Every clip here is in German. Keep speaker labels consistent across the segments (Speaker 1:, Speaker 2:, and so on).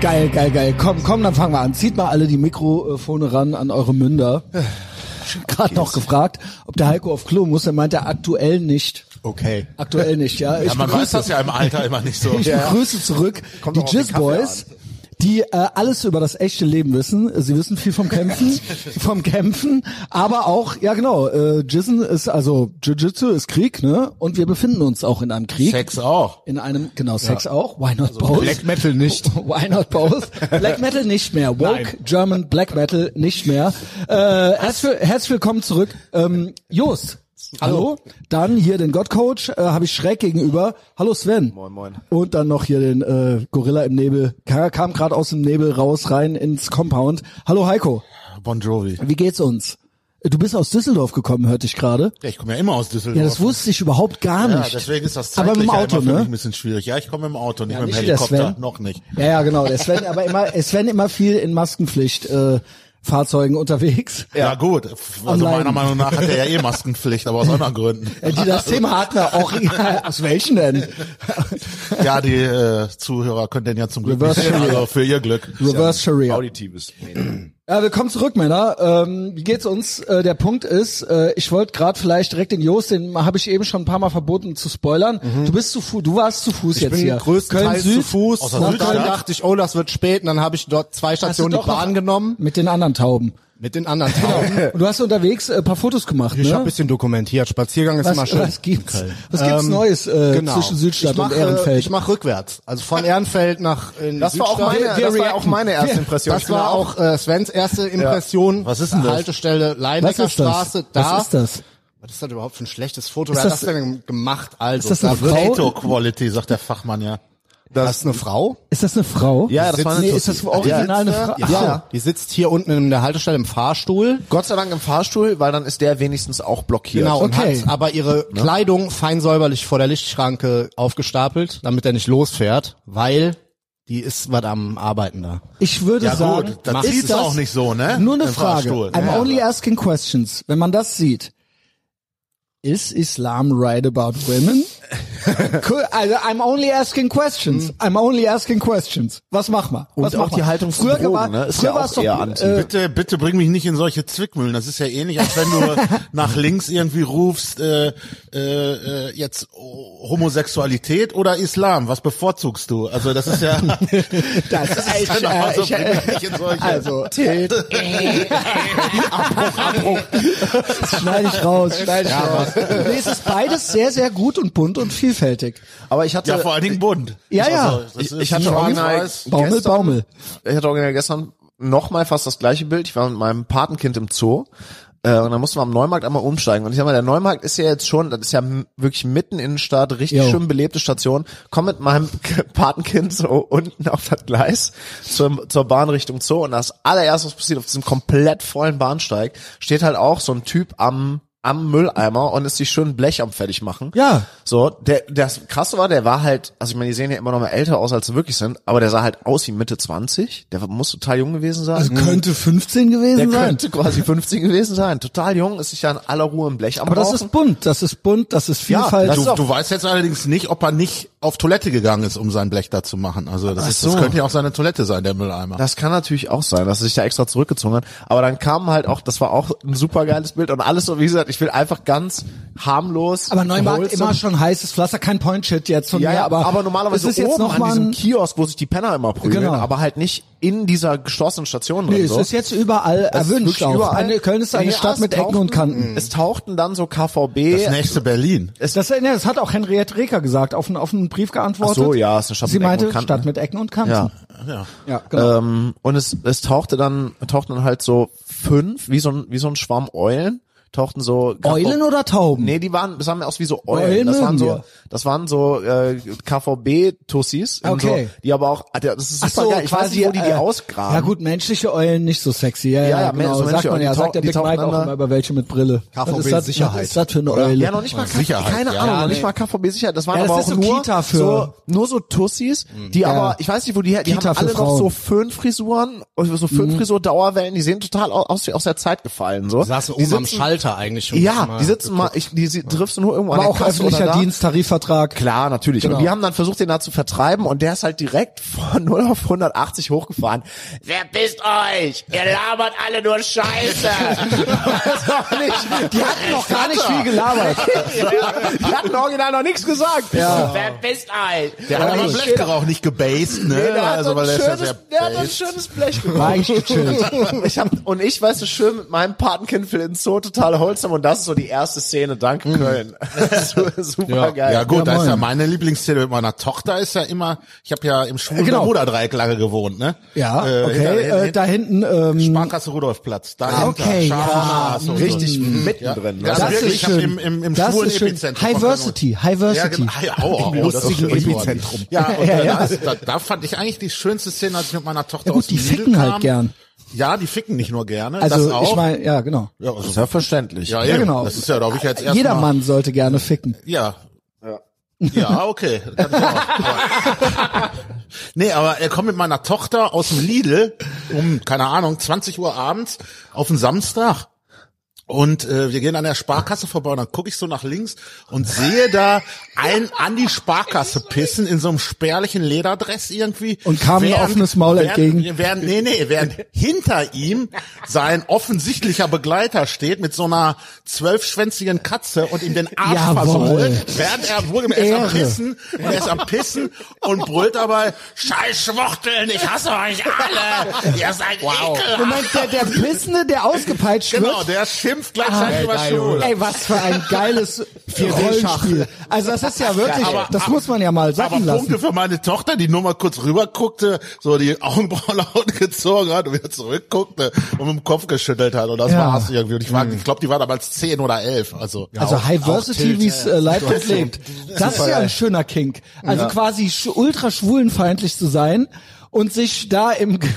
Speaker 1: Geil, geil, geil. Komm, komm, dann fangen wir an. Zieht mal alle die Mikrofone ran an eure Münder. Gerade noch gefragt, ob der Heiko auf Klo muss. Er meint er aktuell nicht.
Speaker 2: Okay.
Speaker 1: Aktuell nicht, ja. Ich
Speaker 3: Ja, man weiß
Speaker 1: begrüße,
Speaker 3: das ja im Alter immer nicht so.
Speaker 1: ich begrüße zurück
Speaker 2: Kommt
Speaker 1: die
Speaker 2: doch auf den
Speaker 1: Jizz
Speaker 2: Kaffee
Speaker 1: Boys, die äh, alles über das echte Leben wissen. Sie wissen viel vom Kämpfen, vom Kämpfen, aber auch, ja genau, äh, Jizzen ist also Jiu-Jitsu ist Krieg, ne? Und wir befinden uns auch in einem Krieg.
Speaker 3: Sex auch.
Speaker 1: In einem, genau, Sex auch. Why not both?
Speaker 2: Also Black Metal nicht.
Speaker 1: Why not both? Black Metal nicht mehr. Woke German Black Metal nicht mehr. Äh, herzlich, herzlich willkommen zurück. Ähm, Jost. Hallo. Dann hier den Gottcoach, äh, habe ich schräg gegenüber. Hallo Sven.
Speaker 2: Moin, moin.
Speaker 1: Und dann noch hier den äh, Gorilla im Nebel. Ka- Kam gerade aus dem Nebel raus, rein ins Compound. Hallo Heiko,
Speaker 3: Bon Jovi.
Speaker 1: wie geht's uns? Äh, Du bist aus Düsseldorf gekommen, hörte ich gerade.
Speaker 3: Ja, ich komme ja immer aus Düsseldorf.
Speaker 1: Ja, das wusste ich überhaupt gar
Speaker 3: Ja,
Speaker 1: nicht.
Speaker 3: deswegen ist das
Speaker 1: Aber mit dem
Speaker 3: zeitlich ja
Speaker 1: Auto,
Speaker 3: immer für
Speaker 1: ne?
Speaker 3: mich ein bisschen schwierig. Ja, ich komme im Auto, nicht
Speaker 1: Ja,
Speaker 3: mit dem
Speaker 1: nicht wie der
Speaker 3: Helikopter.
Speaker 1: Sven.
Speaker 3: Noch nicht.
Speaker 1: Ja, ja, genau. Der Sven, aber immer, es werden immer viel in Maskenpflicht äh, Fahrzeugen unterwegs.
Speaker 3: Ja, gut. Also
Speaker 1: Online.
Speaker 3: meiner Meinung nach hat er ja eh Maskenpflicht, aber aus anderen Gründen.
Speaker 1: Äh, Die das Thema hatten wir auch. Aus welchen denn?
Speaker 3: Ja, die äh, Zuhörer können den ja zum Glück nicht
Speaker 1: Reverse
Speaker 3: sehen,
Speaker 1: Sharia.
Speaker 3: also für ihr Glück.
Speaker 1: Reverse Sharia.
Speaker 2: Auditives.
Speaker 1: Ja, willkommen zurück, Männer. Ähm, wie geht's uns? Äh, der Punkt ist, äh, ich wollte gerade vielleicht direkt den Jost, den habe ich eben schon ein paar Mal verboten zu spoilern. Du bist zu Fuß, du warst zu Fuß
Speaker 2: Mhm. Ich
Speaker 1: jetzt
Speaker 2: bin
Speaker 1: hier.
Speaker 2: größtenteils
Speaker 1: Köln
Speaker 2: zu
Speaker 1: Süd
Speaker 2: Fuß
Speaker 3: Aus der
Speaker 2: und
Speaker 3: Südstadt.
Speaker 2: dann dachte ich, oh, das wird spät und dann habe ich dort zwei Stationen
Speaker 1: Hast
Speaker 2: die
Speaker 1: du doch
Speaker 2: Bahn
Speaker 1: noch-
Speaker 2: genommen
Speaker 1: mit den anderen Tauben.
Speaker 2: mit den anderen Tauben.
Speaker 1: Und du hast unterwegs äh, ein paar Fotos gemacht,
Speaker 2: Ich
Speaker 1: ne?
Speaker 2: habe ein bisschen dokumentiert. Spaziergang ist
Speaker 1: was,
Speaker 2: immer schön.
Speaker 1: was gibt's? Was gibt's Neues äh,
Speaker 2: Genau.
Speaker 1: zwischen Südstadt
Speaker 2: ich mach,
Speaker 1: und
Speaker 2: äh,
Speaker 1: Ehrenfeld?
Speaker 2: Ich mache rückwärts. Also von Ehrenfeld nach in
Speaker 4: Das war auch
Speaker 2: Südstadt.
Speaker 4: meine,
Speaker 1: Wir
Speaker 4: das war
Speaker 1: reacten.
Speaker 4: auch meine erste
Speaker 1: Wir-
Speaker 4: Impression.
Speaker 2: Das
Speaker 4: Ich bin
Speaker 2: war
Speaker 4: da
Speaker 2: auch äh, Svens erste Impression.
Speaker 3: Was ist denn das?
Speaker 2: Haltestelle Leinecker
Speaker 1: ist das?
Speaker 2: Straße. Da.
Speaker 1: Was ist das?
Speaker 2: Was ist das überhaupt für ein schlechtes Foto? Wer
Speaker 1: Ist
Speaker 2: hat
Speaker 1: das-
Speaker 2: das denn gemacht? Also,
Speaker 1: das eine
Speaker 2: da wird-
Speaker 1: Frau?
Speaker 3: Potato Quality, sagt der Fachmann ja.
Speaker 2: Das ist eine Frau?
Speaker 1: Ist das eine Frau?
Speaker 4: Ja, das war eine
Speaker 1: nee,
Speaker 4: Tussi.
Speaker 1: ist das original eine Frau?
Speaker 2: Ja.
Speaker 1: Ach
Speaker 2: Die sitzt hier unten in der Haltestelle im Fahrstuhl.
Speaker 4: Gott sei Dank im Fahrstuhl, weil dann ist der wenigstens auch blockiert.
Speaker 2: Genau,
Speaker 1: Okay.
Speaker 2: und hat aber ihre Kleidung fein säuberlich vor der Lichtschranke aufgestapelt, damit er nicht losfährt, weil die ist was am Arbeiten da.
Speaker 1: so. Ich würde
Speaker 3: Ja
Speaker 1: sagen,
Speaker 3: gut, das
Speaker 1: macht
Speaker 3: ist
Speaker 1: das
Speaker 3: auch nicht so, ne?
Speaker 1: nur eine
Speaker 3: Im
Speaker 1: Frage.
Speaker 3: Fahrstuhl.
Speaker 1: I'm
Speaker 3: Ja.
Speaker 1: only asking questions. Wenn man das sieht, is Islam right about women? Cool, also I'm only asking questions. I'm only asking questions. Was mach mal? Was
Speaker 4: Und
Speaker 1: mach
Speaker 4: auch
Speaker 1: mal?
Speaker 4: die Haltung zu
Speaker 1: früher
Speaker 4: Drogen,
Speaker 1: war,
Speaker 4: ne? Ist
Speaker 1: früher
Speaker 4: ja auch
Speaker 1: war's doch,
Speaker 4: eher anti.
Speaker 1: Äh,
Speaker 3: Bitte, bitte bring mich nicht in solche Zwickmühlen. Das ist ja ähnlich, als wenn du nach links irgendwie rufst, äh, äh, äh, jetzt oh, Homosexualität oder Islam. Was bevorzugst du? Also das ist ja.
Speaker 1: das, ich,
Speaker 3: genau
Speaker 1: äh,
Speaker 3: so,
Speaker 1: ich,
Speaker 3: bring
Speaker 1: äh,
Speaker 3: mich nicht in solche.
Speaker 1: also, Das schneide ich raus, schneide ich raus. Nee, es ist beides sehr, sehr gut und bunt und vielfältig.
Speaker 4: Aber ich hatte,
Speaker 3: ja, vor allen Dingen bunt.
Speaker 1: Ja, ja.
Speaker 3: das
Speaker 4: ich,
Speaker 3: ist
Speaker 4: ich hatte
Speaker 3: schwarz,
Speaker 4: original,
Speaker 3: weiß.
Speaker 1: Baumel,
Speaker 4: gestern-
Speaker 1: Baumel.
Speaker 4: ich hatte original gestern nochmal fast das gleiche Bild. Ich war mit meinem Patenkind im Zoo. Äh, und dann mussten wir am Neumarkt einmal umsteigen. Und ich sag mal, der Neumarkt ist ja jetzt schon, das ist ja m- wirklich mitten in der Stadt, richtig
Speaker 1: Jo.
Speaker 4: schön belebte Station. Komm mit meinem K- Patenkind so unten auf das Gleis zur, zur Bahn Richtung Zoo. Und das allererste, was passiert auf diesem komplett vollen Bahnsteig, steht halt auch so ein Typ am am Mülleimer und ist sich schön Blech am fertig machen.
Speaker 1: Ja.
Speaker 4: So, der, das krasse war, der war halt, also ich meine, die sehen ja immer noch mal älter aus, als sie wirklich sind, aber der sah halt aus wie Mitte 20. Der muss total jung gewesen sein.
Speaker 1: Also könnte 15 gewesen
Speaker 4: Hm. der
Speaker 1: sein.
Speaker 4: könnte quasi 15 gewesen sein. Total jung, ist sich ja in aller Ruhe im Blech am
Speaker 1: Aber das
Speaker 4: Rauchen.
Speaker 1: ist bunt, das ist bunt, das ist
Speaker 4: Ja,
Speaker 1: Vielfalt.
Speaker 4: das ist
Speaker 3: Du,
Speaker 4: doch-
Speaker 3: du weißt jetzt allerdings nicht, ob er nicht auf Toilette gegangen ist, um sein Blech da zu machen. Also das, ist, das
Speaker 4: so.
Speaker 3: könnte ja auch seine Toilette sein, der Mülleimer.
Speaker 4: Das kann natürlich auch sein, dass er sich da extra zurückgezogen hat. Aber dann kam halt auch, das war auch ein super geiles Bild und alles so, wie gesagt, ich will einfach ganz harmlos.
Speaker 1: aber Neumarkt
Speaker 4: holsam-
Speaker 1: immer schon heißes Pflaster, kein Point-Shit jetzt von
Speaker 4: Ja,
Speaker 1: mir,
Speaker 4: ja,
Speaker 1: aber,
Speaker 4: aber, normalerweise
Speaker 1: es ist jetzt
Speaker 4: oben
Speaker 1: noch
Speaker 4: an
Speaker 1: mal
Speaker 4: diesem
Speaker 1: ein,
Speaker 4: Kiosk, wo sich die Penner immer prügeln,
Speaker 1: Genau.
Speaker 4: aber halt nicht in dieser geschlossenen Station drin.
Speaker 1: nee, es
Speaker 4: so.
Speaker 1: ist jetzt überall äh,
Speaker 4: Das ist
Speaker 1: erwünscht
Speaker 4: wirklich
Speaker 1: auch.
Speaker 4: überall.
Speaker 1: Eine, Köln ist eine
Speaker 4: Ja,
Speaker 1: Stadt
Speaker 4: es
Speaker 1: mit Ecken
Speaker 4: tauchten- Mm.
Speaker 1: und Kanten.
Speaker 4: Es tauchten dann so
Speaker 3: das
Speaker 4: KVB.
Speaker 3: nächste Berlin.
Speaker 1: Das, das, ne, das hat auch Henriette Reker gesagt, auf einen, auf einen Brief geantwortet.
Speaker 4: Ach so, ja, es ist eine Stadt
Speaker 1: Sie
Speaker 4: mit Ecken
Speaker 1: meinte,
Speaker 4: und Kanten.
Speaker 1: Stadt mit Ecken und Kanten.
Speaker 4: Ja.
Speaker 3: Ja.
Speaker 1: ja genau.
Speaker 4: Ähm, und es, es tauchte dann, tauchten dann halt so fünf, wie so ein, wie so ein Schwarm Eulen, tauchten so.
Speaker 1: Eulen oder Tauben?
Speaker 4: Nee, die waren, das sahen aus wie so Eulen.
Speaker 1: Eulen
Speaker 4: das
Speaker 1: mögen
Speaker 4: waren so,
Speaker 1: wir.
Speaker 4: das waren so äh, KVB-Tussis. in
Speaker 1: Okay.
Speaker 4: So, die aber auch, ah, das ist
Speaker 1: Ach
Speaker 4: super geil. Ich weiß nicht, wo die die
Speaker 1: äh,
Speaker 4: ausgraben.
Speaker 1: Ja gut, menschliche Eulen nicht so sexy. Ja, ja,
Speaker 4: Ja, ja,
Speaker 1: genau.
Speaker 4: so
Speaker 1: sagt
Speaker 4: menschliche
Speaker 1: man
Speaker 4: Eulen,
Speaker 1: ja,
Speaker 4: die
Speaker 1: sagt der
Speaker 4: tauchen-
Speaker 1: Big
Speaker 4: die
Speaker 1: Mike
Speaker 4: tauchen
Speaker 1: auch
Speaker 4: dann-
Speaker 1: immer über welche mit Brille.
Speaker 2: KVB
Speaker 1: was ist das,
Speaker 2: Sicherheit.
Speaker 1: Was ist das für eine Eule?
Speaker 4: Ja, noch nicht mal K-
Speaker 3: Sicherheit,
Speaker 4: Keine
Speaker 3: ja.
Speaker 4: Ahnung,
Speaker 3: Ja,
Speaker 4: nicht
Speaker 3: nee.
Speaker 4: mal KVB Sicherheit. Das waren
Speaker 1: Ja, das
Speaker 4: aber
Speaker 1: ist
Speaker 4: auch
Speaker 1: so
Speaker 4: nur
Speaker 1: Kita für-
Speaker 4: so nur so Tussis, die aber ich weiß nicht, wo die her, die
Speaker 1: Kita
Speaker 4: haben alle
Speaker 1: für Mhm.
Speaker 4: noch so
Speaker 1: Frauen.
Speaker 4: Föhnfrisuren, so Föhnfrisur Dauerwellen, die sehen total au- aus wie aus der Zeit gefallen so.
Speaker 2: Saß
Speaker 4: die
Speaker 2: oben am
Speaker 4: sitzen-
Speaker 2: Alter eigentlich schon.
Speaker 4: Ja,
Speaker 2: mal
Speaker 4: die sitzen mal, ich, die sie, triffst du nur irgendwo an
Speaker 1: War
Speaker 4: der
Speaker 1: auch
Speaker 4: Kasse
Speaker 1: öffentlicher
Speaker 4: oder da.
Speaker 1: Dienst, Tarifvertrag.
Speaker 4: Klar, natürlich. Und die haben dann versucht, den da zu vertreiben und der ist halt direkt von 0 auf 180 hochgefahren. Wer bist euch? Ihr labert alle nur Scheiße. das war nicht, die hatten noch
Speaker 1: Gar nicht viel gelabert.
Speaker 4: die hatten original noch nichts gesagt. Ja. Wer bist euch?
Speaker 3: Der hat aber Blechgeräusch auch nicht gebased, ne?
Speaker 4: Der hat
Speaker 3: also,
Speaker 4: so
Speaker 3: weil
Speaker 4: ein
Speaker 3: er ist ja sehr
Speaker 4: schönes, der hat so ein
Speaker 3: based.
Speaker 4: schönes Blech gemacht.
Speaker 1: War eigentlich gechillt.
Speaker 4: ich hab, und ich weiß es schön mit meinem Patenkind für den Zoo total holsam und das ist so die erste Szene. Danke, Köln. Super geil.
Speaker 3: Ja gut,
Speaker 1: Ja,
Speaker 3: da ist
Speaker 1: moin.
Speaker 3: ja meine Lieblingsszene mit meiner Tochter ist ja immer, ich habe ja im schwulen
Speaker 1: Genau.
Speaker 3: Bermuda-Dreieck lange gewohnt, ne?
Speaker 1: Ja,
Speaker 3: Äh,
Speaker 1: okay.
Speaker 3: hinter- hinter-
Speaker 1: äh, da hinten, ähm,
Speaker 3: Sparkasse Rudolfplatz. Da hinter,
Speaker 1: okay, Mhm.
Speaker 3: Scharfhaus und so. Mhm.
Speaker 4: Richtig mittendrin.
Speaker 3: Ja,
Speaker 4: ne?
Speaker 3: also
Speaker 1: das ist
Speaker 3: wirklich, ich hab
Speaker 1: schön.
Speaker 3: im- im- im
Speaker 1: das
Speaker 3: schwulen
Speaker 1: ist schön.
Speaker 3: Epizentrum
Speaker 1: High
Speaker 3: von Bermuda.
Speaker 1: Versity, High
Speaker 3: Ja,
Speaker 1: Versity.
Speaker 3: genau. Ja, au, au, au, das ist
Speaker 1: lustigen
Speaker 3: schön geworden.
Speaker 1: Epizentrum.
Speaker 3: Ja, und,
Speaker 1: Ja,
Speaker 3: äh,
Speaker 1: ja.
Speaker 3: das- Da, da fand ich eigentlich die schönste Szene, als ich mit meiner Tochter
Speaker 1: Ja, gut,
Speaker 3: aus dem
Speaker 1: die
Speaker 3: Lidl
Speaker 1: ficken halt
Speaker 3: kam.
Speaker 1: gern.
Speaker 3: Ja, die ficken nicht nur gerne. das
Speaker 1: Also
Speaker 3: auch.
Speaker 1: ich meine, ja genau.
Speaker 3: ja, also,
Speaker 4: ja verständlich.
Speaker 3: ja,
Speaker 1: Ja
Speaker 3: eben.
Speaker 1: genau.
Speaker 3: Das ist ja, glaube ich, jetzt erstmal.
Speaker 1: Jeder Mann sollte gerne ficken.
Speaker 3: Ja. Ja, okay. Kann ich auch. Aber- nee, aber er kommt mit meiner Tochter aus dem Lidl um, keine Ahnung, 20 Uhr abends auf den Samstag. Und äh, wir gehen an der Sparkasse vorbei und dann gucke ich so nach links und sehe da einen an die Sparkasse pissen in so einem spärlichen Lederdress irgendwie.
Speaker 1: Und kam ein offenes Maul
Speaker 3: während,
Speaker 1: entgegen.
Speaker 3: Während, nee, nee, während hinter ihm sein offensichtlicher Begleiter steht mit so einer zwölfschwänzigen Katze und ihm den Arsch
Speaker 1: Jawohl.
Speaker 3: versohlt, während er wohl er ist am
Speaker 1: Ehre.
Speaker 3: Pissen und er ist am Pissen und brüllt dabei, Scheiß Schwuchteln, ich hasse euch alle, ihr seid
Speaker 1: Du
Speaker 3: ekelhaft.
Speaker 1: meinst, der, der Pissende, der ausgepeitscht
Speaker 3: Genau,
Speaker 1: wird?
Speaker 3: der schimpft gleichzeitig
Speaker 1: Ah.
Speaker 3: über
Speaker 2: geil,
Speaker 3: Schwule.
Speaker 1: Ey, was für ein geiles Rollenspiel. Also das ist ja wirklich,
Speaker 3: Aber-
Speaker 1: das muss man ja mal
Speaker 3: Aber
Speaker 1: sacken lassen.
Speaker 3: Punkte für meine Tochter, die nur mal kurz rüberguckte, so die Augenbrauen laut gezogen hat und wieder zurückguckte und mit dem Kopf geschüttelt hat. Und das
Speaker 1: Ja. Mhm.
Speaker 3: war's irgendwie. Und ich, war- ich glaube, die war damals zehn oder elf. Also,
Speaker 1: Also High Versity, wie es äh, Leipzig lebt. Das ist ja ein schöner Kink. Also quasi sch- ultra schwulenfeindlich zu sein und sich da im, G-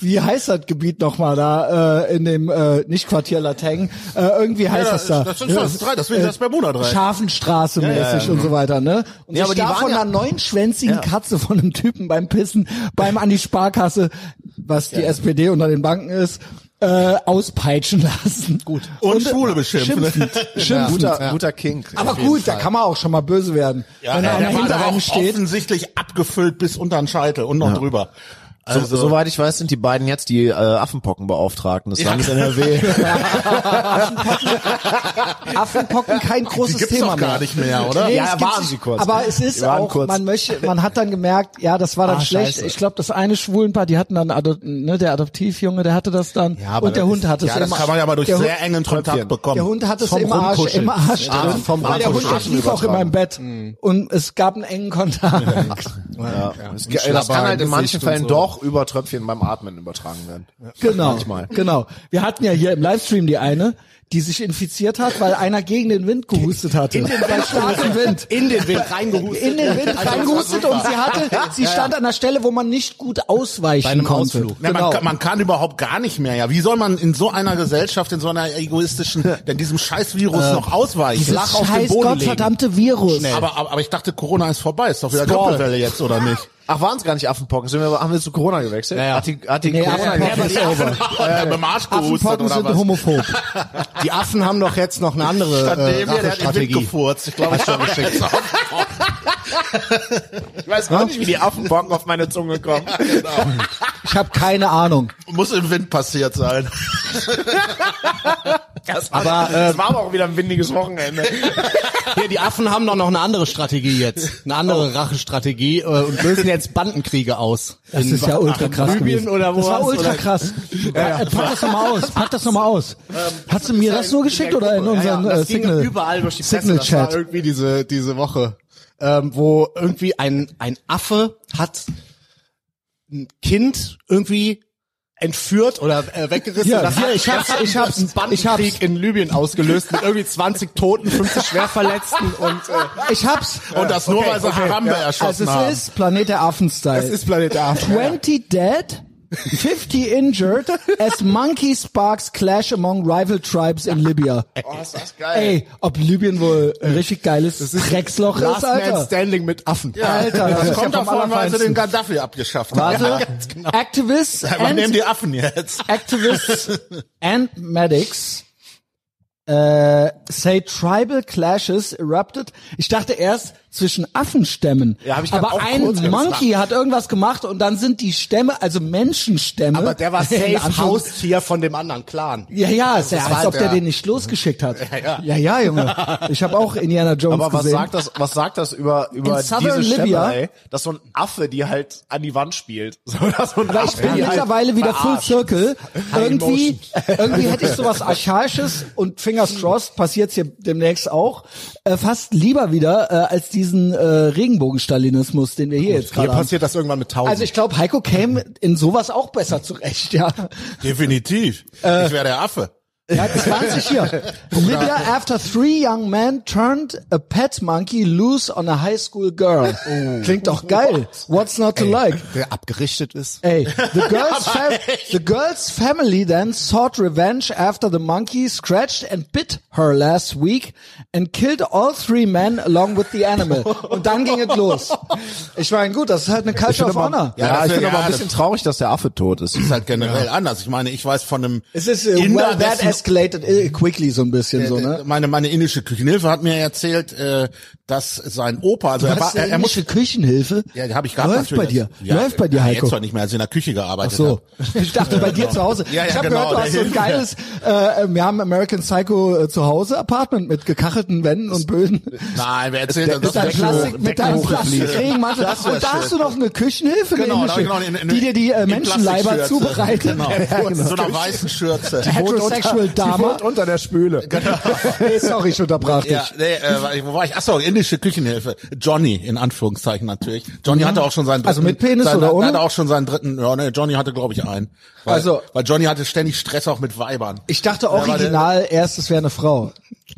Speaker 1: wie heißt das Gebiet nochmal da, äh, in dem, äh, nicht Quartier Lateng, äh, irgendwie heißt
Speaker 3: Ja,
Speaker 1: das da.
Speaker 3: das ist das Dreieck, deswegen das Bermuda-Dreieck.
Speaker 1: Scharfenstraße mäßig und so weiter, ne? Und sich
Speaker 4: Ja, aber die
Speaker 1: da
Speaker 4: waren
Speaker 1: von
Speaker 4: ja-
Speaker 1: einer neunschwänzigen Katze von einem Typen beim Pissen, beim an die Sparkasse, was die SPD unter den Banken ist, äh, auspeitschen lassen. Gut.
Speaker 3: Und Schwule beschimpfen.
Speaker 1: Schimpfend. Schimpfend.
Speaker 4: Guter, guter King.
Speaker 1: Aber gut, da kann man auch schon mal böse werden. Wenn einer
Speaker 3: der war
Speaker 1: hinter
Speaker 3: aber
Speaker 1: einem
Speaker 3: auch
Speaker 1: steht.
Speaker 3: offensichtlich abgefüllt bis unter den Scheitel und noch drüber. Also,
Speaker 4: so, soweit ich weiß, sind die beiden jetzt die äh, Affenpockenbeauftragten des
Speaker 3: Ja.
Speaker 4: Landes NRW.
Speaker 1: Affenpocken kein großes
Speaker 3: gibt's
Speaker 1: Thema
Speaker 3: doch gar
Speaker 1: mehr.
Speaker 3: nicht mehr, oder?
Speaker 1: Nee,
Speaker 4: Ja,
Speaker 1: es
Speaker 4: ja,
Speaker 1: gibt's
Speaker 4: waren
Speaker 1: nicht.
Speaker 4: sie kurz.
Speaker 1: Aber es ist
Speaker 4: Die waren
Speaker 1: auch,
Speaker 4: kurz.
Speaker 1: man möchte, man hat dann gemerkt, ja, das war dann
Speaker 4: Ah,
Speaker 1: schlecht.
Speaker 4: scheiße.
Speaker 1: Ich glaube, das eine Schwulenpaar, die hatten dann, Adop ne, der Adoptivjunge, der hatte das dann.
Speaker 4: aber
Speaker 1: und der
Speaker 4: das
Speaker 1: Hund hatte es
Speaker 3: ja, das
Speaker 1: immer.
Speaker 3: kann man ja mal durch
Speaker 1: der
Speaker 3: sehr
Speaker 1: Hund,
Speaker 3: engen Kontakt bekommen.
Speaker 1: der Hund hatte es im Arsch,
Speaker 4: Rumkuscheln.
Speaker 1: im Arsch
Speaker 4: Ja,
Speaker 1: drin,
Speaker 4: vom
Speaker 1: weil der Hund der
Speaker 4: Rumkuscheln
Speaker 1: schlief auch in
Speaker 4: übertragen.
Speaker 1: meinem Bett
Speaker 3: Mhm.
Speaker 1: und es gab einen engen Kontakt.
Speaker 4: Ja. Es, ge- das kann halt in manchen Fällen doch über Tröpfchen beim Atmen übertragen werden.
Speaker 1: Genau,
Speaker 4: Manchmal.
Speaker 1: genau. Wir hatten ja hier im Livestream die eine, die sich infiziert hat, weil einer gegen den Wind gehustet hatte. In den Wind, starken Wind.
Speaker 2: in den Wind reingehustet.
Speaker 1: In den Wind reingehustet und sie hatte, sie stand an der Stelle, wo man nicht gut ausweichen
Speaker 2: Bei einem
Speaker 1: konnte.
Speaker 2: Ausflug.
Speaker 3: Na,
Speaker 1: Genau.
Speaker 3: man, kann, man kann überhaupt gar nicht mehr, ja. Wie soll man in so einer Gesellschaft, in so einer egoistischen, denn diesem Scheiß-Virus noch ausweichen?
Speaker 1: Äh, Dieses
Speaker 2: flach auf den
Speaker 1: scheiß
Speaker 2: Boden
Speaker 1: gottverdammte Virus.
Speaker 3: Aber, aber, aber ich dachte, Corona ist vorbei. Ist doch wieder
Speaker 4: Skor.
Speaker 3: Doppelwelle jetzt, oder nicht?
Speaker 4: Ach, waren es gar nicht Affenpocken? Sind wir, haben wir zu Corona gewechselt?
Speaker 2: ja.
Speaker 4: Hat die, hat die
Speaker 1: Nee,
Speaker 4: Corona
Speaker 1: Affenpocken
Speaker 4: gewechselt?
Speaker 1: ist over.
Speaker 3: Äh, Mit dem Arsch gehustet
Speaker 1: Affenpocken
Speaker 3: oder
Speaker 1: sind
Speaker 3: was?
Speaker 1: homophob.
Speaker 2: Die Affen haben doch jetzt noch eine andere
Speaker 3: Statt
Speaker 2: äh,
Speaker 3: dem hier, der hat den Wind
Speaker 2: Rachestrategie.
Speaker 3: gefurzt. Ich glaube, ich habe geschickt.
Speaker 4: Ich weiß auch nicht, wie die Affenpocken auf meine Zunge kommen.
Speaker 1: Ich habe keine Ahnung.
Speaker 3: Muss im Wind passiert sein.
Speaker 4: Das war,
Speaker 2: Aber, äh,
Speaker 4: das war aber auch wieder ein windiges Wochenende.
Speaker 2: Hier, die Affen haben doch noch eine andere Strategie jetzt. Eine andere Rachestrategie äh, und lösen jetzt Bandenkriege aus.
Speaker 1: Das ist ja ultra krass
Speaker 2: Libyen
Speaker 1: gewesen.
Speaker 2: oder wo
Speaker 1: das war
Speaker 2: war's,
Speaker 1: ultra
Speaker 2: oder? Ähm,
Speaker 1: krass. Äh, Pack das nochmal aus. Pack das nochmal aus. Hast du mir das nur geschickt oder in unseren
Speaker 2: das
Speaker 1: äh,
Speaker 2: ging
Speaker 1: Signal?
Speaker 2: überall durch die Presse.
Speaker 1: Signal
Speaker 2: Das war
Speaker 1: Chat.
Speaker 2: irgendwie diese diese Woche, ähm, wo irgendwie ein ein Affe hat ein Kind irgendwie entführt oder äh, weggerissen.
Speaker 1: Ja,
Speaker 2: Das
Speaker 1: hier,
Speaker 2: hat-
Speaker 1: ich hab's,
Speaker 2: das hat
Speaker 1: ich hab's,
Speaker 2: einen Bandenkrieg
Speaker 1: ich hab's.
Speaker 2: in Libyen ausgelöst mit irgendwie 20 Toten, 50 Schwerverletzten und äh,
Speaker 1: Ich hab's.
Speaker 3: Und das nur, weil sie Harambe
Speaker 1: Also
Speaker 3: erschossen
Speaker 1: es
Speaker 3: haben.
Speaker 1: ist Planet der Affen-Style.
Speaker 2: das ist Planet der Affen.
Speaker 1: 20 dead, 50 injured, as monkey sparks clash among rival tribes in Libya.
Speaker 4: Oh, ist das geil.
Speaker 1: Ey, ob Libyen wohl ein richtig geiles Drecksloch ist,
Speaker 2: Last Man
Speaker 1: Alter.
Speaker 2: Standing mit Affen.
Speaker 1: Alter, das,
Speaker 3: Das
Speaker 1: ist
Speaker 3: kommt
Speaker 1: ja vom
Speaker 3: davon, weil sie
Speaker 1: Allerfeinsten.
Speaker 3: den Gaddafi abgeschafft haben.
Speaker 1: Warte, Activists
Speaker 3: Wir nehmen
Speaker 1: and,
Speaker 3: die Affen jetzt.
Speaker 1: Activists and Medics Äh, say tribal clashes erupted. Ich dachte erst zwischen Affenstämmen.
Speaker 4: Ja, hab ich grad
Speaker 1: aber
Speaker 4: auch
Speaker 1: ein
Speaker 4: kurz
Speaker 1: Monkey hat irgendwas gemacht und dann sind die Stämme, also Menschenstämme.
Speaker 2: Aber der war
Speaker 1: in
Speaker 2: safe
Speaker 1: Anführungs-
Speaker 2: Haustier von dem anderen Clan.
Speaker 1: Ja, ja, ist ja,
Speaker 2: ist
Speaker 1: als
Speaker 2: halt,
Speaker 1: ob der
Speaker 2: ja.
Speaker 1: den nicht losgeschickt hat. Ja, ja, Junge. Ich habe auch Indiana Jones
Speaker 4: Aber was
Speaker 1: gesehen.
Speaker 4: sagt das, was sagt das über,
Speaker 1: In
Speaker 4: über diese
Speaker 1: Southern Libya-
Speaker 4: Stämme, ey, dass so ein Affe die halt an die Wand spielt? So, dass so ein
Speaker 1: Aber ich
Speaker 4: Affe
Speaker 1: bin
Speaker 4: die halt
Speaker 1: mittlerweile wieder
Speaker 4: verarscht.
Speaker 1: Full Circle. Irgendwie, irgendwie hätte ich sowas Archaisches und Fingers crossed passiert's hier demnächst auch, äh, fast lieber wieder äh, als diesen äh, Regenbogen-Stalinismus, den wir hier jetzt
Speaker 2: Hier
Speaker 1: gerade haben.
Speaker 2: passiert das irgendwann mit tausend.
Speaker 1: Also ich glaube, Heiko käme in sowas auch besser zurecht, ja.
Speaker 3: Definitiv.
Speaker 1: Äh.
Speaker 3: ich wäre der Affe.
Speaker 1: Ja, 20 hier. Libya after three young men turned a pet monkey loose on a high school girl. Klingt doch geil. What's not to like?
Speaker 2: der abgerichtet ist.
Speaker 1: Ey, the girl's, fam the girl's family then sought revenge after the monkey scratched and bit her last week and killed all three men along with the animal. Und dann ging es los. Ich meine, gut, das ist halt eine Culture of Honor.
Speaker 4: Ja,
Speaker 3: Ja, das
Speaker 4: ich
Speaker 3: wär-
Speaker 4: bin
Speaker 3: ja,
Speaker 4: aber ein
Speaker 3: das-
Speaker 4: bisschen traurig, dass der Affe tot ist.
Speaker 3: Ist halt generell anders. Ich meine, ich weiß von einem
Speaker 1: Es ist, äh,
Speaker 3: Inder,
Speaker 1: well, that
Speaker 3: dessen-
Speaker 1: escalated äh, quickly so ein bisschen so, ne?
Speaker 3: meine meine indische Küchenhilfe hat mir erzählt, äh, dass sein Opa, also er, war,
Speaker 1: Was,
Speaker 3: er, er muss
Speaker 1: indische Küchenhilfe?
Speaker 3: Ja, die habe ich gehabt.
Speaker 1: Läuft bei
Speaker 3: natürlich.
Speaker 1: dir. Läuft bei dir,
Speaker 3: ja,
Speaker 1: Heiko.
Speaker 3: Jetzt zwar nicht mehr, als ich in der Küche gearbeitet ne?
Speaker 1: Ach
Speaker 3: habe.
Speaker 1: so. Ich dachte bei dir zu Hause.
Speaker 3: Ja, ja,
Speaker 1: ich habe
Speaker 3: genau,
Speaker 1: gehört, du hast so
Speaker 3: der
Speaker 1: ein
Speaker 3: hilft, ja.
Speaker 1: geiles, äh, wir haben American Psycho äh, zu Hause Apartment mit gekachelten Wänden und Böden.
Speaker 3: Nein, wer erzählt das?
Speaker 1: Mit deinem
Speaker 3: das ist
Speaker 1: Plastik, mit deinem Plastikregenmantel.
Speaker 3: Das wär
Speaker 1: Und da hast du
Speaker 3: schön.
Speaker 1: noch eine Küchenhilfe, eine
Speaker 3: Genau, da
Speaker 1: indische,
Speaker 3: genau in- in-
Speaker 1: die dir die äh,
Speaker 3: in
Speaker 1: Menschenleiber
Speaker 3: Plastikschürze.
Speaker 1: zubereitet.
Speaker 3: Genau.
Speaker 1: Ja,
Speaker 3: In
Speaker 1: genau.
Speaker 3: so einer weißen Schürze.
Speaker 1: Heterosexual Dame.
Speaker 4: unter der
Speaker 3: Äh,
Speaker 4: Spüle.
Speaker 1: Nee, sorry, ich unterbrach dich.
Speaker 3: Ja, nee, äh, war ich- wo war ich? Achso, indische Küchenhilfe. Johnny, in Anführungszeichen natürlich. Johnny hatte auch schon seinen dritten.
Speaker 1: Also mit Penis
Speaker 3: seinen,
Speaker 1: oder ohne?
Speaker 3: hatte auch schon seinen dritten. Ja, nee, Johnny hatte, glaube ich, einen. Weil,
Speaker 1: Also-
Speaker 3: Weil Johnny hatte ständig Stress auch mit Weibern.
Speaker 1: Ich dachte
Speaker 3: war der-
Speaker 1: original, erst es wäre eine Frau.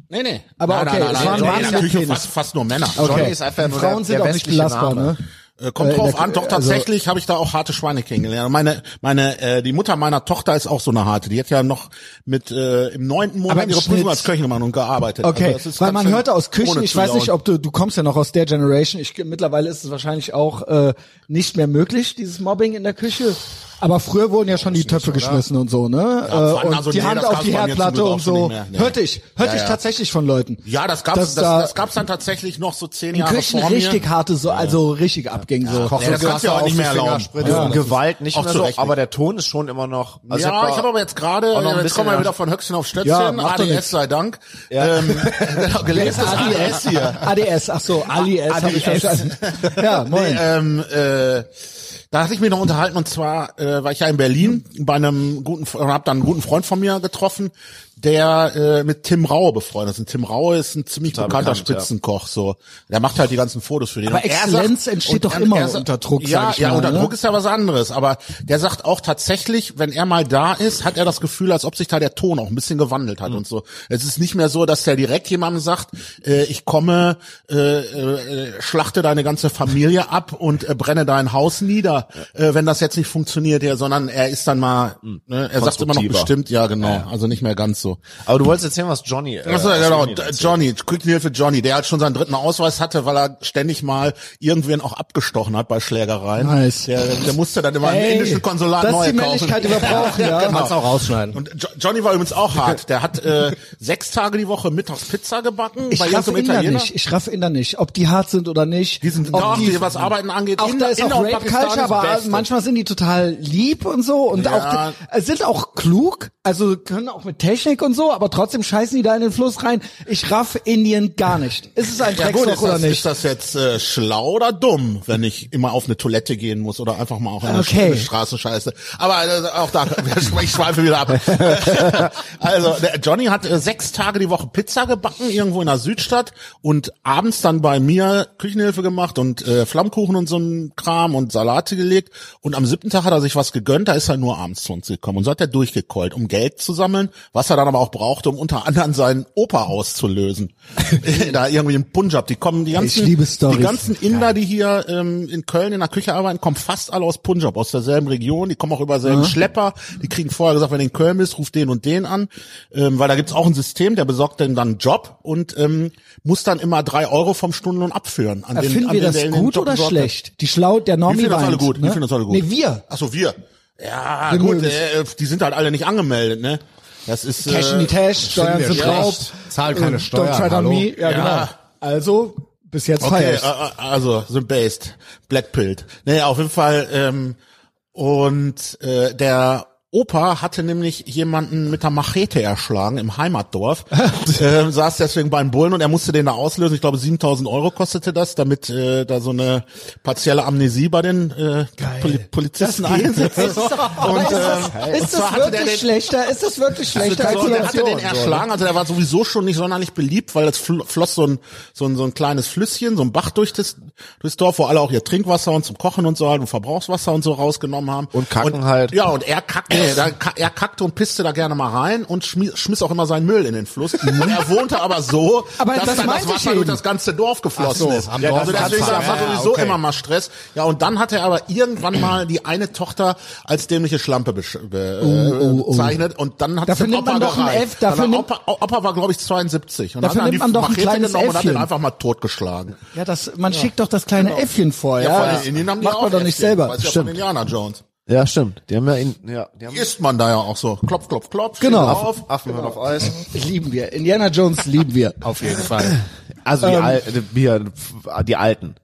Speaker 3: Nee, nee.
Speaker 1: Aber
Speaker 3: nein,
Speaker 1: okay,
Speaker 3: nein,
Speaker 1: es
Speaker 3: nein,
Speaker 1: war ein
Speaker 3: Johnny
Speaker 1: Mann
Speaker 3: in
Speaker 1: mit
Speaker 3: der Küche
Speaker 1: Penis.
Speaker 3: fast, fast nur Männer.
Speaker 1: Okay.
Speaker 4: Johnny ist einfach nur
Speaker 1: Frauen
Speaker 4: der-
Speaker 1: sind
Speaker 4: der
Speaker 1: auch nicht
Speaker 4: westliche
Speaker 1: belastbar,
Speaker 4: Name.
Speaker 1: ne?
Speaker 3: Äh, Kommt
Speaker 1: Äh,
Speaker 3: drauf
Speaker 1: in der-
Speaker 3: an, doch
Speaker 1: also-
Speaker 3: tatsächlich habe ich da auch harte Schweine kennengelernt. Meine, meine, äh, die Mutter meiner Tochter ist auch so eine harte. Die hat ja noch mit äh, im neunten
Speaker 1: Aber
Speaker 3: Monat
Speaker 1: im
Speaker 3: ihre
Speaker 1: Schnitt-
Speaker 3: Prüfung als Köchin gemacht und gearbeitet.
Speaker 1: Okay,
Speaker 3: Also das ist
Speaker 1: weil
Speaker 3: ganz
Speaker 1: man
Speaker 3: schön
Speaker 1: hört aus Küchen,
Speaker 3: ohne
Speaker 1: ich weiß nicht,
Speaker 3: Zulauf.
Speaker 1: ob du, du kommst ja noch aus der Generation, ich, mittlerweile ist es wahrscheinlich auch äh, nicht mehr möglich, dieses Mobbing in der Küche. Aber früher wurden ja schon die Töpfe geschmissen und so, ne?
Speaker 3: Ja,
Speaker 1: äh, und
Speaker 3: also
Speaker 1: die
Speaker 3: nee,
Speaker 1: Hand
Speaker 3: das
Speaker 1: auf
Speaker 3: gab's
Speaker 1: die
Speaker 3: bei mir zum
Speaker 1: Herdplatte
Speaker 3: Glück auch
Speaker 1: und
Speaker 3: schon
Speaker 1: so.
Speaker 3: nicht mehr, nee.
Speaker 1: Hörte ich, hörte
Speaker 3: Ja,
Speaker 1: ich
Speaker 3: ja.
Speaker 1: tatsächlich von Leuten.
Speaker 3: Ja, das gab's,
Speaker 1: dass
Speaker 3: das,
Speaker 1: da
Speaker 3: das gab's dann tatsächlich noch so zehn
Speaker 1: in
Speaker 3: Jahre
Speaker 1: Küchen
Speaker 3: vor mir.
Speaker 1: richtig harte, so, also richtig abging so.
Speaker 3: Ja, das kannst du ja auch nicht mehr erlauben.
Speaker 4: Also Gewalt nicht
Speaker 3: Auch
Speaker 4: mehr
Speaker 3: zu
Speaker 4: so,
Speaker 3: Recht
Speaker 4: aber der Ton ist schon immer noch. Also
Speaker 3: ja, ich
Speaker 4: da-
Speaker 3: habe aber jetzt gerade,
Speaker 4: auch noch ein
Speaker 3: jetzt
Speaker 4: bisschen
Speaker 3: kommen wir
Speaker 4: mehr-
Speaker 3: wieder von Höchstchen auf Stöpfchen,
Speaker 1: Ja, macht doch nichts.
Speaker 3: ADS sei Dank. Ähm, genau, gelestes ADS hier.
Speaker 1: ADS, ach so, ADS. hab ich
Speaker 3: ADS.
Speaker 1: verstanden. Ja, moin.
Speaker 3: Ähm, äh, da hatte ich mich noch unterhalten und zwar äh, war ich ja in Berlin bei einem guten Fre- und habe dann einen guten Freund von mir getroffen, der äh, mit Tim Raue befreundet ist. Und Tim Raue ist ein ziemlich bekannter
Speaker 4: bekannt, ja.
Speaker 3: Spitzenkoch. So, der macht halt die ganzen Fotos für die.
Speaker 1: Aber
Speaker 3: Und er
Speaker 1: Exzellenz entsteht
Speaker 3: und
Speaker 1: doch
Speaker 3: er-
Speaker 1: immer
Speaker 3: er sa-
Speaker 1: unter Druck,
Speaker 3: Ja,
Speaker 1: sag ich
Speaker 3: ja,
Speaker 1: mal,
Speaker 3: unter
Speaker 1: ne?
Speaker 3: Druck ist ja was anderes. Aber der sagt auch tatsächlich, wenn er mal da ist, hat er das Gefühl, als ob sich da der Ton auch ein bisschen gewandelt hat und so. Es ist nicht mehr so, dass der direkt jemandem sagt, äh, ich komme, äh, äh, äh, schlachte deine ganze Familie ab und äh, brenne dein Haus nieder, äh, wenn das jetzt nicht funktioniert, ja, sondern er ist dann mal, ne, er sagt immer noch
Speaker 4: Konstruktiver.
Speaker 3: bestimmt, ja genau, also nicht mehr ganz so.
Speaker 4: aber du wolltest erzählen, was Johnny. Äh,
Speaker 3: Achso,
Speaker 4: aus
Speaker 3: genau,
Speaker 4: Indien erzählt.
Speaker 3: Johnny, Küchenhilfe Johnny, der halt schon seinen dritten Ausweis hatte, weil er ständig mal irgendwen auch abgestochen hat bei Schlägereien.
Speaker 1: Nice.
Speaker 3: Der, der musste dann immer
Speaker 1: Ey,
Speaker 3: im indischen Konsulat
Speaker 1: das ist
Speaker 3: neue
Speaker 1: die Männlichkeit,
Speaker 3: kaufen.
Speaker 1: die wir brauchen, ja.
Speaker 3: Genau.
Speaker 2: auch rausschneiden.
Speaker 3: Und jo Johnny war übrigens auch hart. Der hat äh, sechs Tage die Woche mittags Pizza gebacken
Speaker 1: Ich
Speaker 3: bei
Speaker 1: raff
Speaker 3: irgendeinem
Speaker 1: Inder
Speaker 3: Italiener.
Speaker 1: nicht. Ich raff Inder nicht. Ob die hart sind oder nicht.
Speaker 3: Die sind
Speaker 1: ob
Speaker 3: doch, die, was Arbeiten angeht,
Speaker 1: auch
Speaker 3: Inder-
Speaker 1: da ist
Speaker 3: Inder
Speaker 1: auch
Speaker 3: und
Speaker 1: Rape
Speaker 3: Pakistan
Speaker 1: Culture,
Speaker 3: ist
Speaker 1: aber
Speaker 3: Beste.
Speaker 1: manchmal sind die total lieb und so und
Speaker 3: Ja.
Speaker 1: auch äh, sind auch klug, also können auch mit Technik und so, aber trotzdem scheißen die da in den Fluss rein. Ich raff Indien gar nicht. Ist es ein
Speaker 3: Ja gut,
Speaker 1: Drecksloch
Speaker 3: ist
Speaker 1: oder
Speaker 3: das,
Speaker 1: nicht?
Speaker 3: ist das jetzt äh, schlau oder dumm, wenn ich immer auf eine Toilette gehen muss oder einfach mal auch in eine
Speaker 1: Okay.
Speaker 3: okay. Straße scheiße. Aber äh, auch da, ich schweife wieder ab. also der Johnny hat äh, sechs Tage die Woche Pizza gebacken, irgendwo in der Südstadt und abends dann bei mir Küchenhilfe gemacht und äh, Flammkuchen und so ein Kram und Salate gelegt. Und am siebten Tag hat er sich was gegönnt, da ist er nur abends zu uns gekommen. Und so hat er durchgekeult, um Geld zu sammeln, was er dann aber auch brauchte, um unter anderem seinen Opa auszulösen. da irgendwie im Punjab, die kommen, die ganzen,
Speaker 1: Ich liebe Storys.
Speaker 3: die ganzen Inder, die hier ähm, in Köln in der Küche arbeiten, kommen fast alle aus Punjab, aus derselben Region, die kommen auch über selben Schlepper, die kriegen vorher gesagt, wenn du in Köln bist, ruf den und den an, ähm, weil da gibt's auch ein System, der besorgt denen dann einen Job und ähm, muss dann immer drei Euro vom Stundenlohn abführen. An den,
Speaker 1: Finden
Speaker 3: an
Speaker 1: wir
Speaker 3: den,
Speaker 1: das
Speaker 3: der ihnen den
Speaker 1: gut
Speaker 3: Job
Speaker 1: oder
Speaker 3: besorgt hat.
Speaker 1: schlecht? Die schlau, der
Speaker 3: Wir
Speaker 1: Normie
Speaker 3: finden das
Speaker 1: weint,
Speaker 3: alle gut,
Speaker 1: ne?
Speaker 3: wir finden das alle gut.
Speaker 1: Nee, wir.
Speaker 3: Ach so, wir. Ja,
Speaker 1: Wir
Speaker 3: gut,
Speaker 1: mögen's.
Speaker 3: äh, die sind halt alle nicht angemeldet, ne? Das ist
Speaker 1: Cash in die Tash, Steuern
Speaker 2: wir
Speaker 1: sind drauf.
Speaker 2: schlecht. Zahl keine
Speaker 1: Äh,
Speaker 2: Steuern,
Speaker 1: Don't try on
Speaker 2: hallo.
Speaker 1: me. Ja,
Speaker 3: Ja.
Speaker 1: genau. Also, bis jetzt
Speaker 3: Okay,
Speaker 1: okay,
Speaker 3: äh, äh, also sind based, blackpilled. Naja, auf jeden Fall. Ähm, und äh, der Opa hatte nämlich jemanden mit einer Machete erschlagen im Heimatdorf, ähm, saß deswegen beim Bullen und er musste den da auslösen. Ich glaube, 7000 Euro kostete das, damit äh, da so eine partielle Amnesie bei den äh, Poli Polizisten einsetzt. Und, ähm, und
Speaker 1: Ist
Speaker 3: zwar
Speaker 1: das
Speaker 3: hatte der
Speaker 1: wirklich
Speaker 3: den-
Speaker 1: schlechter? Ist das wirklich schlechter als
Speaker 3: so, der
Speaker 1: die
Speaker 3: hatte den
Speaker 1: Option?
Speaker 3: erschlagen, also der war sowieso schon nicht sonderlich beliebt, weil es fl- floss so ein, so ein so ein kleines Flüsschen, so ein Bach durch das durchs Dorf, wo alle auch ihr Trinkwasser und zum Kochen und so halt und Verbrauchswasser und so rausgenommen haben.
Speaker 4: Und kacken halt.
Speaker 3: Ja, und er kackte, da, ka- er kackte und pisste da gerne mal rein und schmi- schmiss auch immer seinen Müll in den Fluss. und er wohnte aber so,
Speaker 1: Aber
Speaker 3: dass
Speaker 1: das
Speaker 3: dann das
Speaker 1: meinte ich
Speaker 3: Wasser
Speaker 1: eben.
Speaker 3: durch das ganze Dorf geflossen
Speaker 2: Ach so,
Speaker 3: ist.
Speaker 2: am
Speaker 3: Ja,
Speaker 2: Dorf
Speaker 3: also deswegen
Speaker 2: Wasser.
Speaker 3: das war
Speaker 2: Ja,
Speaker 3: sowieso
Speaker 2: okay.
Speaker 3: immer mal Stress. Ja, und dann hatte er aber irgendwann mal die eine Tochter als dämliche Schlampe besch- be- äh, bezeichnet und dann hat
Speaker 1: Dafür
Speaker 3: dem
Speaker 1: nimmt man
Speaker 3: Opa
Speaker 1: doch ein
Speaker 3: gereicht.
Speaker 1: F, dafür
Speaker 3: Dann war
Speaker 1: nimmt-
Speaker 3: Opa, Opa war, glaube ich, 72. Und
Speaker 1: Dafür
Speaker 3: hat dann
Speaker 1: nimmt
Speaker 3: die
Speaker 1: man doch ein
Speaker 3: Machete
Speaker 1: kleines
Speaker 3: genommen und hat den
Speaker 1: Äffchen.
Speaker 3: einfach mal totgeschlagen.
Speaker 1: Ja, das, man schickt doch das kleine
Speaker 3: Genau.
Speaker 1: Äffchen vor, ja.
Speaker 3: von
Speaker 1: Das
Speaker 3: den Indien haben die
Speaker 1: macht
Speaker 3: auch
Speaker 1: man doch nicht
Speaker 3: Äffchen.
Speaker 1: selber.
Speaker 3: Weiß ich ja von
Speaker 1: Stimmt.
Speaker 3: Indiana Jones.
Speaker 4: Ja, stimmt. Die haben ja ihn, ja, die haben
Speaker 3: Isst man da ja auch so. Klopf, klopf, klopf. steht
Speaker 1: Genau.
Speaker 3: Auf.
Speaker 4: Affen hören auf Eis.
Speaker 1: Lieben wir. Indiana Jones lieben wir.
Speaker 2: Auf jeden Fall.
Speaker 4: Also
Speaker 1: Ähm.
Speaker 4: die, Al die, äh, die alten.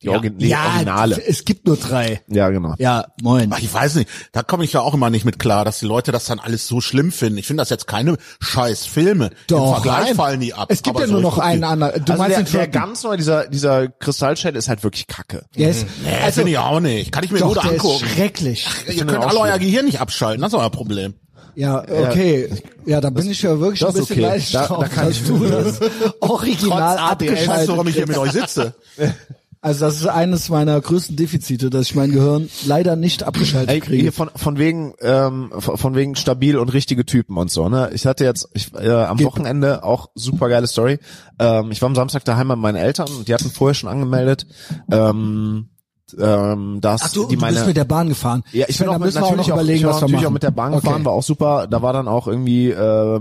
Speaker 4: Die, Orgi- die Originale.
Speaker 1: es gibt nur drei.
Speaker 4: Ja, genau.
Speaker 1: Ja, moin.
Speaker 3: Ach, ich weiß nicht, da komme ich ja auch immer nicht mit klar, dass die Leute das dann alles so schlimm finden. Ich finde das jetzt keine scheiß Filme. Im Vergleich
Speaker 1: nein.
Speaker 3: fallen die ab.
Speaker 1: Es gibt
Speaker 3: Aber
Speaker 1: ja nur
Speaker 3: so, ich
Speaker 1: noch
Speaker 3: guck die-
Speaker 1: einen anderen. Du
Speaker 4: also
Speaker 1: meinst
Speaker 4: der,
Speaker 1: den
Speaker 4: der
Speaker 1: vierten.
Speaker 4: ganz neue, dieser, dieser Kristallschädel ist halt wirklich kacke.
Speaker 1: Yes.
Speaker 3: Nee, also, finde ich auch nicht. Kann ich mir
Speaker 1: Doch,
Speaker 3: gut
Speaker 1: der ist
Speaker 3: angucken.
Speaker 1: schrecklich.
Speaker 3: Ihr
Speaker 4: den
Speaker 3: könnt
Speaker 4: auch
Speaker 3: alle euer
Speaker 4: schlimm.
Speaker 3: Gehirn nicht abschalten, das ist euer Problem.
Speaker 1: Ja, okay. Ja, da bin ich ja wirklich ein
Speaker 4: das ist
Speaker 1: bisschen
Speaker 4: okay.
Speaker 1: neidisch
Speaker 4: Da-
Speaker 1: drauf,
Speaker 4: da kann
Speaker 1: dass
Speaker 4: ich-
Speaker 1: du das original
Speaker 3: ADS, weißt du, warum
Speaker 1: abgeschaltet
Speaker 3: ich hier mit euch sitze?
Speaker 1: Also das ist eines meiner größten Defizite, dass ich mein Gehirn leider nicht abgeschaltet
Speaker 4: Ey,
Speaker 1: kriege.
Speaker 4: hier von, von wegen ähm, von von wegen stabil und richtige Typen und so. Ne, ich hatte jetzt ich, äh, am Wochenende auch super geile Story. Ähm, ich war am Samstag daheim bei meinen Eltern und die hatten vorher schon angemeldet, ähm, ähm, dass
Speaker 1: Ach, du,
Speaker 4: die
Speaker 1: du
Speaker 4: meine
Speaker 1: bist mit der Bahn gefahren.
Speaker 4: ja, ich
Speaker 1: Sven,
Speaker 4: bin auch
Speaker 1: da
Speaker 4: mit,
Speaker 1: müssen wir auch
Speaker 4: natürlich
Speaker 1: noch überlegen,
Speaker 4: auch, ich
Speaker 1: was
Speaker 4: bin
Speaker 1: wir
Speaker 4: natürlich
Speaker 1: machen.
Speaker 4: auch mit der Bahn gefahren, war auch super. Da war dann auch irgendwie äh,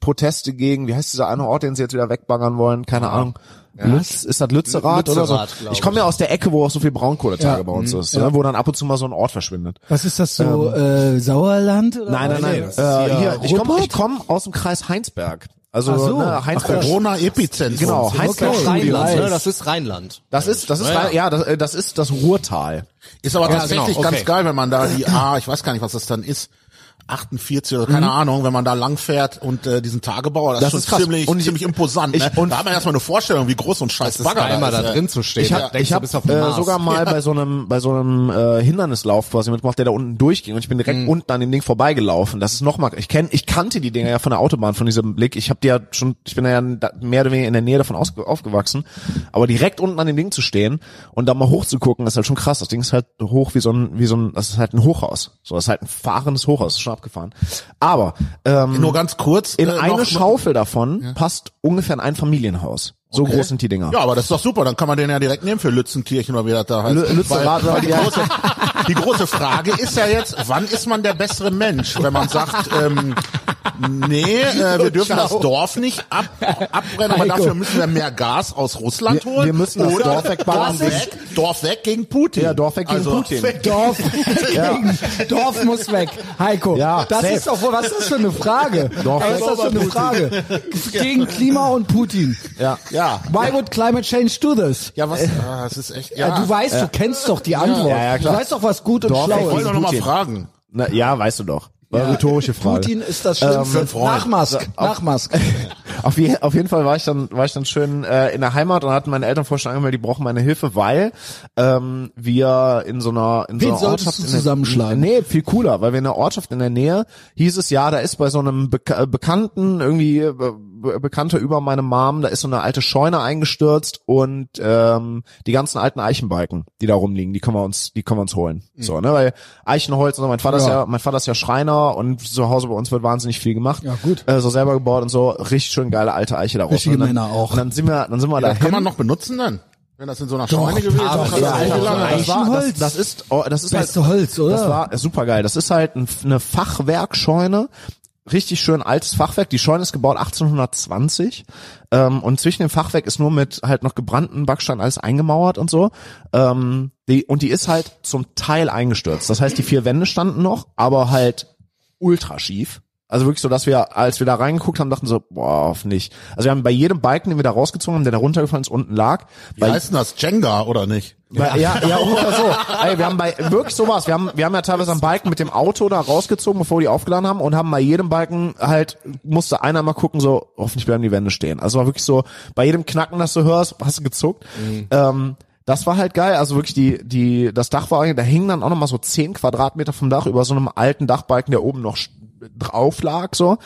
Speaker 4: Proteste gegen, wie heißt dieser eine Ort, den sie jetzt wieder wegbangern wollen? Keine
Speaker 1: Ah.
Speaker 4: Ahnung. Lütz, ist das Lützerath, oder
Speaker 2: Lützerath,
Speaker 4: so?
Speaker 2: glaub
Speaker 4: Ich komme ja aus der Ecke, wo auch so viel Braunkohletage
Speaker 1: Ja.
Speaker 4: bei uns ist, ne? wo dann ab und zu mal so ein Ort verschwindet.
Speaker 1: Was ist das so äh, Sauerland? Oder
Speaker 4: Ähm, Nein, nein,
Speaker 1: was?
Speaker 4: nein.
Speaker 2: das ist
Speaker 4: äh,
Speaker 2: hier
Speaker 4: hier, ich komme
Speaker 1: Ruppert?
Speaker 4: ich komm aus dem Kreis Heinsberg. Also
Speaker 1: Ach so.
Speaker 4: ne, Heinsberg.
Speaker 3: Corona-Epizentrum.
Speaker 4: genau, Heinsberg
Speaker 1: Okay.
Speaker 4: Studium.
Speaker 1: Rheinland.
Speaker 2: ne? Das ist Rheinland.
Speaker 4: Das ist, das ist,
Speaker 2: Ja,
Speaker 4: ja, ja das, äh, das ist das Ruhrtal.
Speaker 3: Ist aber tatsächlich
Speaker 2: genau, okay.
Speaker 3: ganz geil, wenn man da die A, ich weiß gar nicht, was das dann ist, 48 oder keine Ahnung, wenn man da langfährt und äh, diesen Tagebau, das,
Speaker 4: Mhm. Das
Speaker 3: ist
Speaker 4: ist
Speaker 3: schon
Speaker 4: krass.
Speaker 3: ziemlich,
Speaker 4: Und ich-
Speaker 3: ziemlich imposant.
Speaker 4: ich-
Speaker 3: ne?
Speaker 4: und-
Speaker 3: da hat man erstmal eine Vorstellung, wie groß so ein scheiß
Speaker 2: Das ist
Speaker 3: Bagger
Speaker 2: geil, mal da also,
Speaker 3: ist,
Speaker 2: drin
Speaker 3: ne?
Speaker 2: zu stehen.
Speaker 4: Ich
Speaker 2: Da
Speaker 4: habe
Speaker 2: denkst
Speaker 4: ich
Speaker 2: du,
Speaker 4: hab,
Speaker 2: bist auf dem
Speaker 4: äh,
Speaker 2: Mars.
Speaker 4: sogar mal bei so einem bei so einem äh, Hindernislauf quasi mitgemacht, der da unten durchging und ich bin direkt
Speaker 3: Mhm.
Speaker 4: unten an dem Ding vorbeigelaufen. Das ist nochmal, ich kenn, ich kannte die Dinger ja von der Autobahn von diesem Blick. Ich habe die ja schon, ich bin ja da- mehr oder weniger in der Nähe davon ausge- aufgewachsen, aber direkt unten an dem Ding zu stehen und da mal hochzugucken, ist halt schon krass. Das Ding ist halt hoch wie so ein wie so ein, das ist halt ein Hochhaus. So, das ist halt ein fahrendes Hochhaus, ist schon abgefahren. Aber ähm,
Speaker 3: Nur ganz kurz.
Speaker 4: in
Speaker 3: äh,
Speaker 4: eine
Speaker 3: noch-
Speaker 4: Schaufel davon passt ungefähr ein Einfamilienhaus. So groß sind die Dinger.
Speaker 3: Ja, aber das ist doch super, dann kann man den ja direkt nehmen für Lützenkirchen oder wie das da heißt.
Speaker 4: Lü- Lützerath,
Speaker 3: weil, weil die,
Speaker 4: ja.
Speaker 3: große, die große Frage ist ja jetzt, wann ist man der bessere Mensch, wenn man sagt, ähm, nee, äh, wir dürfen das Dorf nicht ab, abbrennen, aber
Speaker 1: Heiko.
Speaker 3: dafür müssen wir mehr Gas aus Russland
Speaker 4: Wir-
Speaker 3: holen.
Speaker 4: wir müssen das
Speaker 3: oder
Speaker 4: Dorf wegballern.
Speaker 3: Dorf weg, Dorf weg gegen Putin. Also,
Speaker 4: Ja, Dorf weg gegen Putin.
Speaker 1: Dorf, Dorf muss weg. Heiko,
Speaker 4: Ja,
Speaker 1: das
Speaker 4: safe.
Speaker 1: ist doch wohl, was ist das für eine Frage?
Speaker 4: Dorf
Speaker 1: Ey,
Speaker 4: weg.
Speaker 1: was ist das für eine Frage? Gegen Klima und Putin.
Speaker 4: Ja.
Speaker 3: Ja,
Speaker 1: Why would climate change do this?
Speaker 3: ja,
Speaker 4: Äh,
Speaker 3: was? Ah, das ist echt.
Speaker 1: Ja,
Speaker 3: Ja,
Speaker 1: du weißt, du kennst doch die Antwort.
Speaker 4: Ja, ja, klar.
Speaker 1: Du weißt doch, was gut und
Speaker 4: Dorf
Speaker 3: ich
Speaker 1: schlau
Speaker 3: wollte
Speaker 1: ist.
Speaker 3: doch noch mal
Speaker 4: Putin.
Speaker 3: fragen.
Speaker 4: Na, ja, weißt du doch. War eine rhetorische Frage.
Speaker 1: Putin ist das Schlimmste.
Speaker 3: Ähm, Freund.
Speaker 1: nach Musk, nach Musk.
Speaker 4: Auf, je, auf jeden Fall war ich dann war ich dann schön äh, in der Heimat und hatten meine Eltern vorher schon angemeldet, die brauchen meine Hilfe, weil ähm, wir in so einer in
Speaker 1: Wen
Speaker 4: so einer
Speaker 1: solltest
Speaker 4: Ortschaft
Speaker 1: du
Speaker 4: in der-
Speaker 1: zusammenschlagen?
Speaker 4: Nee, viel cooler, weil wir in einer Ortschaft in der Nähe hieß es ja, da ist bei so einem Beka äh, Bekannten irgendwie äh, Be Bekannter über meine Mom, da ist so eine alte Scheune eingestürzt und ähm, die ganzen alten Eichenbalken, die da rumliegen, die können wir uns die können wir uns holen. So, ne, weil Eichenholz und so, mein Vater ist
Speaker 1: Mhm. Ja.
Speaker 4: ja mein Vater ist ja Schreiner und zu Hause bei uns wird wahnsinnig viel gemacht.
Speaker 1: Ja, gut.
Speaker 4: Äh, so selber gebaut und so richtig schön geile alte Eiche daraus.
Speaker 1: Richtige
Speaker 4: und dann,
Speaker 1: Männer auch.
Speaker 4: Und dann sind wir dann sind wir da
Speaker 3: Das kann man
Speaker 4: hin.
Speaker 3: noch benutzen dann, wenn das in so einer Scheune gewesen
Speaker 1: aber
Speaker 3: ist.
Speaker 1: das
Speaker 3: Ja,
Speaker 1: ist
Speaker 3: ja,
Speaker 1: einfach-
Speaker 3: ja.
Speaker 4: Das, war, das,
Speaker 1: Eichenholz.
Speaker 4: das ist oh, das ist
Speaker 1: Beste
Speaker 4: halt,
Speaker 1: Holz, oder?
Speaker 4: Das war super geil. Das ist halt ein, eine Fachwerkscheune. Richtig schön altes Fachwerk. Die Scheune ist gebaut 1820 ähm, und zwischen dem Fachwerk ist nur mit halt noch gebrannten Backstein alles eingemauert und so. Ähm, die, und die ist halt zum Teil eingestürzt. Das heißt, die vier Wände standen noch, aber halt ultra schief. Also wirklich so, dass wir, als wir da reingeguckt haben, dachten so, boah, auf nicht. Also wir haben bei jedem Balken, den wir da rausgezogen haben, der da runtergefallen ist, unten lag.
Speaker 3: Wie
Speaker 4: bei,
Speaker 3: heißt denn das? Jenga oder nicht?
Speaker 4: bei, ja, ja, ungefähr so. Ey, wir haben bei, wirklich sowas. Wir haben, wir haben ja teilweise am Balken mit dem Auto da rausgezogen, bevor wir die aufgeladen haben und haben bei jedem Balken halt, musste einer mal gucken, so, hoffentlich bleiben die Wände stehen. Also war wirklich so, bei jedem Knacken, das du hörst, hast du gezuckt. Ähm, das war halt geil, also wirklich die, die, das Dach war, da hingen dann auch nochmal so zehn Quadratmeter vom Dach über so einem alten Dachbalken, der oben noch sch- drauf lag, so.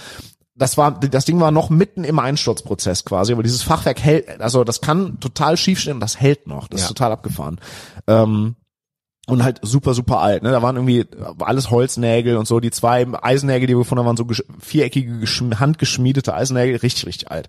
Speaker 4: Das war, das Ding war noch mitten im Einsturzprozess quasi, aber dieses Fachwerk hält, also das kann total schief stehen, und das hält noch, das ist total abgefahren. Ähm, und halt super, super alt, ne, da waren irgendwie alles Holznägel und so, die zwei Eisennägel, die wir gefunden haben, waren so gesch viereckige, geschm- handgeschmiedete Eisennägel, richtig, richtig alt.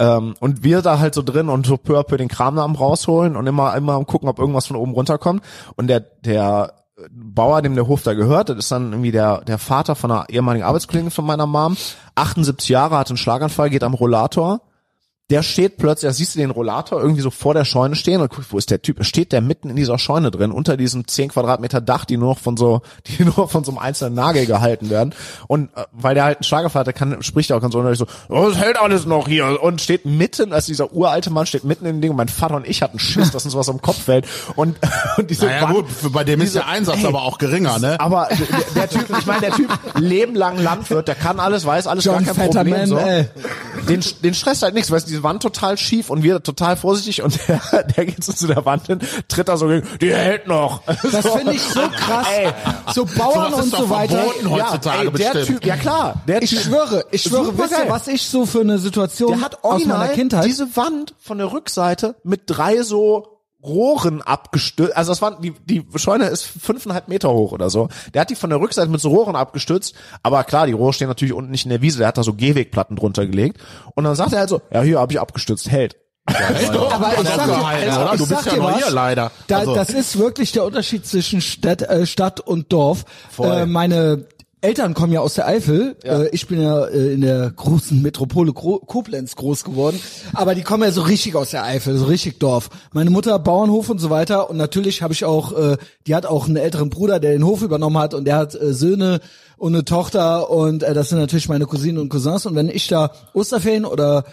Speaker 4: Ähm, und wir da halt so drin und so peu à peu den Kram da am rausholen und immer, immer am gucken, ob irgendwas von oben runterkommt. Und der, der Bauer, dem der Hof da gehört, das ist dann irgendwie der, der Vater von einer ehemaligen Arbeitskollegin von meiner Mom, 78 Jahre, hat einen Schlaganfall, geht am Rollator. Der steht plötzlich, da siehst du den Rollator irgendwie so vor der Scheune stehen und guckst, wo ist der Typ? Steht der mitten in dieser Scheune drin, unter diesem 10 Quadratmeter Dach, die nur noch von so, die nur noch von so einem einzelnen Nagel gehalten werden. Und äh, weil der halt einen Schlaganfall hat, der kann, spricht er auch ganz unheimlich so, oh, das hält alles noch hier. Und steht mitten, also dieser uralte Mann steht mitten in dem Ding und mein Vater und ich hatten Schiss, dass uns was am Kopf fällt. Und, und diese
Speaker 3: Naja
Speaker 4: Wand-
Speaker 3: gut, für- bei dem ist
Speaker 4: diese-
Speaker 3: der Einsatz
Speaker 4: Ey,
Speaker 3: aber auch geringer, ne?
Speaker 4: aber d- d- der Typ, ich meine, der Typ, Leben lang Landwirt, der kann alles, weiß alles,
Speaker 1: John
Speaker 4: gar kein Problem.
Speaker 1: Fetterman,
Speaker 4: So.
Speaker 1: ey.
Speaker 4: Den, den stresst halt nichts, weißt du, diese Wand total schief und wir total vorsichtig und der, der geht so zu der Wand hin, tritt da so gegen, die hält noch.
Speaker 1: Das finde ich so krass.
Speaker 4: Ey.
Speaker 1: So Bauern
Speaker 3: Sowas ist
Speaker 1: und
Speaker 3: doch
Speaker 1: so weiter.
Speaker 3: verboten heutzutage
Speaker 4: ja, ey, der
Speaker 3: bestimmt.
Speaker 4: Typ, ja klar, der
Speaker 1: Ich
Speaker 4: Typ,
Speaker 1: schwöre, ich schwöre, wisst
Speaker 4: Supergeil.
Speaker 1: ihr, was ich so für eine Situation
Speaker 4: der hat
Speaker 1: aus meiner
Speaker 4: original
Speaker 1: Kindheit.
Speaker 4: diese Wand von der Rückseite mit drei so Rohren abgestützt. Also das waren die die Scheune ist fünfeinhalb Meter hoch oder so. Der hat die von der Rückseite mit so Rohren abgestützt. Aber klar, die Rohre stehen natürlich unten nicht in der Wiese. Der hat da so Gehwegplatten drunter gelegt. Und dann sagt er halt so, ja hier habe ich abgestützt, hält.
Speaker 1: aber ich sag dir,
Speaker 3: Alter,
Speaker 1: also ich
Speaker 3: du
Speaker 1: sag
Speaker 3: bist ja
Speaker 1: dir
Speaker 3: noch
Speaker 1: was,
Speaker 3: hier leider.
Speaker 1: Da,
Speaker 3: Also-
Speaker 1: Das ist wirklich der Unterschied zwischen Stadt, äh, Stadt und Dorf. Äh, meine Eltern kommen ja aus der Eifel. Äh, ich bin ja äh, in der großen Metropole Gro Koblenz groß geworden. Aber die kommen ja so richtig aus der Eifel, so richtig Dorf. Meine Mutter Bauernhof und so weiter. Und natürlich habe ich auch, äh, die hat auch einen älteren Bruder, der den Hof übernommen hat. Und der hat äh, Söhne und eine Tochter. Und äh, das sind natürlich meine Cousinen und Cousins. Und wenn ich da Osterferien oder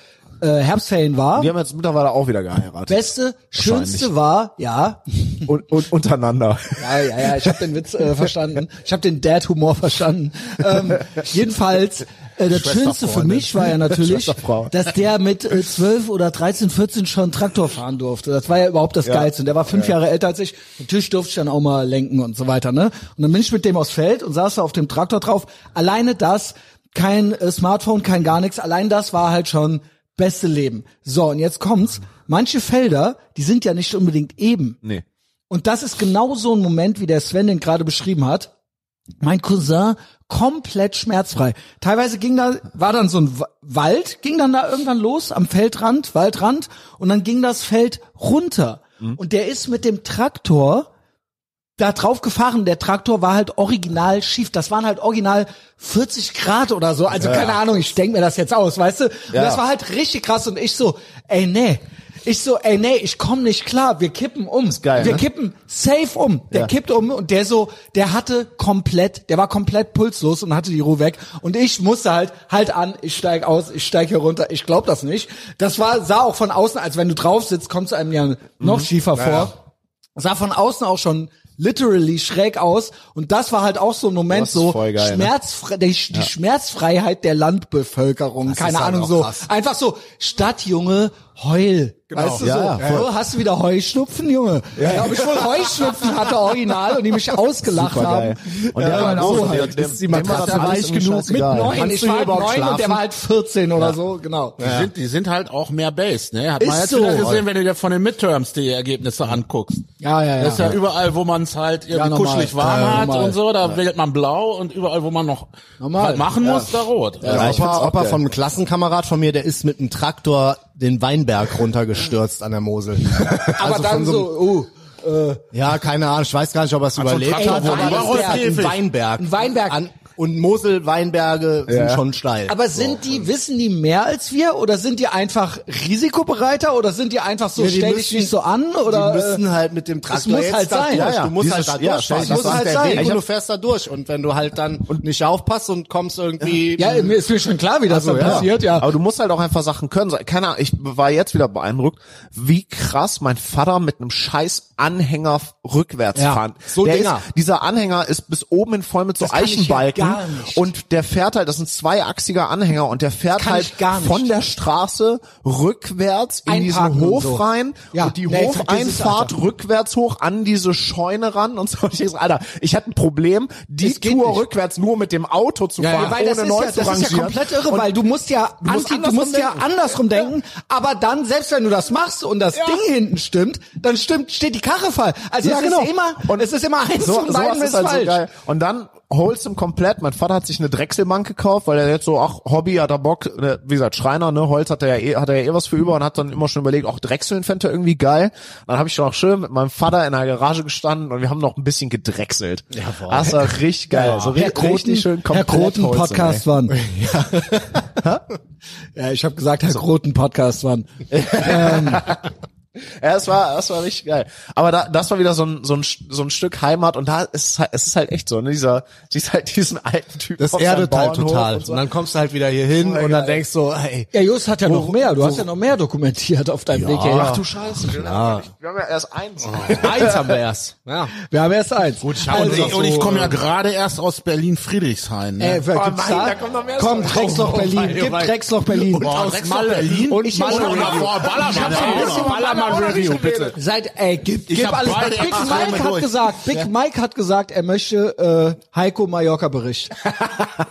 Speaker 1: äh, Herbstferien war,
Speaker 4: Die haben jetzt mittlerweile auch wieder geheiratet
Speaker 1: Beste, schönste war, ja,
Speaker 4: und, und untereinander.
Speaker 1: ja, ja, ja, ich habe den Witz äh, verstanden. Ich habe den Dad-Humor verstanden. Ähm, jedenfalls, äh, das Schönste für mich war ja natürlich,
Speaker 4: Schwesterfrau.
Speaker 1: dass der mit äh, 12 oder 13, 14 schon Traktor fahren durfte. Das war ja überhaupt das Geilste. Und der war fünf Jahre älter als ich. Natürlich durfte ich dann auch mal lenken und so weiter. Ne? Und dann bin ich mit dem aufs Feld und saß da auf dem Traktor drauf. Alleine das, kein äh, Smartphone, kein gar nichts. Allein das war halt schon beste Leben. So, und jetzt kommt's. Manche Felder, die sind ja nicht unbedingt eben.
Speaker 4: Nee.
Speaker 1: Und das ist genau so ein Moment, wie der Sven den gerade beschrieben hat. Mein Cousin komplett schmerzfrei. Teilweise ging da, war dann so ein Wa- Wald, ging dann da irgendwann los am Feldrand, Waldrand, und dann ging das Feld runter. Und der ist mit dem Traktor da drauf gefahren. Der Traktor war halt original schief. Das waren halt original 40 Grad oder so. Also keine Ahnung, ich denk mir das jetzt aus, weißt du? Und das war halt richtig krass. Und ich so, ey, nee. Ich so, ey, nee, ich komm nicht klar. Wir kippen um.
Speaker 4: geil,
Speaker 1: Wir
Speaker 4: ne?
Speaker 1: kippen safe um. Der
Speaker 4: Ja.
Speaker 1: kippt um und der so, der hatte komplett, der war komplett pulslos und hatte die Ruhe weg. Und ich musste halt, halt an, ich steig aus, ich steig hier runter. Ich glaub das nicht. Das war, sah auch von außen, als wenn du drauf sitzt, kommst einem ja noch
Speaker 4: Mhm.
Speaker 1: schiefer vor sah von außen auch schon literally schräg aus und das war halt auch so ein Moment
Speaker 4: Das ist
Speaker 1: so
Speaker 4: voll geil, ne?
Speaker 1: schmerzfrei die, die Schmerzfreiheit der Landbevölkerung keine
Speaker 2: ist halt
Speaker 1: Ahnung
Speaker 2: auch
Speaker 1: so
Speaker 2: krass.
Speaker 1: einfach so Stadtjunge heul
Speaker 4: Genau,
Speaker 1: weißt du
Speaker 4: Ja,
Speaker 1: so oh, hast du wieder Heuschnupfen Junge ja. ich glaube ich wohl Heuschnupfen hatte original und die mich ausgelacht
Speaker 4: Supergeil.
Speaker 1: haben
Speaker 4: Und der
Speaker 1: Ja,
Speaker 4: war
Speaker 1: genau.
Speaker 4: groß und der-
Speaker 1: Ist
Speaker 4: der-
Speaker 1: die
Speaker 4: dem war
Speaker 1: Matratze
Speaker 4: das alles
Speaker 1: weich
Speaker 4: irgendwie
Speaker 1: genug mit
Speaker 4: scheißegal.
Speaker 1: neun
Speaker 2: Kannst
Speaker 1: ich
Speaker 2: du
Speaker 1: war halt neun
Speaker 2: überhaupt
Speaker 1: und der
Speaker 2: schlafen?
Speaker 1: war halt 14 oder so genau
Speaker 3: Die, sind, die sind halt auch mehr based, ne? Hat
Speaker 1: Ist
Speaker 3: man jetzt
Speaker 1: so.
Speaker 3: wieder gesehen, wenn du dir von den Midterms die Ergebnisse anguckst.
Speaker 1: Ja, ja, ja.
Speaker 3: Das ist ja überall, wo man es halt irgendwie
Speaker 1: normal.
Speaker 3: kuschelig warm
Speaker 1: Ja,
Speaker 3: hat
Speaker 1: normal.
Speaker 3: und so, da wählt man blau und überall, wo man noch
Speaker 1: Normal.
Speaker 3: was machen muss, da rot.
Speaker 2: Ja,
Speaker 4: ich find's
Speaker 2: Äh, Opa,
Speaker 4: auch
Speaker 2: Opa
Speaker 4: geil.
Speaker 2: von einem Klassenkamerad von mir, der ist mit einem Traktor den Weinberg runtergestürzt an der Mosel. Also
Speaker 1: aber dann
Speaker 2: einem-
Speaker 1: Also so uh, äh,
Speaker 2: Ja, keine Ahnung, ich weiß gar nicht, ob er es
Speaker 3: so ein
Speaker 2: überlebt
Speaker 3: Traktor
Speaker 2: hat.
Speaker 3: wohl
Speaker 2: aber
Speaker 3: überall
Speaker 2: das ist
Speaker 3: Käfig.
Speaker 2: ein Weinberg.
Speaker 1: Ein Weinberg.
Speaker 2: An, Und Mosel-Weinberge sind
Speaker 4: Ja.
Speaker 2: schon steil.
Speaker 1: Aber sind die, wissen die mehr als wir oder sind die einfach risikobereiter oder sind die einfach so,
Speaker 2: Ja, die
Speaker 1: stell dich
Speaker 2: müssen-
Speaker 1: nicht so an
Speaker 2: die
Speaker 1: oder? äh,
Speaker 2: müssen halt mit dem Traktor
Speaker 1: muss
Speaker 2: jetzt
Speaker 1: halt
Speaker 2: da
Speaker 1: sein.
Speaker 2: durch.
Speaker 1: Ja, ja.
Speaker 2: Du musst
Speaker 4: Dieses-
Speaker 2: halt da
Speaker 4: ja,
Speaker 2: durchfahren.
Speaker 4: stell
Speaker 2: Das
Speaker 1: dich
Speaker 2: muss
Speaker 1: das
Speaker 2: halt
Speaker 1: an.
Speaker 2: der
Speaker 1: Ich
Speaker 2: Weg und
Speaker 1: hab-
Speaker 2: du fährst da durch. Und wenn du halt dann nicht aufpasst und kommst irgendwie...
Speaker 1: ja, mir ist mir schon klar, wie das
Speaker 2: Ach so,
Speaker 1: so
Speaker 2: ja.
Speaker 1: passiert, ja.
Speaker 4: Aber du musst halt auch einfach Sachen können. So, Keine Ahnung, ich war jetzt wieder beeindruckt, wie krass mein Vater mit einem scheiß Anhänger f- rückwärts
Speaker 1: Ja,
Speaker 4: fand.
Speaker 1: so
Speaker 4: der
Speaker 1: Dinger.
Speaker 4: Ist, dieser Anhänger ist bis oben hin voll mit so
Speaker 1: Das kann ich ja
Speaker 4: Eichenbalken
Speaker 1: gar nicht.
Speaker 4: und der fährt halt, das ist ein zweiachsiger Anhänger und der fährt
Speaker 1: Kann
Speaker 4: halt
Speaker 1: ich gar nicht.
Speaker 4: von der Straße rückwärts in
Speaker 1: Einparken
Speaker 4: diesen Hof
Speaker 1: und so.
Speaker 4: rein
Speaker 1: Ja,
Speaker 4: und die
Speaker 1: nee, vergiss
Speaker 4: Hofeinfahrt
Speaker 1: es,
Speaker 4: rückwärts hoch an diese Scheune ran und so. Und ich denk so, Alter, ich hatte ein Problem, die
Speaker 1: Es geht
Speaker 4: Tour
Speaker 1: nicht.
Speaker 4: rückwärts nur mit dem Auto zu fahren,
Speaker 1: Ja, weil das
Speaker 4: ohne
Speaker 1: ist,
Speaker 4: neu
Speaker 1: ja, das
Speaker 4: zu
Speaker 1: ist ja
Speaker 4: rangieren.
Speaker 1: komplett irre,
Speaker 4: Und
Speaker 1: weil du musst ja,
Speaker 4: Du musst
Speaker 1: anti, du
Speaker 4: andersrum
Speaker 1: musst ja
Speaker 4: denken.
Speaker 1: andersrum denken, aber dann, selbst wenn du das machst und das Ding hinten stimmt, dann stimmt, steht die Karre fall. Also
Speaker 4: Ja,
Speaker 1: es
Speaker 4: genau.
Speaker 1: ist immer, es ist immer eins
Speaker 4: so,
Speaker 1: von beiden
Speaker 4: sowas
Speaker 1: ist
Speaker 4: ist halt
Speaker 1: falsch.
Speaker 4: so geil. Und dann Wholesome komplett. Mein Vater hat sich eine Drechselbank gekauft, weil er jetzt so, ach, Hobby hat er Bock, ne, wie gesagt, Schreiner, ne, Holz hat er ja eh, hat er ja eh was für über und hat dann immer schon überlegt, auch Drechseln fände er irgendwie geil. Dann habe ich schon auch schön mit meinem Vater in der Garage gestanden und wir haben noch ein bisschen gedrechselt. Jawohl. Das war richtig geil. so ri-
Speaker 1: Herr Kroten,
Speaker 4: richtig schön
Speaker 1: Herr
Speaker 4: komplett
Speaker 1: Kroten
Speaker 4: wholesome,
Speaker 1: Podcast wann? Ja, ich habe gesagt, Herr Kroten Podcast wann.
Speaker 4: Ey. Ja, das war, das war richtig geil. Aber da, das war wieder so ein, so ein, so ein Stück Heimat und da ist es halt, es ist halt echt so, ne, dieser, dieser diesen alten Typen.
Speaker 2: Das
Speaker 4: auf seinem
Speaker 2: erdet halt
Speaker 4: Bauernhof
Speaker 2: total.
Speaker 4: und so.
Speaker 2: Und dann kommst du halt wieder hier hin und dann denkst du, ey,
Speaker 1: Ja, Just hat ja noch mehr, du hast ja noch mehr dokumentiert auf deinem Weg hier. Ach du Scheiße.
Speaker 4: Wir haben ja erst eins.
Speaker 2: Oh. eins haben wir erst. Ja.
Speaker 1: Wir haben erst eins.
Speaker 3: Gut, ich also, und ich, und ich komme ja gerade erst aus Berlin-Friedrichshain. Ne?
Speaker 1: Ey, wer
Speaker 4: Oh
Speaker 1: Äh, gibt's
Speaker 4: nein,
Speaker 1: da?
Speaker 4: da kommt noch mehr
Speaker 1: Komm, Drecksloch
Speaker 4: Story.
Speaker 2: Oh, oh,
Speaker 1: Berlin.
Speaker 2: oh,
Speaker 1: Gib
Speaker 2: oh,
Speaker 1: Drecksloch Berlin.
Speaker 3: Und aus
Speaker 1: Drecksloch
Speaker 3: Malle.
Speaker 1: Berlin.
Speaker 3: Und
Speaker 1: ich
Speaker 3: Malle.
Speaker 1: Malle.
Speaker 3: Boah, Ballermann, Ballermann.
Speaker 4: Ballermann Review,
Speaker 2: bitte.
Speaker 1: Seid, ey, gib,
Speaker 3: Ich
Speaker 1: gib
Speaker 3: hab
Speaker 1: alles.
Speaker 3: beide
Speaker 1: Big
Speaker 3: Arme
Speaker 1: Mike hat
Speaker 3: durch.
Speaker 1: gesagt, Big Mike hat gesagt, er möchte äh, Heiko Mallorca Bericht.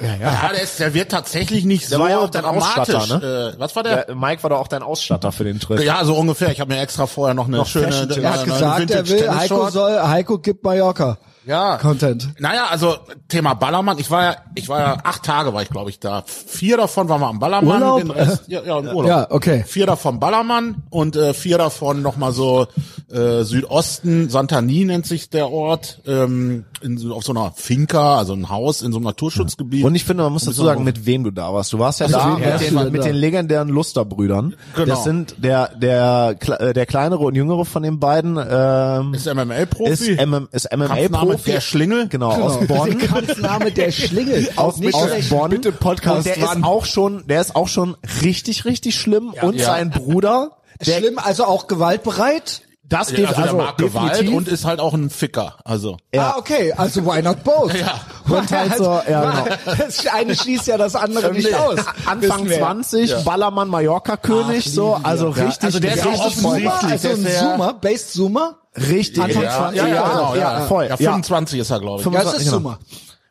Speaker 3: Ja, der, ist, der wird tatsächlich nicht so
Speaker 4: war ja auch dein
Speaker 3: dramatisch.
Speaker 4: Ausstatter,
Speaker 3: Äh, was war der?
Speaker 4: Der, Mike war doch auch dein Ausstatter für den Trip.
Speaker 3: Ja, so ungefähr. Ich habe mir extra vorher noch eine schöne.
Speaker 4: Fashion Tipp.
Speaker 3: äh,
Speaker 4: Er
Speaker 1: Er hat
Speaker 3: eine
Speaker 1: gesagt, er will Heiko
Speaker 3: Vintage-Tennis-Short.
Speaker 1: soll Heiko gibt Mallorca
Speaker 3: Ja.
Speaker 1: Content.
Speaker 3: Naja, also Thema Ballermann. Ich war ja, ich war ja acht Tage war ich, glaube ich, da. Vier davon waren wir am Ballermann,
Speaker 1: Urlaub?
Speaker 3: den Rest ja, ja, im Urlaub.
Speaker 1: Ja, okay.
Speaker 3: Vier davon Ballermann und äh, vier davon nochmal so äh, Südosten. Santani nennt sich der Ort ähm, in, so- auf so einer Finca, also ein Haus in so einem Naturschutzgebiet.
Speaker 4: Und ich finde, man muss dazu sagen, mit wem du da warst. Du warst
Speaker 3: Also
Speaker 4: ja da
Speaker 1: wen
Speaker 4: mit,
Speaker 1: warst
Speaker 4: den,
Speaker 1: du denn
Speaker 4: mit
Speaker 1: da?
Speaker 4: den legendären Lusterbrüdern.
Speaker 3: Genau.
Speaker 4: Das sind der der Kle- äh, der kleinere und jüngere von den beiden ähm,
Speaker 3: ist MMA-Profi.
Speaker 4: ist, MM, ist MMA
Speaker 3: Kampfname
Speaker 4: Profi.
Speaker 3: der Schlingel.
Speaker 4: Genau, aus Bonn.
Speaker 1: Kampfname der Schlingel.
Speaker 4: Aus,
Speaker 1: Nicht
Speaker 4: aus
Speaker 1: schlecht.
Speaker 4: Bonn.
Speaker 2: Bitte Podcast
Speaker 4: und der
Speaker 2: dran.
Speaker 4: ist auch schon, der ist auch schon richtig, richtig schlimm. und
Speaker 3: Ja.
Speaker 4: sein Bruder, der
Speaker 1: Schlimm, also auch gewaltbereit.
Speaker 4: das
Speaker 3: Ja,
Speaker 4: geht
Speaker 3: also, der
Speaker 4: also,
Speaker 3: mag Gewalt
Speaker 4: definitiv.
Speaker 3: und ist halt auch ein Ficker. Also
Speaker 1: Ah, okay, also why not both? Ja.
Speaker 4: Und halt so, ja, genau.
Speaker 1: Das eine schließt ja das andere nicht aus.
Speaker 4: Anfang
Speaker 1: Wissen wir.
Speaker 4: 20, Ballermann Mallorca König, so, also richtig,
Speaker 3: Also der ist
Speaker 4: richtig
Speaker 3: auch offensichtlich,
Speaker 4: voll.
Speaker 1: Zoomer, also
Speaker 3: der
Speaker 1: ein
Speaker 3: ist ja-
Speaker 1: Zoomer, Based Zoomer.
Speaker 4: Richtig.
Speaker 1: Anfang
Speaker 4: ja,
Speaker 1: 20
Speaker 4: ja,
Speaker 1: Jahre,
Speaker 4: genau, ja, voll.
Speaker 3: Ja,
Speaker 4: Ja.
Speaker 3: 25 ist er, glaube ich.
Speaker 1: Ja, es ist
Speaker 4: Genau.
Speaker 1: Zoomer.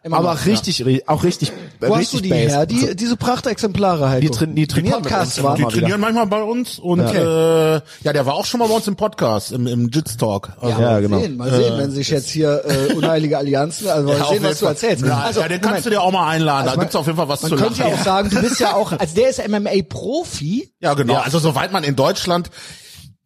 Speaker 1: Immer noch. Also
Speaker 4: Aber richtig, ri- auch richtig,
Speaker 1: Wo hast
Speaker 4: richtig Also,
Speaker 1: du die
Speaker 4: Bass.
Speaker 1: her? Die, diese Prachtexemplare, Heiko.
Speaker 4: die, train- die trainieren mit
Speaker 1: Podcasts
Speaker 4: uns
Speaker 1: waren-
Speaker 4: immer
Speaker 3: Die
Speaker 4: mal
Speaker 3: trainieren
Speaker 4: wieder.
Speaker 3: manchmal bei uns und äh, ja, der war auch schon mal bei uns im Podcast, im, im Jits Talk. Also,
Speaker 4: Ja,
Speaker 1: mal
Speaker 4: genau.
Speaker 1: sehen, mal sehen, wenn sich jetzt hier äh, unheilige Allianzen, also mal
Speaker 3: ja, auf
Speaker 1: sehen,
Speaker 3: jeden
Speaker 1: was du
Speaker 3: Fall.
Speaker 1: erzählst.
Speaker 3: Ja,
Speaker 1: also,
Speaker 3: ja, den
Speaker 1: Moment,
Speaker 3: kannst du dir auch mal einladen. da
Speaker 1: man-
Speaker 3: gibt's auf jeden Fall was zu
Speaker 1: man könnte ja
Speaker 3: lachen.
Speaker 1: auch sagen, du bist ja auch, also der ist MMA-Profi.
Speaker 3: Ja, genau. Also soweit man in Deutschland,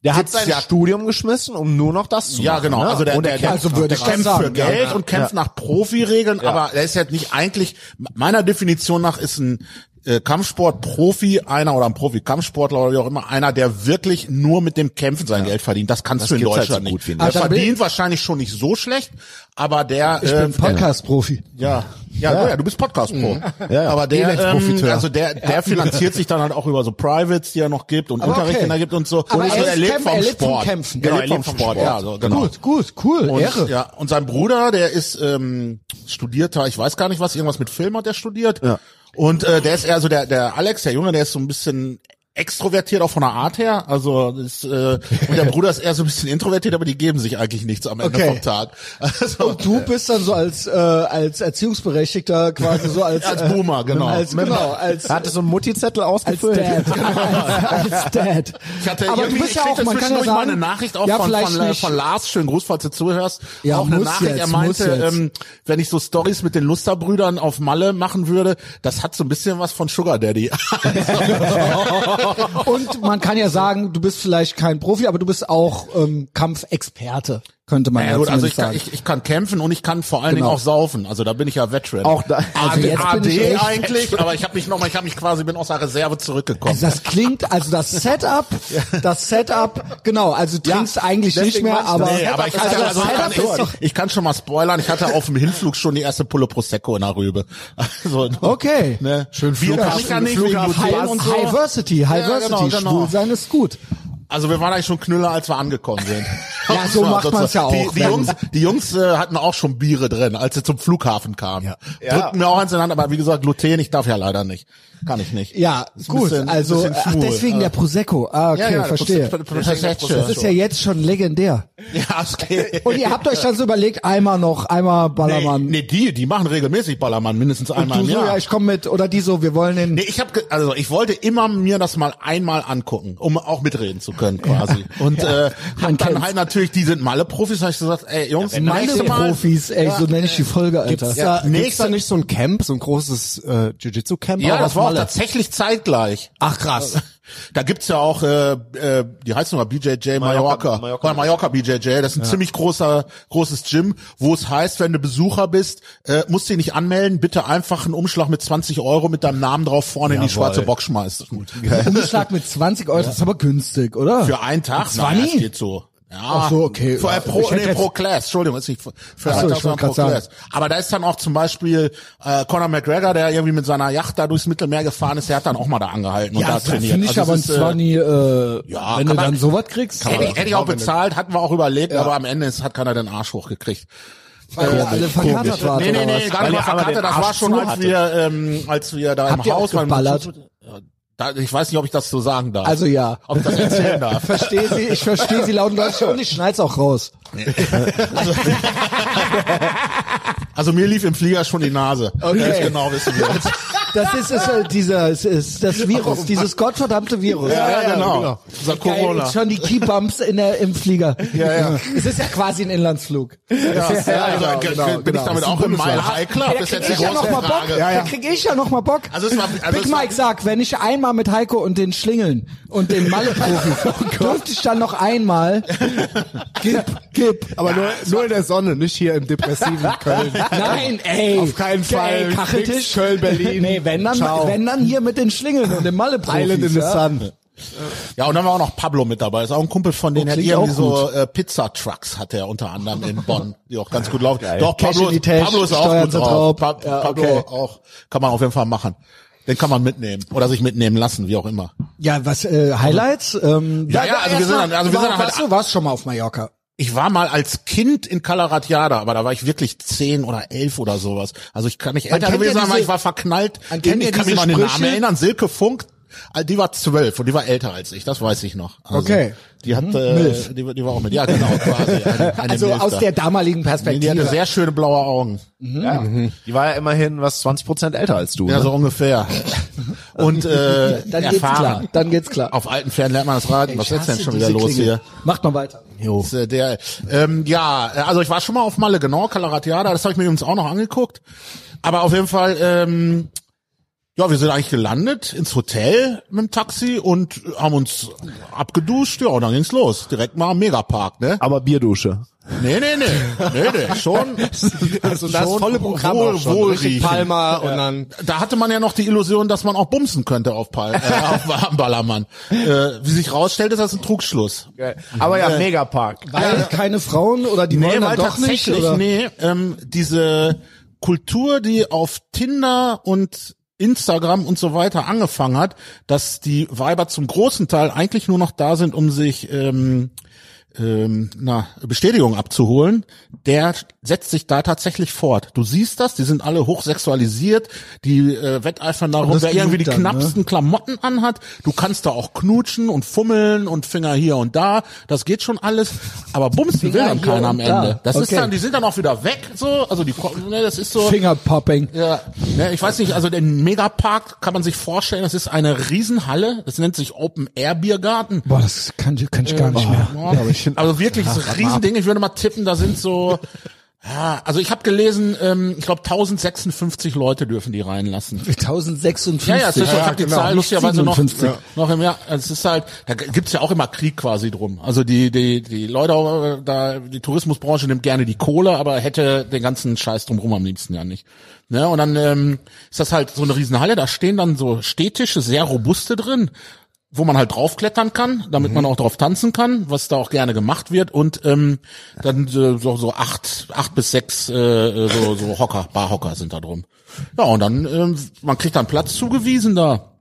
Speaker 4: Der hat
Speaker 3: Gibt's
Speaker 4: sein
Speaker 3: ja-
Speaker 4: Studium geschmissen, um nur noch das zu
Speaker 3: ja
Speaker 4: machen.
Speaker 3: genau.
Speaker 4: ne?
Speaker 3: Also der,
Speaker 4: Und
Speaker 3: der, der,
Speaker 1: also würde ich
Speaker 3: der kämpft
Speaker 1: das
Speaker 3: für
Speaker 1: sagen, ja.
Speaker 3: Geld und kämpft nach Profiregeln, aber er ist jetzt nicht eigentlich meiner Definition nach ist ein äh, Kampfsport-Profi einer oder ein Profi-Kampfsportler oder wie auch immer einer, der wirklich nur mit dem Kämpfen sein Geld verdient. Das kannst du in
Speaker 4: gibt's halt so
Speaker 3: Deutschland nicht.
Speaker 4: gut wie nicht.
Speaker 3: der
Speaker 1: Ah, da bin-
Speaker 3: verdient wahrscheinlich schon nicht so schlecht, aber der
Speaker 1: Ich
Speaker 3: äh,
Speaker 1: bin Podcast-Profi.
Speaker 3: Ja, ja, ja. du bist Podcast-Pro.
Speaker 4: Ja, ja.
Speaker 3: Aber der, ähm,
Speaker 4: Elend-Profiteur.
Speaker 3: also der, der finanziert sich dann halt auch über so Privates, die er noch gibt und Unterricht,
Speaker 1: okay.
Speaker 3: den er gibt und so.
Speaker 1: Aber
Speaker 3: und
Speaker 1: er
Speaker 3: so,
Speaker 1: ist Kämpfer, er lebt vom Kämpfen.
Speaker 3: Genau,
Speaker 1: Ja,
Speaker 3: er lebt vom Sport. Ja, so, genau.
Speaker 1: Gut, gut, cool,
Speaker 3: Und,
Speaker 1: Ehre.
Speaker 3: ja, und sein Bruder, der ist ähm, studierter, ich weiß gar nicht was, irgendwas mit Film hat er studiert.
Speaker 4: Ja.
Speaker 3: Und äh, der ist eher so der, der Alex, der Junge, der ist so ein bisschen extrovertiert auch von der Art her. Also ist, äh, und der Bruder ist eher so ein bisschen introvertiert, aber die geben sich eigentlich nichts am Ende
Speaker 1: Okay.
Speaker 3: vom Tag. Also,
Speaker 1: Und du bist dann so als äh, als Erziehungsberechtigter quasi so als
Speaker 3: Als Boomer,
Speaker 1: äh,
Speaker 3: genau.
Speaker 1: als genau als
Speaker 4: hatte so einen Mutti-Zettel
Speaker 1: als
Speaker 4: ausgefüllt.
Speaker 1: Dad, genau, als, als Dad.
Speaker 3: Ich hatte
Speaker 1: Aber du
Speaker 3: irgendwie-
Speaker 1: bist ja
Speaker 3: ich krieg
Speaker 1: auch, man kann ja
Speaker 3: zwischendurch mal
Speaker 1: sagen,
Speaker 3: eine Nachricht auch
Speaker 1: ja,
Speaker 3: von,
Speaker 1: vielleicht
Speaker 3: von, äh,
Speaker 1: nicht.
Speaker 3: von Lars, schönen Gruß, falls du zuhörst.
Speaker 1: Ja,
Speaker 3: auch eine
Speaker 1: muss
Speaker 3: Nachricht,
Speaker 1: jetzt,
Speaker 3: er
Speaker 1: muss
Speaker 3: meinte,
Speaker 1: jetzt.
Speaker 3: ähm, wenn ich so Stories mit den Lusterbrüdern auf Malle machen würde, das hat so ein bisschen was von Sugar Daddy.
Speaker 1: Und man kann ja sagen, du bist vielleicht kein Profi, aber du bist auch ähm, Kampfexperte. könnte man
Speaker 3: Ja,
Speaker 1: ja,
Speaker 3: gut, also ich
Speaker 1: zumindest
Speaker 3: kann,
Speaker 1: sagen.
Speaker 3: ich, ich kann kämpfen und ich kann vor allen
Speaker 1: Genau.
Speaker 3: Dingen auch saufen. Also da bin ich ja Veteran.
Speaker 4: Auch da-
Speaker 1: Also
Speaker 3: AD,
Speaker 1: jetzt bin ich echt-
Speaker 3: eigentlich, aber ich habe mich noch mal, ich habe mich quasi bin aus der Reserve zurückgekommen.
Speaker 1: Also das klingt, also das Setup, das Setup, genau, also du trinkst eigentlich nicht
Speaker 4: deswegen
Speaker 1: mehr,
Speaker 4: meinst du
Speaker 1: aber,
Speaker 4: das.
Speaker 3: Nee, aber ich,
Speaker 1: also
Speaker 3: hatte,
Speaker 1: das
Speaker 3: also ich, kann,
Speaker 1: Setup ist doch,
Speaker 3: ich, ich kann schon mal spoilern. Ich hatte auf dem Hinflug schon die erste Pulle Prosecco in der Rübe. Also,
Speaker 1: okay.
Speaker 3: Ne? Schön
Speaker 1: Bier kann ich
Speaker 3: Flughafen,
Speaker 1: gar nicht wegen
Speaker 3: Flughafen
Speaker 1: High,
Speaker 3: und so.
Speaker 1: Highversity, Highversity,
Speaker 3: Ja, genau, genau.
Speaker 1: schwul sein ist gut.
Speaker 3: Also wir waren eigentlich schon Knüller, als wir angekommen sind.
Speaker 1: Ja, so macht man's ja auch,
Speaker 3: Die, die
Speaker 1: wenn-
Speaker 3: Jungs, die Jungs äh, hatten auch schon Biere drin, als sie zum Flughafen kamen.
Speaker 4: Ja.
Speaker 3: Drückten mir auch eins in die Hand, aber wie gesagt, Gluten, ich darf ja leider nicht. Kann ich nicht.
Speaker 1: Ja,
Speaker 3: Ist ein
Speaker 1: gut,
Speaker 3: bisschen-
Speaker 1: also
Speaker 3: bisschen
Speaker 1: ach,
Speaker 3: schwul,
Speaker 1: deswegen
Speaker 3: äh.
Speaker 1: der Prosecco. Ah, okay,
Speaker 3: Ja, ja, der
Speaker 1: verstehe.
Speaker 3: Prozess-
Speaker 4: Deswegen der
Speaker 3: Prozess-
Speaker 1: Das ist ja jetzt schon legendär.
Speaker 3: Ja, okay.
Speaker 1: Und ihr habt euch dann so überlegt, einmal noch, einmal
Speaker 3: Nee,
Speaker 1: Ballermann.
Speaker 3: nee, die, die machen regelmäßig Ballermann, mindestens einmal
Speaker 1: du
Speaker 3: im
Speaker 1: so,
Speaker 3: Jahr.
Speaker 1: ja, ich komme mit, oder die so, wir wollen den.
Speaker 3: Nee, ich habe also ich wollte immer mir das mal einmal angucken, um auch mitreden zu können quasi. Und äh,
Speaker 1: man
Speaker 3: hab dann
Speaker 1: kennt's.
Speaker 3: halt natürlich, die sind malle Profis, habe ich gesagt, ey Jungs, ja,
Speaker 1: Meine Profis, ey, so nenne ich die Folge, Alter.
Speaker 5: Gibt's da, gibt's
Speaker 3: nächster-
Speaker 5: da nicht so ein Camp, so ein großes äh, Jiu-Jitsu-Camp?
Speaker 3: Ja,
Speaker 6: oh,
Speaker 5: auch
Speaker 3: das
Speaker 5: auf
Speaker 3: war auch
Speaker 5: Malle?
Speaker 3: tatsächlich zeitgleich.
Speaker 5: Ach krass.
Speaker 3: Da gibt's ja auch, äh, äh, die heißt nochmal BJJ Mallorca.
Speaker 4: Mallorca.
Speaker 3: Mallorca, Mallorca BJJ, das ist ein ziemlich großer, großes Gym, wo es heißt, wenn du Besucher bist, äh, musst dich nicht anmelden, bitte einfach einen Umschlag mit 20 Euro mit deinem Namen drauf vorne in die schwarze Box schmeißen.
Speaker 1: Umschlag mit 20 Euro, das ist aber günstig, oder?
Speaker 3: Für einen Tag?
Speaker 1: Zwanni?
Speaker 3: Nein, das geht so. Ja,
Speaker 1: Ach so, okay.
Speaker 3: Für, äh, pro,
Speaker 1: Ich hätte
Speaker 3: nee, pro
Speaker 1: jetzt-
Speaker 3: Class, Entschuldigung, ist nicht für, für
Speaker 1: Ach so,
Speaker 3: einen
Speaker 1: ich wollte
Speaker 3: Tag, sondern pro
Speaker 1: grad sagen.
Speaker 3: Class. Aber da ist dann auch zum Beispiel äh, Conor McGregor, der irgendwie mit seiner Yacht da durchs Mittelmeer gefahren ist, der hat dann auch mal da angehalten und
Speaker 1: ja,
Speaker 3: da
Speaker 1: das
Speaker 3: trainiert.
Speaker 1: finde ich
Speaker 3: Also
Speaker 1: aber
Speaker 3: es
Speaker 1: ein
Speaker 3: ist, äh,
Speaker 1: Zwanni, äh,
Speaker 3: ja,
Speaker 1: wenn du
Speaker 3: kann man-
Speaker 1: dann sowas kriegst.
Speaker 3: Hätte ich, hätte ich auch bezahlt, hatten wir auch überlegt, aber am Ende ist, hat keiner den Arsch hochgekriegt.
Speaker 1: weil ihr alle verkatert wart,
Speaker 3: Nee, nee,
Speaker 1: oder
Speaker 3: nee,
Speaker 1: was?
Speaker 3: gar nicht
Speaker 4: Weil
Speaker 3: mal
Speaker 4: er aber
Speaker 3: verkatert,
Speaker 4: den
Speaker 3: das
Speaker 4: Arsch
Speaker 3: war schon,
Speaker 4: zu
Speaker 3: als
Speaker 4: hatte.
Speaker 3: wir, ähm, als wir da
Speaker 1: Habt
Speaker 3: im
Speaker 1: ihr
Speaker 3: Haus
Speaker 1: auch geballert?
Speaker 3: Da, ich weiß nicht, ob ich das so sagen darf.
Speaker 1: Also ja.
Speaker 3: Ob ich das erzählen darf.
Speaker 1: Verstehe sie, ich verstehe sie laut und deutlich und ich schneid's auch raus.
Speaker 3: Also mir lief im Flieger schon die Nase.
Speaker 1: Okay.
Speaker 3: Wenn ich genau wissen will.
Speaker 1: Das ist, ist äh, dieser, es ist das Virus, dieses gottverdammte Virus.
Speaker 3: Ja, ja, genau. Unser
Speaker 1: Geil,
Speaker 3: Corona.
Speaker 1: jetzt schon die Keybumps in der, im Flieger.
Speaker 3: Ja, ja.
Speaker 1: Es ist ja quasi ein Inlandsflug.
Speaker 3: Ja, also,
Speaker 1: genau,
Speaker 3: ge-
Speaker 1: genau,
Speaker 3: bin
Speaker 1: genau.
Speaker 3: ich damit auch im Mile High Club?
Speaker 1: Ey, da
Speaker 3: ist
Speaker 1: krieg
Speaker 3: jetzt die
Speaker 1: ich ja
Speaker 3: große
Speaker 1: noch mal Bock.
Speaker 3: Frage.
Speaker 1: Da krieg ich ja noch mal Bock.
Speaker 3: Also es war- also
Speaker 1: Big
Speaker 3: es war-
Speaker 1: Mike sagt, wenn ich einmal mit Heiko und den Schlingeln und den
Speaker 3: Oh
Speaker 1: Malle-Profis durfte ich dann noch einmal gib, gib.
Speaker 5: Aber nur, nur in der Sonne, nicht hier im depressiven Köln.
Speaker 1: Nein, ey.
Speaker 5: Auf keinen Fall.
Speaker 1: Ey, Kacheltisch.
Speaker 5: Nix, Köln, Berlin.
Speaker 1: Nee, wenn dann,
Speaker 5: Ciao.
Speaker 1: wenn dann hier mit den Schlingeln und den Malle-Profis.
Speaker 5: Island in the
Speaker 1: ja.
Speaker 5: Sun.
Speaker 3: Ja, und dann war auch noch Pablo mit dabei. Ist auch ein Kumpel von denen,
Speaker 1: Oh,
Speaker 3: hat
Speaker 1: klingt
Speaker 3: irgendwie
Speaker 1: auch gut.
Speaker 3: so äh, Pizza-Trucks hat er unter anderem in Bonn, die auch ganz gut laufen. Doch,
Speaker 1: Cash in
Speaker 3: Pablo,
Speaker 1: die
Speaker 3: ist-
Speaker 1: Tasche,
Speaker 3: Pablo ist auch
Speaker 1: Steuern
Speaker 3: gut
Speaker 1: sind
Speaker 3: drauf.
Speaker 1: drauf.
Speaker 3: Pa
Speaker 1: Ja,
Speaker 3: Pablo
Speaker 1: okay.
Speaker 3: auch. Kann man auf jeden Fall machen. Den kann man mitnehmen oder sich mitnehmen lassen, wie auch immer.
Speaker 1: Ja, was, äh, Highlights? Ähm,
Speaker 3: Ja, ja, also wir sind dann- also wir sind dann halt-
Speaker 1: halt. Du warst schon mal auf Mallorca.
Speaker 3: Ich war mal als Kind in Calaratiada, aber da war ich wirklich zehn oder elf oder sowas. Also ich kann nicht älter
Speaker 1: kennt
Speaker 3: gewesen
Speaker 1: ja
Speaker 3: sein, aber
Speaker 1: diese-
Speaker 3: ich war verknallt.
Speaker 1: Man
Speaker 3: in-
Speaker 1: kennt
Speaker 3: ich
Speaker 1: ja
Speaker 3: kann
Speaker 1: diese
Speaker 3: mich noch an den Namen
Speaker 1: Sprüche.
Speaker 3: erinnern. Silke Funk, äh, die war zwölf und die war älter als ich, das weiß ich noch. Also
Speaker 1: Okay.
Speaker 3: Die hat, äh, die, die war auch mit, ja genau, quasi. Eine, eine
Speaker 1: Also
Speaker 3: Milf
Speaker 1: aus
Speaker 3: da.
Speaker 1: der damaligen
Speaker 3: Nee, Die hatte
Speaker 1: Perspektive.
Speaker 3: sehr schöne blaue Augen.
Speaker 4: Ja. Die war ja immerhin was 20 Prozent älter als du.
Speaker 3: Ja,
Speaker 4: ne?
Speaker 3: so ungefähr. Und äh,
Speaker 1: Dann geht's
Speaker 3: erfahren.
Speaker 1: klar. Dann geht's klar.
Speaker 3: Auf alten Pferden lernt man das Raten. Was
Speaker 1: Ich
Speaker 3: ist denn
Speaker 1: hasse
Speaker 3: schon wieder
Speaker 1: diese
Speaker 3: los
Speaker 1: Klingel.
Speaker 3: hier?
Speaker 1: Macht mal weiter.
Speaker 3: Das, äh, der, ähm, ja, äh, also ich war schon mal auf Malle, genau, Calaratiada, das habe ich mir übrigens auch noch angeguckt. Aber auf jeden Fall, ähm, ja, wir sind eigentlich gelandet ins Hotel mit dem Taxi und haben uns abgeduscht, ja, und dann ging's los. Direkt mal am Megapark, ne?
Speaker 4: Aber Bierdusche.
Speaker 3: Nee, nee, nee. Nee, nee, schon.
Speaker 5: Also das
Speaker 3: Schon
Speaker 5: volle Programm
Speaker 3: wohl-
Speaker 5: auch schon.
Speaker 3: wohl
Speaker 5: Richtig
Speaker 3: riechen.
Speaker 5: Palma und dann
Speaker 3: Da hatte man ja noch die Illusion, dass man auch bumsen könnte auf, Pal äh, auf am Ballermann. Äh, wie sich rausstellt, ist das ein Trugschluss.
Speaker 4: Aber ja, Megapark.
Speaker 1: Weil keine Frauen oder die
Speaker 3: Nee,
Speaker 1: wollen
Speaker 3: weil
Speaker 1: dann doch nicht.
Speaker 3: tatsächlich,
Speaker 1: Oder?
Speaker 3: nee, ähm, diese Kultur, die auf Tinder und Instagram und so weiter angefangen hat, dass die Weiber zum großen Teil eigentlich nur noch da sind, um sich ähm, ähm, na, Bestätigung abzuholen, der setzt sich da tatsächlich fort. Du siehst das, die sind alle hochsexualisiert, die äh, wetteifern darum,
Speaker 1: das
Speaker 3: wer irgendwie die
Speaker 1: genügt dann, ne?
Speaker 3: knappsten Klamotten anhat. Du kannst da auch knutschen und fummeln und Finger hier und da. Das geht schon alles. Aber bumsen will
Speaker 1: Finger
Speaker 3: dann
Speaker 1: hier
Speaker 3: keiner am
Speaker 1: und da.
Speaker 3: Ende. Das ist
Speaker 1: Okay.
Speaker 3: dann, die sind dann auch wieder weg, so. Also die, ko- ne, das ist so.
Speaker 1: Fingerpopping.
Speaker 3: Ja, ne, ich weiß nicht, also den Megapark kann man sich vorstellen, das ist eine Riesenhalle, das nennt sich Open Air Biergarten.
Speaker 1: Boah, das
Speaker 3: Oh,
Speaker 1: kann, kann ich gar nicht mehr.
Speaker 3: Also wirklich so Riesending. Ich würde mal tippen, da sind so, Ja, also ich habe gelesen, ähm, ich glaube 1056 Leute dürfen die reinlassen.
Speaker 1: 1056.
Speaker 3: Ja, ja, es ist, ich habe die
Speaker 1: genau.
Speaker 3: Zahl lustigerweise noch,
Speaker 1: 57.
Speaker 3: noch im Jahr. Es ist halt, da gibt's ja auch immer Krieg quasi drum. Also die die die Leute äh, da, die Tourismusbranche nimmt gerne die Kohle, aber hätte den ganzen Scheiß drumrum am liebsten ja nicht. Ne? Und dann ähm, ist das halt so eine Riesenhalle. Da stehen dann so Stehtische, sehr robuste drin wo man halt draufklettern kann, damit man auch drauf tanzen kann, was da auch gerne gemacht wird und ähm, dann äh, so, so acht, acht bis sechs äh, äh, so, so Hocker, Barhocker sind da drum. Ja und dann ähm, man kriegt dann Platz zugewiesen da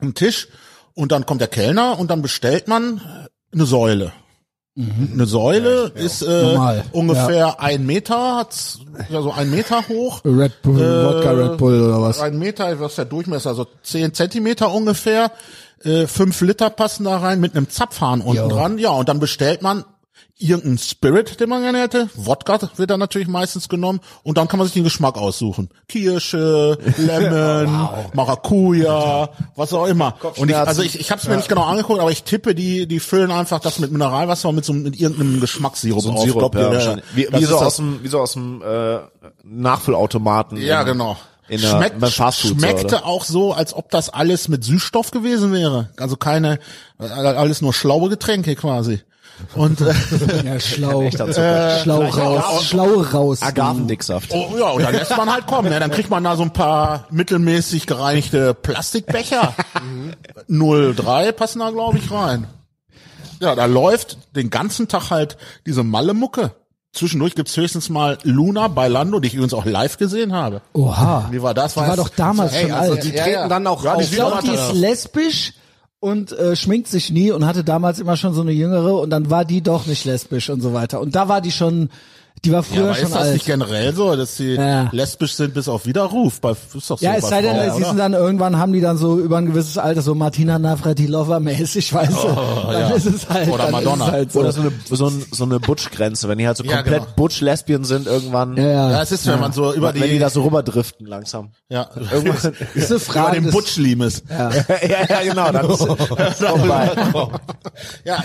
Speaker 3: am Tisch und dann kommt der Kellner und dann bestellt man eine Säule. Eine Säule ist äh,
Speaker 1: Mhm. Normal,
Speaker 3: ungefähr ein Meter, hat's, ja so ein Meter hoch.
Speaker 1: Red Bull,
Speaker 3: Äh,
Speaker 1: Wodka Red Bull oder was?
Speaker 3: Ein Meter, was ist der Durchmesser? So 10 Zentimeter ungefähr. Äh, fünf Liter passen da rein mit einem Zapfhahn unten
Speaker 1: Jo.
Speaker 3: dran. Ja, und dann bestellt man irgendeinen Spirit, den man gerne hätte. Wodka wird dann natürlich meistens genommen. Und dann kann man sich den Geschmack aussuchen. Kirsche, Lemon, Maracuja, was auch immer. Und ich, also ich, ich habe es mir nicht genau angeguckt, aber ich tippe, die, die füllen einfach das mit Mineralwasser und mit, so, einem- mit irgendeinem Geschmackssirup.
Speaker 4: So ein
Speaker 3: drauf.
Speaker 4: Sirup,
Speaker 3: Glaubt ihr,
Speaker 4: ja,
Speaker 3: der-
Speaker 4: wahrscheinlich. Wie,
Speaker 3: das
Speaker 4: wie,
Speaker 3: ist
Speaker 4: so
Speaker 3: das-
Speaker 4: aus dem, wie so aus dem äh, Nachfüllautomaten.
Speaker 3: Ja,
Speaker 4: in-
Speaker 3: genau.
Speaker 4: In der,
Speaker 3: Schmeckt-
Speaker 4: beim Fastfood,
Speaker 3: schmeckte
Speaker 4: So, oder?
Speaker 3: auch so, als ob das alles mit Süßstoff gewesen wäre. Also keine, äh, alles nur schlaue Getränke quasi. Und äh,
Speaker 1: Ja, schlau. Äh,
Speaker 4: Zucker.
Speaker 1: schlau raus. Schlau raus.
Speaker 4: Agavendicksaft.
Speaker 3: oh, ja, und dann lässt man halt kommen. Ne? Dann kriegt man da so ein paar mittelmäßig gereinigte Plastikbecher.
Speaker 4: Mhm.
Speaker 3: 03 passen da, glaube ich, rein. Ja, da läuft den ganzen Tag halt diese Malle-Mucke. Zwischendurch gibt's höchstens mal Luna bei Lando, die ich übrigens auch live gesehen habe.
Speaker 1: Oha.
Speaker 3: Wie war das?
Speaker 1: Oh. Die war doch damals schon alt.
Speaker 5: Die treten dann auch
Speaker 3: Ja, also die
Speaker 5: auf.
Speaker 1: Ich glaube, die ist lesbisch und äh, schminkt sich nie und hatte damals immer schon so eine jüngere und dann war die doch nicht lesbisch und so weiter. Und da war die schon, die war
Speaker 3: Ja,
Speaker 1: früher
Speaker 3: aber
Speaker 1: schon
Speaker 3: ist das nicht
Speaker 1: alt.
Speaker 3: generell so, dass sie
Speaker 1: Ja.
Speaker 3: lesbisch sind bis auf Widerruf? Bei, ist doch so
Speaker 1: Ja,
Speaker 3: bei
Speaker 1: es sei denn,
Speaker 3: Frauen,
Speaker 1: sie
Speaker 3: oder?
Speaker 1: sind dann irgendwann, haben die dann so über ein gewisses Alter, so Martina Navratilova mäßig, weißt du. dann
Speaker 3: Oh, ja.
Speaker 1: ist es halt,
Speaker 3: Oder
Speaker 1: dann
Speaker 3: Madonna.
Speaker 1: Ist es halt so.
Speaker 4: Oder so eine, so ein- so eine Butch-Grenze, wenn die halt so
Speaker 3: Ja,
Speaker 4: komplett
Speaker 3: genau.
Speaker 4: Butch-Lesbien sind irgendwann.
Speaker 1: ja, ja.
Speaker 3: ja, es ist, wenn man so über
Speaker 4: wenn die
Speaker 3: die,
Speaker 4: da so rüberdriften langsam.
Speaker 3: ja,
Speaker 4: Irgendwann,
Speaker 1: ist eine
Speaker 3: über
Speaker 1: Frage
Speaker 3: den
Speaker 1: des,
Speaker 3: Butsch limes. Ja,
Speaker 4: ja, ja, genau, dann ist, ist vorbei.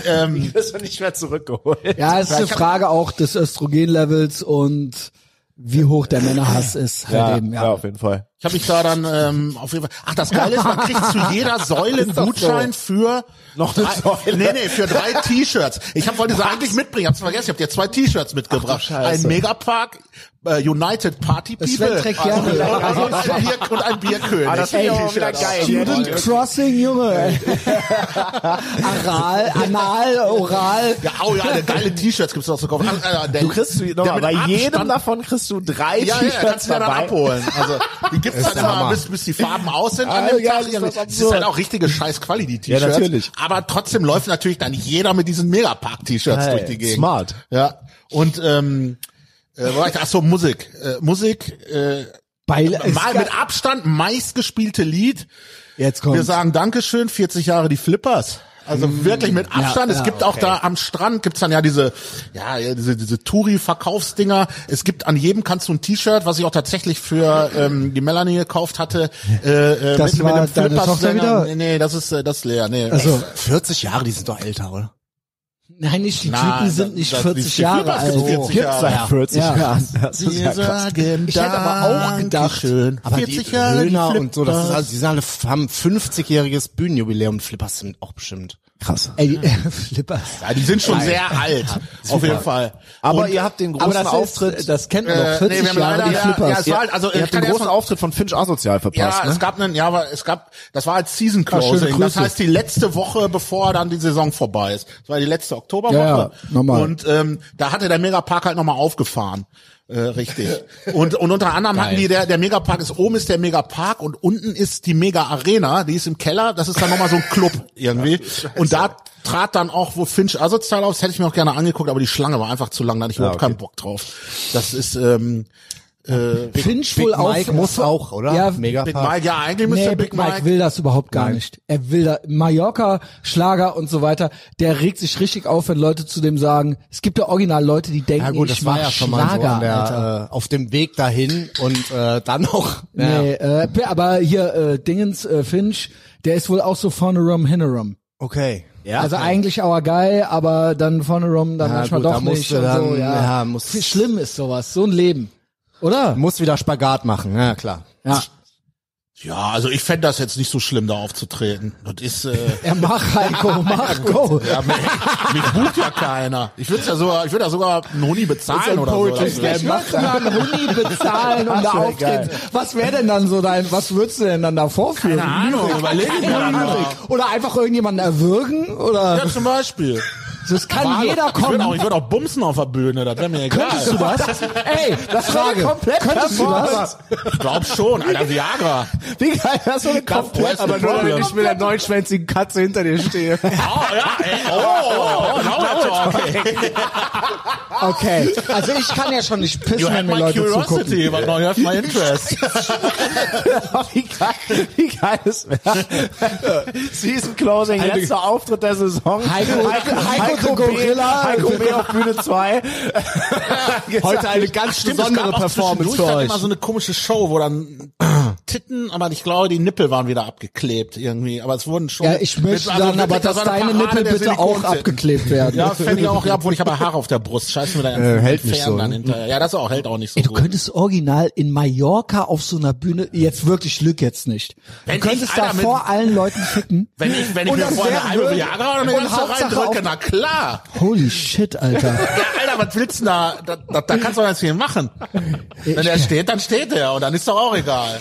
Speaker 3: ähm,
Speaker 4: Das wird nicht mehr zurückgeholt.
Speaker 1: Ja, es ist eine Frage auch des Östrogenlevels und wie hoch der Männerhass ist. Halt
Speaker 4: Ja,
Speaker 1: eben,
Speaker 4: ja.
Speaker 1: ja.
Speaker 4: auf jeden Fall.
Speaker 3: ich habe mich da dann ähm, auf jeden Fall. Ach, das Geile ist, man kriegt zu jeder Säule einen
Speaker 4: Ist doch
Speaker 3: Gutschein für noch drei, Nee, nee, für drei T-Shirts. Ich hab, wollte sie eigentlich mitbringen, hab's vergessen. Ich habe dir zwei T-Shirts mitgebracht. Ein Megapark, äh, United Party
Speaker 1: Sven
Speaker 3: People
Speaker 1: trägt
Speaker 3: und,
Speaker 1: gerne- Ah,
Speaker 3: und, ein Bier, und ein Bierkönig.
Speaker 4: Ey,
Speaker 1: Student Crossing, Junge. ey. Aral, anal, oral.
Speaker 3: Ja, oh ja, eine geile T-Shirts gibt's noch zu kaufen. Ah, ah, der-
Speaker 4: Du kriegst du,
Speaker 3: der
Speaker 4: nochmal,
Speaker 3: mit
Speaker 4: bei
Speaker 3: Abstand-
Speaker 4: jedem davon kriegst du drei
Speaker 3: ja, ja,
Speaker 4: T-Shirts
Speaker 3: kannst du ja dann
Speaker 4: dabei.
Speaker 3: abholen. Also, die gibt's dann immer,
Speaker 4: Hammer.
Speaker 3: bis, bis die Farben aus sind. an
Speaker 4: Ah,
Speaker 3: dem
Speaker 4: ja,
Speaker 3: Tag.
Speaker 4: ist das
Speaker 3: Das ist
Speaker 4: absurd.
Speaker 3: halt auch richtige scheiß Quali, die T-Shirts.
Speaker 4: Ja, natürlich.
Speaker 3: Aber trotzdem läuft natürlich dann jeder mit diesen Megapark-T-Shirts
Speaker 4: Hey,
Speaker 3: durch die Gegend.
Speaker 4: smart.
Speaker 3: Ja. Und, ähm, äh, wo war ich? ach so, Musik. Äh, Musik, äh,
Speaker 1: Beil, es
Speaker 3: mal
Speaker 1: gab-
Speaker 3: mit Abstand meistgespielte Lied.
Speaker 1: Jetzt
Speaker 3: Wir
Speaker 1: kommt.
Speaker 3: sagen Dankeschön, 40 Jahre die Flippers. Also wirklich mit Abstand.
Speaker 1: Mm, ja,
Speaker 3: es gibt auch da am Strand gibt's dann ja diese, ja, ja, diese, diese Touri-Verkaufsdinger. Es gibt an jedem kannst du ein T-Shirt, was ich auch tatsächlich für ähm, die Melanie gekauft hatte. Äh, äh,
Speaker 1: Das war
Speaker 3: einem
Speaker 1: deine Tochter wieder?
Speaker 3: Nee, nee, das ist äh, das ist leer. Nee.
Speaker 1: Also,
Speaker 5: 40 Jahre, die sind doch älter, oder?
Speaker 1: nein, nicht, die
Speaker 3: Nein,
Speaker 1: Typen sind
Speaker 3: das-
Speaker 1: nicht
Speaker 3: das- die
Speaker 1: 40
Speaker 3: Typen
Speaker 1: Jahre
Speaker 3: sind
Speaker 1: alt.
Speaker 3: 40
Speaker 1: Oh.
Speaker 3: Jahre.
Speaker 4: Seit 40
Speaker 1: Ja.
Speaker 4: Jahren. Das ist ja
Speaker 3: Wir
Speaker 4: krass.
Speaker 3: sagen
Speaker 1: Ich hätte aber auch gedacht,
Speaker 3: Dankeschön,
Speaker 5: Aber
Speaker 3: 40
Speaker 5: die
Speaker 3: Jahre die
Speaker 5: Höhner und so, das ist
Speaker 3: Flippers.
Speaker 5: also, die sind alle, haben 50-jähriges Bühnenjubiläum, Flippers sind auch bestimmt.
Speaker 4: krass.
Speaker 1: Ey, äh, Flipper.
Speaker 3: ja, die sind schon sehr alt, auf jeden Fall.
Speaker 4: Aber ihr habt den großen Auftritt.
Speaker 1: ist, das kennt man
Speaker 3: Äh,
Speaker 1: doch. 40
Speaker 3: nee, wir haben
Speaker 1: Jahre
Speaker 3: leider-
Speaker 1: die
Speaker 3: ja,
Speaker 1: Flippers.
Speaker 3: ja, es war halt, also,
Speaker 4: ihr
Speaker 3: ich
Speaker 4: habt
Speaker 3: kann
Speaker 4: den
Speaker 3: erst
Speaker 4: großen
Speaker 3: mal-
Speaker 4: Auftritt von Finch asozial verpasst,
Speaker 3: Ja,
Speaker 4: ne?
Speaker 3: es gab einen, ja, aber es gab, das war als Season
Speaker 1: Ah, schöne
Speaker 3: Closing.
Speaker 1: Grüße.
Speaker 3: Das heißt die letzte Woche, bevor dann die Saison vorbei ist. Das war die letzte Oktoberwoche.
Speaker 1: Ja, ja, normal.
Speaker 3: Und ähm, da hatte der Megapark halt nochmal aufgefahren. Äh, richtig. Und, und unter anderem hatten die, der, der Megapark ist, oben ist der Megapark und unten ist die Mega Arena, die ist im Keller, das ist dann nochmal so ein Club irgendwie. Und da trat dann auch, wo Finch Asozial auf, das hätte ich mir auch gerne angeguckt, aber die Schlange war einfach zu lang, da hatte ich überhaupt keinen Bock drauf. Das ist, ähm,
Speaker 1: Finch
Speaker 5: Big
Speaker 1: wohl auf.
Speaker 5: Mike muss auch, oder?
Speaker 1: Ja,
Speaker 5: Mega.
Speaker 3: Big Mike, ja, eigentlich müsste
Speaker 1: Nee, Big Mike, will das überhaupt gar nicht. Er will da Mallorca, Schlager und so weiter. Der regt sich richtig auf, wenn Leute zu dem sagen, es gibt ja original Leute, die denken,
Speaker 5: Ja gut,
Speaker 1: ich
Speaker 5: das war
Speaker 1: mach
Speaker 5: ja schon mal so
Speaker 1: Schlager,
Speaker 5: an
Speaker 1: Alter.
Speaker 5: der, äh, auf dem Weg dahin und äh, dann noch. Ja.
Speaker 1: Nee, äh, aber hier äh, Dingens äh, Finch, der ist wohl auch so vorne rum, hinne rum.
Speaker 5: Okay.
Speaker 2: Ja.
Speaker 1: also eigentlich our guy, aber dann vorne rum, dann
Speaker 2: Ja,
Speaker 1: manchmal
Speaker 2: gut,
Speaker 1: doch
Speaker 2: da musst
Speaker 1: nicht.
Speaker 2: du
Speaker 1: und so,
Speaker 2: dann-
Speaker 1: ja.
Speaker 2: ja, musst-
Speaker 1: Wie schlimm ist sowas, so ein Leben. Oder?
Speaker 2: Muss wieder Spagat machen, ja klar.
Speaker 1: Ja.
Speaker 3: Ja, also ich fänd das jetzt nicht so schlimm, da aufzutreten. Das ist, äh,
Speaker 1: Er mach, Heiko, mach, go.
Speaker 3: ja, mich, mich bucht ja keiner. Ich würde ja sogar, ich würde ja sogar einen Huni bezahlen oder so.
Speaker 2: Poetry
Speaker 3: dafür.
Speaker 1: Ich würde mal einen Huni bezahlen, um da
Speaker 4: wär
Speaker 1: aufzutreten. Was wäre denn dann so dein, was würdest du denn dann da vorführen?
Speaker 3: Keine Ahnung, überlege ich mir dann mal.
Speaker 1: Oder einfach irgendjemanden erwürgen? Oder
Speaker 3: Ja, zum Beispiel.
Speaker 1: das kann
Speaker 3: Wahl-
Speaker 1: jeder
Speaker 3: Ich würde
Speaker 1: kommen.
Speaker 3: auch, ich würd auch bumsen auf der Bühne, das wäre mir egal.
Speaker 1: Könntest du das? Ey, das Frage.
Speaker 4: komplett
Speaker 1: Könntest du das?
Speaker 3: Ich glaube schon, Alter, Viagra.
Speaker 4: Wie geil, das so eine komplett,
Speaker 3: Where's the problem?
Speaker 5: mit der neunschwänzigen Katze hinter dir stehe.
Speaker 3: Oh, ja, ey, oh, oh, oh, now we're talking.
Speaker 1: Okay, also ich kann ja schon nicht pissen,
Speaker 3: You had
Speaker 1: wenn mir
Speaker 3: my
Speaker 1: Leute zugucken.
Speaker 3: curiosity, but now you have my interest.
Speaker 4: wie geil, wie geil es wäre. Season Closing, letzter Auftritt der Saison.
Speaker 1: Heiko- Heiko the
Speaker 4: B,
Speaker 1: Gorilla.
Speaker 4: Heiko B auf Bühne 2.
Speaker 5: Heute eine ganz besondere Performance für
Speaker 3: Ich
Speaker 5: euch.
Speaker 3: immer so eine komische Show, wo dann Titten, aber ich glaube, die Nippel waren wieder abgeklebt irgendwie. Aber es wurden schon.
Speaker 1: Ja, ich möchte
Speaker 3: also
Speaker 1: dann aber,
Speaker 3: wirklich, da
Speaker 1: dass
Speaker 3: waren ein
Speaker 1: deine
Speaker 3: paar
Speaker 1: Nippel
Speaker 3: Haare der
Speaker 1: bitte auch
Speaker 3: Silikontitten.
Speaker 1: abgeklebt werden.
Speaker 3: Ja, fände ich auch, ja, obwohl ich habe Haare auf der Brust. Scheiß mir da äh,
Speaker 2: hält nicht so,
Speaker 3: Dann
Speaker 2: ne?
Speaker 3: hinterher. Ja, das auch, hält auch nicht so
Speaker 1: Du
Speaker 3: gut.
Speaker 1: könntest original in Mallorca auf so einer Bühne, jetzt wirklich Glück jetzt nicht. Du
Speaker 3: Wenn
Speaker 1: könntest
Speaker 3: ich
Speaker 1: da
Speaker 3: einer mit-
Speaker 1: vor allen Leuten ficken.
Speaker 3: Wenn ich, wenn ich
Speaker 1: Und
Speaker 3: mir
Speaker 1: das
Speaker 3: vorne
Speaker 1: wär
Speaker 3: eine
Speaker 1: wirklich-
Speaker 3: Viagra oder eine
Speaker 1: und
Speaker 3: ganze
Speaker 1: Hauptsache
Speaker 3: reindrücke,
Speaker 1: auf-
Speaker 3: na klar.
Speaker 1: Holy shit, Alter.
Speaker 3: Ja, Alter, was willst du denn da? Da, da, da kannst du doch nicht viel machen. Wenn er steht, dann steht er und dann ist doch auch egal.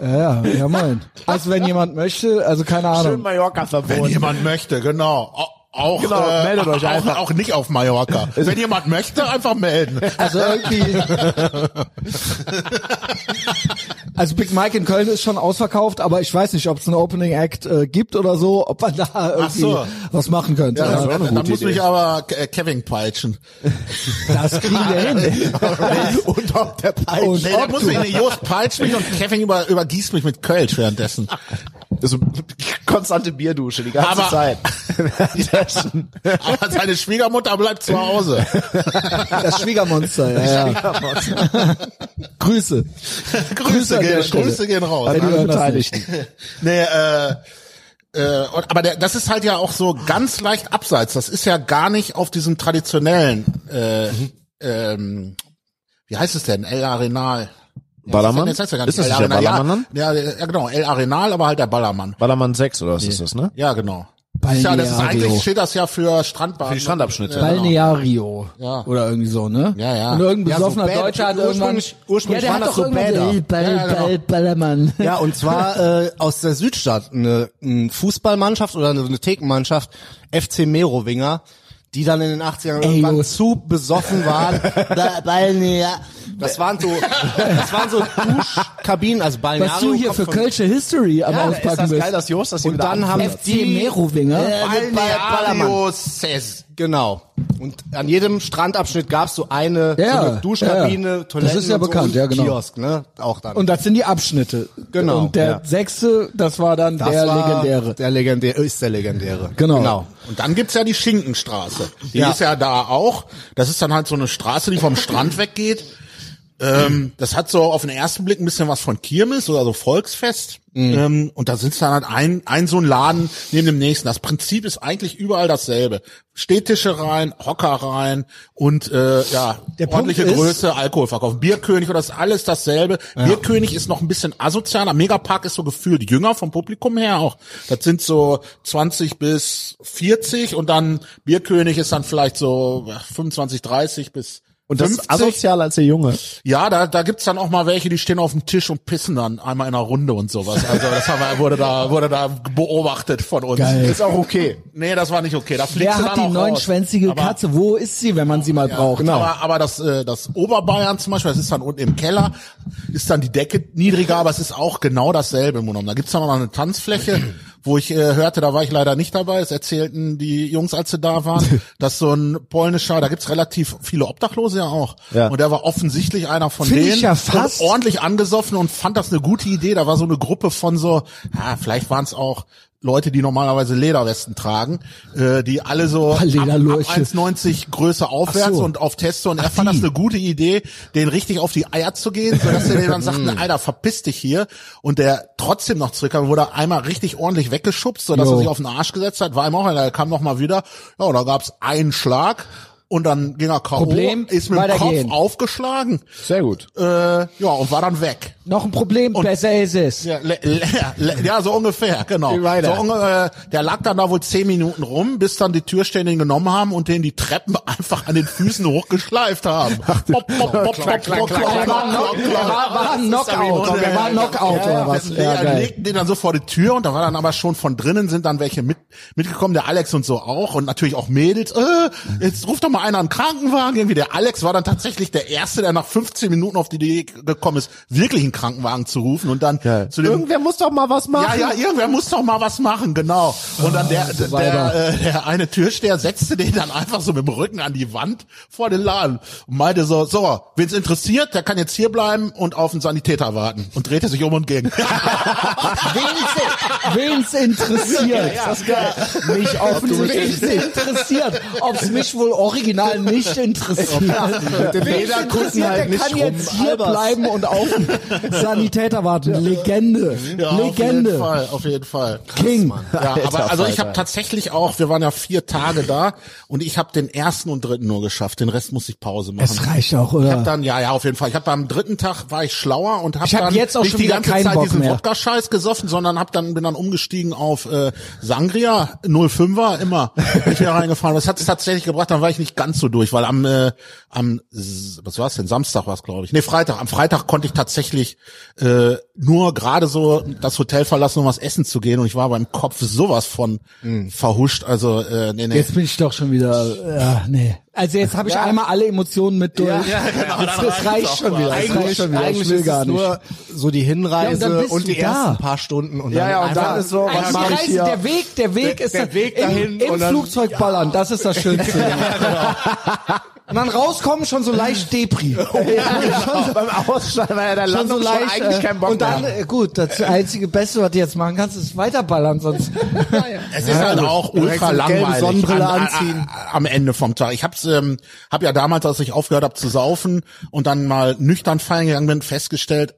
Speaker 1: ja, ja, moin. Also wenn jemand möchte, also keine
Speaker 4: Schön
Speaker 1: Ahnung.
Speaker 4: Mallorca
Speaker 3: Wenn
Speaker 4: verboten.
Speaker 3: jemand möchte, genau. Au- Auch,
Speaker 4: Genau,
Speaker 3: äh,
Speaker 4: meldet euch
Speaker 3: auch,
Speaker 4: einfach.
Speaker 3: auch nicht auf Mallorca. Wenn jemand möchte, einfach melden.
Speaker 1: Also irgendwie. Also Big Mike in Köln ist schon ausverkauft, aber ich weiß nicht, ob es einen Opening Act äh, gibt oder so, ob man da irgendwie
Speaker 3: so.
Speaker 1: was machen könnte.
Speaker 3: Ja,
Speaker 1: Ja,
Speaker 3: Äh, dann muss mich aber äh, Kevin peitschen.
Speaker 1: das kriegen wir hin.
Speaker 4: Und auf der Peitsche.
Speaker 1: Und
Speaker 3: Nee,
Speaker 1: ob
Speaker 3: dann muss
Speaker 1: du-
Speaker 3: mich, nee, Jost peitscht mich und Kevin über, übergießt mich mit Kölsch währenddessen.
Speaker 4: Also, konstante Bierdusche die ganze
Speaker 3: Aber-
Speaker 4: Zeit. Währenddessen.
Speaker 3: Aber seine Schwiegermutter bleibt zu Hause.
Speaker 1: Das Schwiegermonster, ja, ja. Grüße.
Speaker 3: Grüße,
Speaker 1: an der
Speaker 3: gehen,
Speaker 1: Stelle.
Speaker 3: Grüße gehen raus.
Speaker 1: die hören das
Speaker 3: Nee, äh, äh, und, aber der, das ist halt ja auch so ganz leicht abseits. Das ist ja gar nicht auf diesem traditionellen, äh, ähm, wie heißt es denn? El Arenal.
Speaker 4: Ballermann?
Speaker 3: Das heißt ja gar
Speaker 4: Ist
Speaker 3: nicht
Speaker 4: das
Speaker 3: El
Speaker 4: nicht der
Speaker 3: Arenal.
Speaker 4: Ballermann dann?
Speaker 3: Ja, ja, ja, genau. El Arenal, aber halt der Ballermann.
Speaker 4: Ballermann 6 oder was ist das, ne?
Speaker 3: Ja, genau.
Speaker 1: Balneario.
Speaker 3: Ja, das ist eigentlich steht das ja für ne? Strandbahn.
Speaker 4: Für die Strandabschnitte.
Speaker 1: Balneario.
Speaker 3: Genau. Ja.
Speaker 1: Oder irgendwie so, ne?
Speaker 3: Ja, ja.
Speaker 1: Und irgendein
Speaker 2: Ja, so
Speaker 1: besoffener
Speaker 2: Bäder-
Speaker 1: Deutscher hat irgendwann...
Speaker 2: ursprünglich- ursprünglich
Speaker 1: ja,
Speaker 2: waren
Speaker 1: der
Speaker 2: das
Speaker 1: hat doch
Speaker 2: so
Speaker 1: irgendwann...
Speaker 2: Bäder.
Speaker 1: Ball,
Speaker 3: Ja, ja, genau.
Speaker 1: Ball, Ballermann.
Speaker 2: Ja, und zwar äh, aus der Südstadt eine, eine Fußballmannschaft oder eine, eine Thekenmannschaft, FC Merowinger, die dann in den 80ern irgendwann
Speaker 1: Jungs.
Speaker 2: zu besoffen waren. Ba- Balnea. Das waren so, das waren so Duschkabinen, also Balneario.
Speaker 1: Was du hier
Speaker 2: kommt
Speaker 1: für
Speaker 2: von-
Speaker 1: Kölsche History am
Speaker 4: Ja, ist
Speaker 1: Auspacken
Speaker 4: das geil,
Speaker 1: bist.
Speaker 4: dass Jost das hier
Speaker 2: Und
Speaker 4: wieder
Speaker 2: dann haben
Speaker 4: anführt.
Speaker 1: FC Merowinger. Äh,
Speaker 2: Ballermann.
Speaker 3: Balneario Ses.
Speaker 2: Genau. Und an jedem Strandabschnitt gab's so eine,
Speaker 1: Ja,
Speaker 2: so eine Duschkabine,
Speaker 1: ja. Das
Speaker 2: Toiletten
Speaker 1: ist ja
Speaker 2: und so
Speaker 1: bekannt,
Speaker 2: und
Speaker 1: ja, genau.
Speaker 2: Kiosk, ne? Auch dann.
Speaker 1: Und das sind die Abschnitte.
Speaker 2: Genau,
Speaker 1: Und der
Speaker 2: ja.
Speaker 1: sechste, das war dann
Speaker 2: das
Speaker 1: der
Speaker 2: war
Speaker 1: legendäre.
Speaker 2: Der legendäre, ist der legendäre.
Speaker 1: Genau.
Speaker 2: genau.
Speaker 3: Und dann gibt's ja die Schinkenstraße. Die
Speaker 2: Ja.
Speaker 3: ist ja da auch. Das ist dann halt so eine Straße, die vom Strand weggeht. Ähm, das hat so auf den ersten Blick ein bisschen was von Kirmes oder so Volksfest.
Speaker 1: Mhm.
Speaker 3: Ähm, und da sitzt dann halt ein, ein so ein Laden neben dem nächsten. Das Prinzip ist eigentlich überall dasselbe. Stehtische rein, Hocker rein und äh, ja,
Speaker 1: Der Punkt
Speaker 3: ordentliche
Speaker 1: ist-
Speaker 3: Größe, Alkoholverkauf. Bierkönig oder das ist alles dasselbe. Bierkönig ist noch ein bisschen asozialer. Megapark ist so gefühlt jünger vom Publikum her auch. Das sind so 20 bis 40 und dann Bierkönig ist dann vielleicht so 25, 30 bis
Speaker 4: Und das
Speaker 3: 50.
Speaker 4: ist asozial als der Junge.
Speaker 3: Ja, da, da gibt's dann auch mal welche, die stehen auf dem Tisch und pissen dann einmal in einer Runde und sowas. Also das haben wir, wurde da wurde da beobachtet von uns.
Speaker 1: Geil.
Speaker 4: Ist auch okay.
Speaker 3: Nee, das war nicht okay. Da fliegst
Speaker 1: Wer
Speaker 3: du
Speaker 1: hat
Speaker 3: dann
Speaker 1: die
Speaker 3: auch
Speaker 1: neunschwänzige
Speaker 3: raus. Aber-
Speaker 1: Katze? Wo ist sie, wenn man sie mal braucht? genau.
Speaker 3: Aber, aber das, äh, das Oberbayern zum Beispiel, das ist dann unten im Keller, ist dann die Decke niedriger, aber es ist auch genau dasselbe im Grunde genommen. Da gibt's dann noch mal eine Tanzfläche, wo ich äh, hörte, da war ich leider nicht dabei, es erzählten die Jungs, als sie da waren, dass so ein polnischer, da gibt's relativ viele Obdachlose ja auch.
Speaker 4: Ja.
Speaker 3: Und der war offensichtlich einer von
Speaker 1: Find ich
Speaker 3: denen
Speaker 1: ja fast.
Speaker 3: und ordentlich angesoffen und fand das eine gute Idee. Da war so eine Gruppe von so, ja, vielleicht waren es auch Leute, die normalerweise Lederwesten tragen, äh, die alle so ab, ab
Speaker 1: Lederlurche.
Speaker 3: 1,90 Größe aufwärts
Speaker 1: Ach so.
Speaker 3: und auf Testo und er
Speaker 1: Ach,
Speaker 3: fand das
Speaker 1: die.
Speaker 3: eine gute Idee, den richtig auf die Eier zu gehen, sodass er denen dann sagten,
Speaker 1: Mm.
Speaker 3: Alter, verpiss dich hier und der trotzdem noch zurückkam, wurde einmal richtig ordentlich weggeschubst, sodass
Speaker 1: Jo.
Speaker 3: er sich auf den Arsch gesetzt hat, war ihm auch, einer, er kam noch mal wieder, ja, da gab's einen Schlag und dann ging er K.O.,
Speaker 1: Problem,
Speaker 3: ist mit dem Kopf
Speaker 1: weitergehen.
Speaker 3: aufgeschlagen,
Speaker 4: Sehr gut.
Speaker 3: äh, ja, und war dann weg.
Speaker 1: Noch ein Problem, besser ist es.
Speaker 3: Ja, le, le, le, ja, so ungefähr, genau.
Speaker 4: Wie weiter?
Speaker 3: So unge äh, der lag dann da wohl zehn Minuten rum, bis dann die Türstände ihn genommen haben und den die Treppen einfach an den Füßen hochgeschleift haben. Pop, pop, pop, pop, pop, pop,
Speaker 1: Er war,
Speaker 3: pop,
Speaker 1: knock,
Speaker 3: pop,
Speaker 1: er
Speaker 3: pop.
Speaker 1: war, war ein Knockout, er war ein Knockout oder was. Ja,
Speaker 3: Ja,
Speaker 1: geil.
Speaker 3: legten den dann so vor die Tür und da war dann aber schon von drinnen sind dann welche mit, mitgekommen, der Alex und so auch und natürlich auch Mädels, äh, jetzt ruft doch mal einer einen Krankenwagen irgendwie. Der Alex war dann tatsächlich der Erste, der nach 15 Minuten auf die Idee gekommen ist, wirklich einen Krankenwagen zu rufen und dann zu dem
Speaker 4: Irgendwer muss doch mal was machen.
Speaker 3: ja, ja, irgendwer muss doch mal was machen, genau. Und dann
Speaker 1: Ah,
Speaker 3: der, der, äh, der eine Türsteher setzte den dann einfach so mit dem Rücken an die Wand vor den Laden und meinte so, so, wen's interessiert, der kann jetzt hier bleiben und auf den Sanitäter warten. Und drehte sich um und ging.
Speaker 1: Wen's interessiert. Mich offensichtlich
Speaker 4: Ob
Speaker 1: interessiert. Ob's mich wohl original nicht interessiert. Wen's
Speaker 4: Bäder gucken
Speaker 1: interessiert,
Speaker 4: halt
Speaker 1: der
Speaker 4: nicht
Speaker 1: kann
Speaker 4: rum,
Speaker 1: jetzt hier
Speaker 4: Albers.
Speaker 1: bleiben und auf den Sanitäter warten. Legende.
Speaker 3: auf jeden
Speaker 1: Legende.
Speaker 3: Fall, auf jeden Fall.
Speaker 1: King.
Speaker 3: Ja,
Speaker 4: Alter
Speaker 3: aber also ich
Speaker 4: Falter.
Speaker 3: habe tatsächlich auch, wir waren ja vier Tage da und ich habe den ersten und dritten nur geschafft, den Rest muss ich Pause machen.
Speaker 1: Es reicht auch,
Speaker 3: Ich hab
Speaker 1: oder?
Speaker 3: dann, ja, ja, auf jeden Fall. Ich hab am dritten Tag war ich schlauer und hab,
Speaker 1: Ich hab
Speaker 3: dann
Speaker 1: jetzt auch
Speaker 3: nicht
Speaker 1: schon
Speaker 3: die
Speaker 1: wieder
Speaker 3: ganze
Speaker 1: keinen
Speaker 3: Zeit
Speaker 1: Bock
Speaker 3: diesen
Speaker 1: mehr.
Speaker 3: Wodka-Scheiß gesoffen, sondern hab dann bin dann umgestiegen auf äh, Sangria 05er immer. Bin ich wieder reingefahren. Das hat's tatsächlich gebracht. Dann war ich nicht ganz so durch, weil am äh, am S- was war's denn Samstag war's glaube ich. Nee, Freitag. Am Freitag konnte ich tatsächlich äh, nur gerade so das Hotel verlassen, um was essen zu gehen. Und ich war beim Kopf sowas von verhuscht. Also äh, nee, nee.
Speaker 1: Jetzt bin ich doch schon wieder, ja, nee. Also jetzt habe ich einmal alle Emotionen mit durch.
Speaker 3: ja, genau,
Speaker 1: jetzt,
Speaker 3: dann
Speaker 1: das
Speaker 3: reicht's
Speaker 1: reicht
Speaker 3: auch
Speaker 1: schon
Speaker 3: mal.
Speaker 1: wieder. Das reicht
Speaker 2: Eigentlich,
Speaker 1: schon wieder. Ich
Speaker 2: eigentlich
Speaker 1: will
Speaker 2: ist
Speaker 1: gar
Speaker 2: es
Speaker 1: nicht.
Speaker 2: nur so die
Speaker 1: Ja, und
Speaker 2: Hinreise
Speaker 1: dann
Speaker 2: und,
Speaker 1: bist du
Speaker 2: die
Speaker 1: da.
Speaker 2: ersten paar Stunden und
Speaker 4: Ja,
Speaker 2: dann
Speaker 4: ja, und
Speaker 2: einfach
Speaker 4: dann ist so, was
Speaker 1: Eigentlich
Speaker 4: mache
Speaker 1: die
Speaker 4: ich
Speaker 1: Reise,
Speaker 4: hier?
Speaker 1: der Weg, der Weg ist
Speaker 4: der
Speaker 1: da-
Speaker 4: Weg dahin
Speaker 1: im, im
Speaker 4: und dann-
Speaker 1: Flugzeug ballern, das ist das Schönste. Und dann rauskommen schon so leicht Depri.
Speaker 4: Schon so beim Aussteigen, weil der
Speaker 1: Schon so
Speaker 4: Landung schon
Speaker 1: leicht.
Speaker 4: eigentlich
Speaker 1: äh,
Speaker 4: keinen Bock
Speaker 1: und dann,
Speaker 4: mehr.
Speaker 1: äh, gut, das einzige Beste, was du jetzt machen kannst, ist weiterballern, sonst.
Speaker 3: Es ist halt auch ultra
Speaker 2: Direkt so gelbe
Speaker 3: langweilig.
Speaker 2: Sonnenbrille
Speaker 3: an-
Speaker 2: anziehen.
Speaker 3: a- Am Ende vom Tag. Ich hab's, ähm, hab ja damals, als ich aufgehört habe zu saufen und dann mal nüchtern fallen gegangen bin, festgestellt,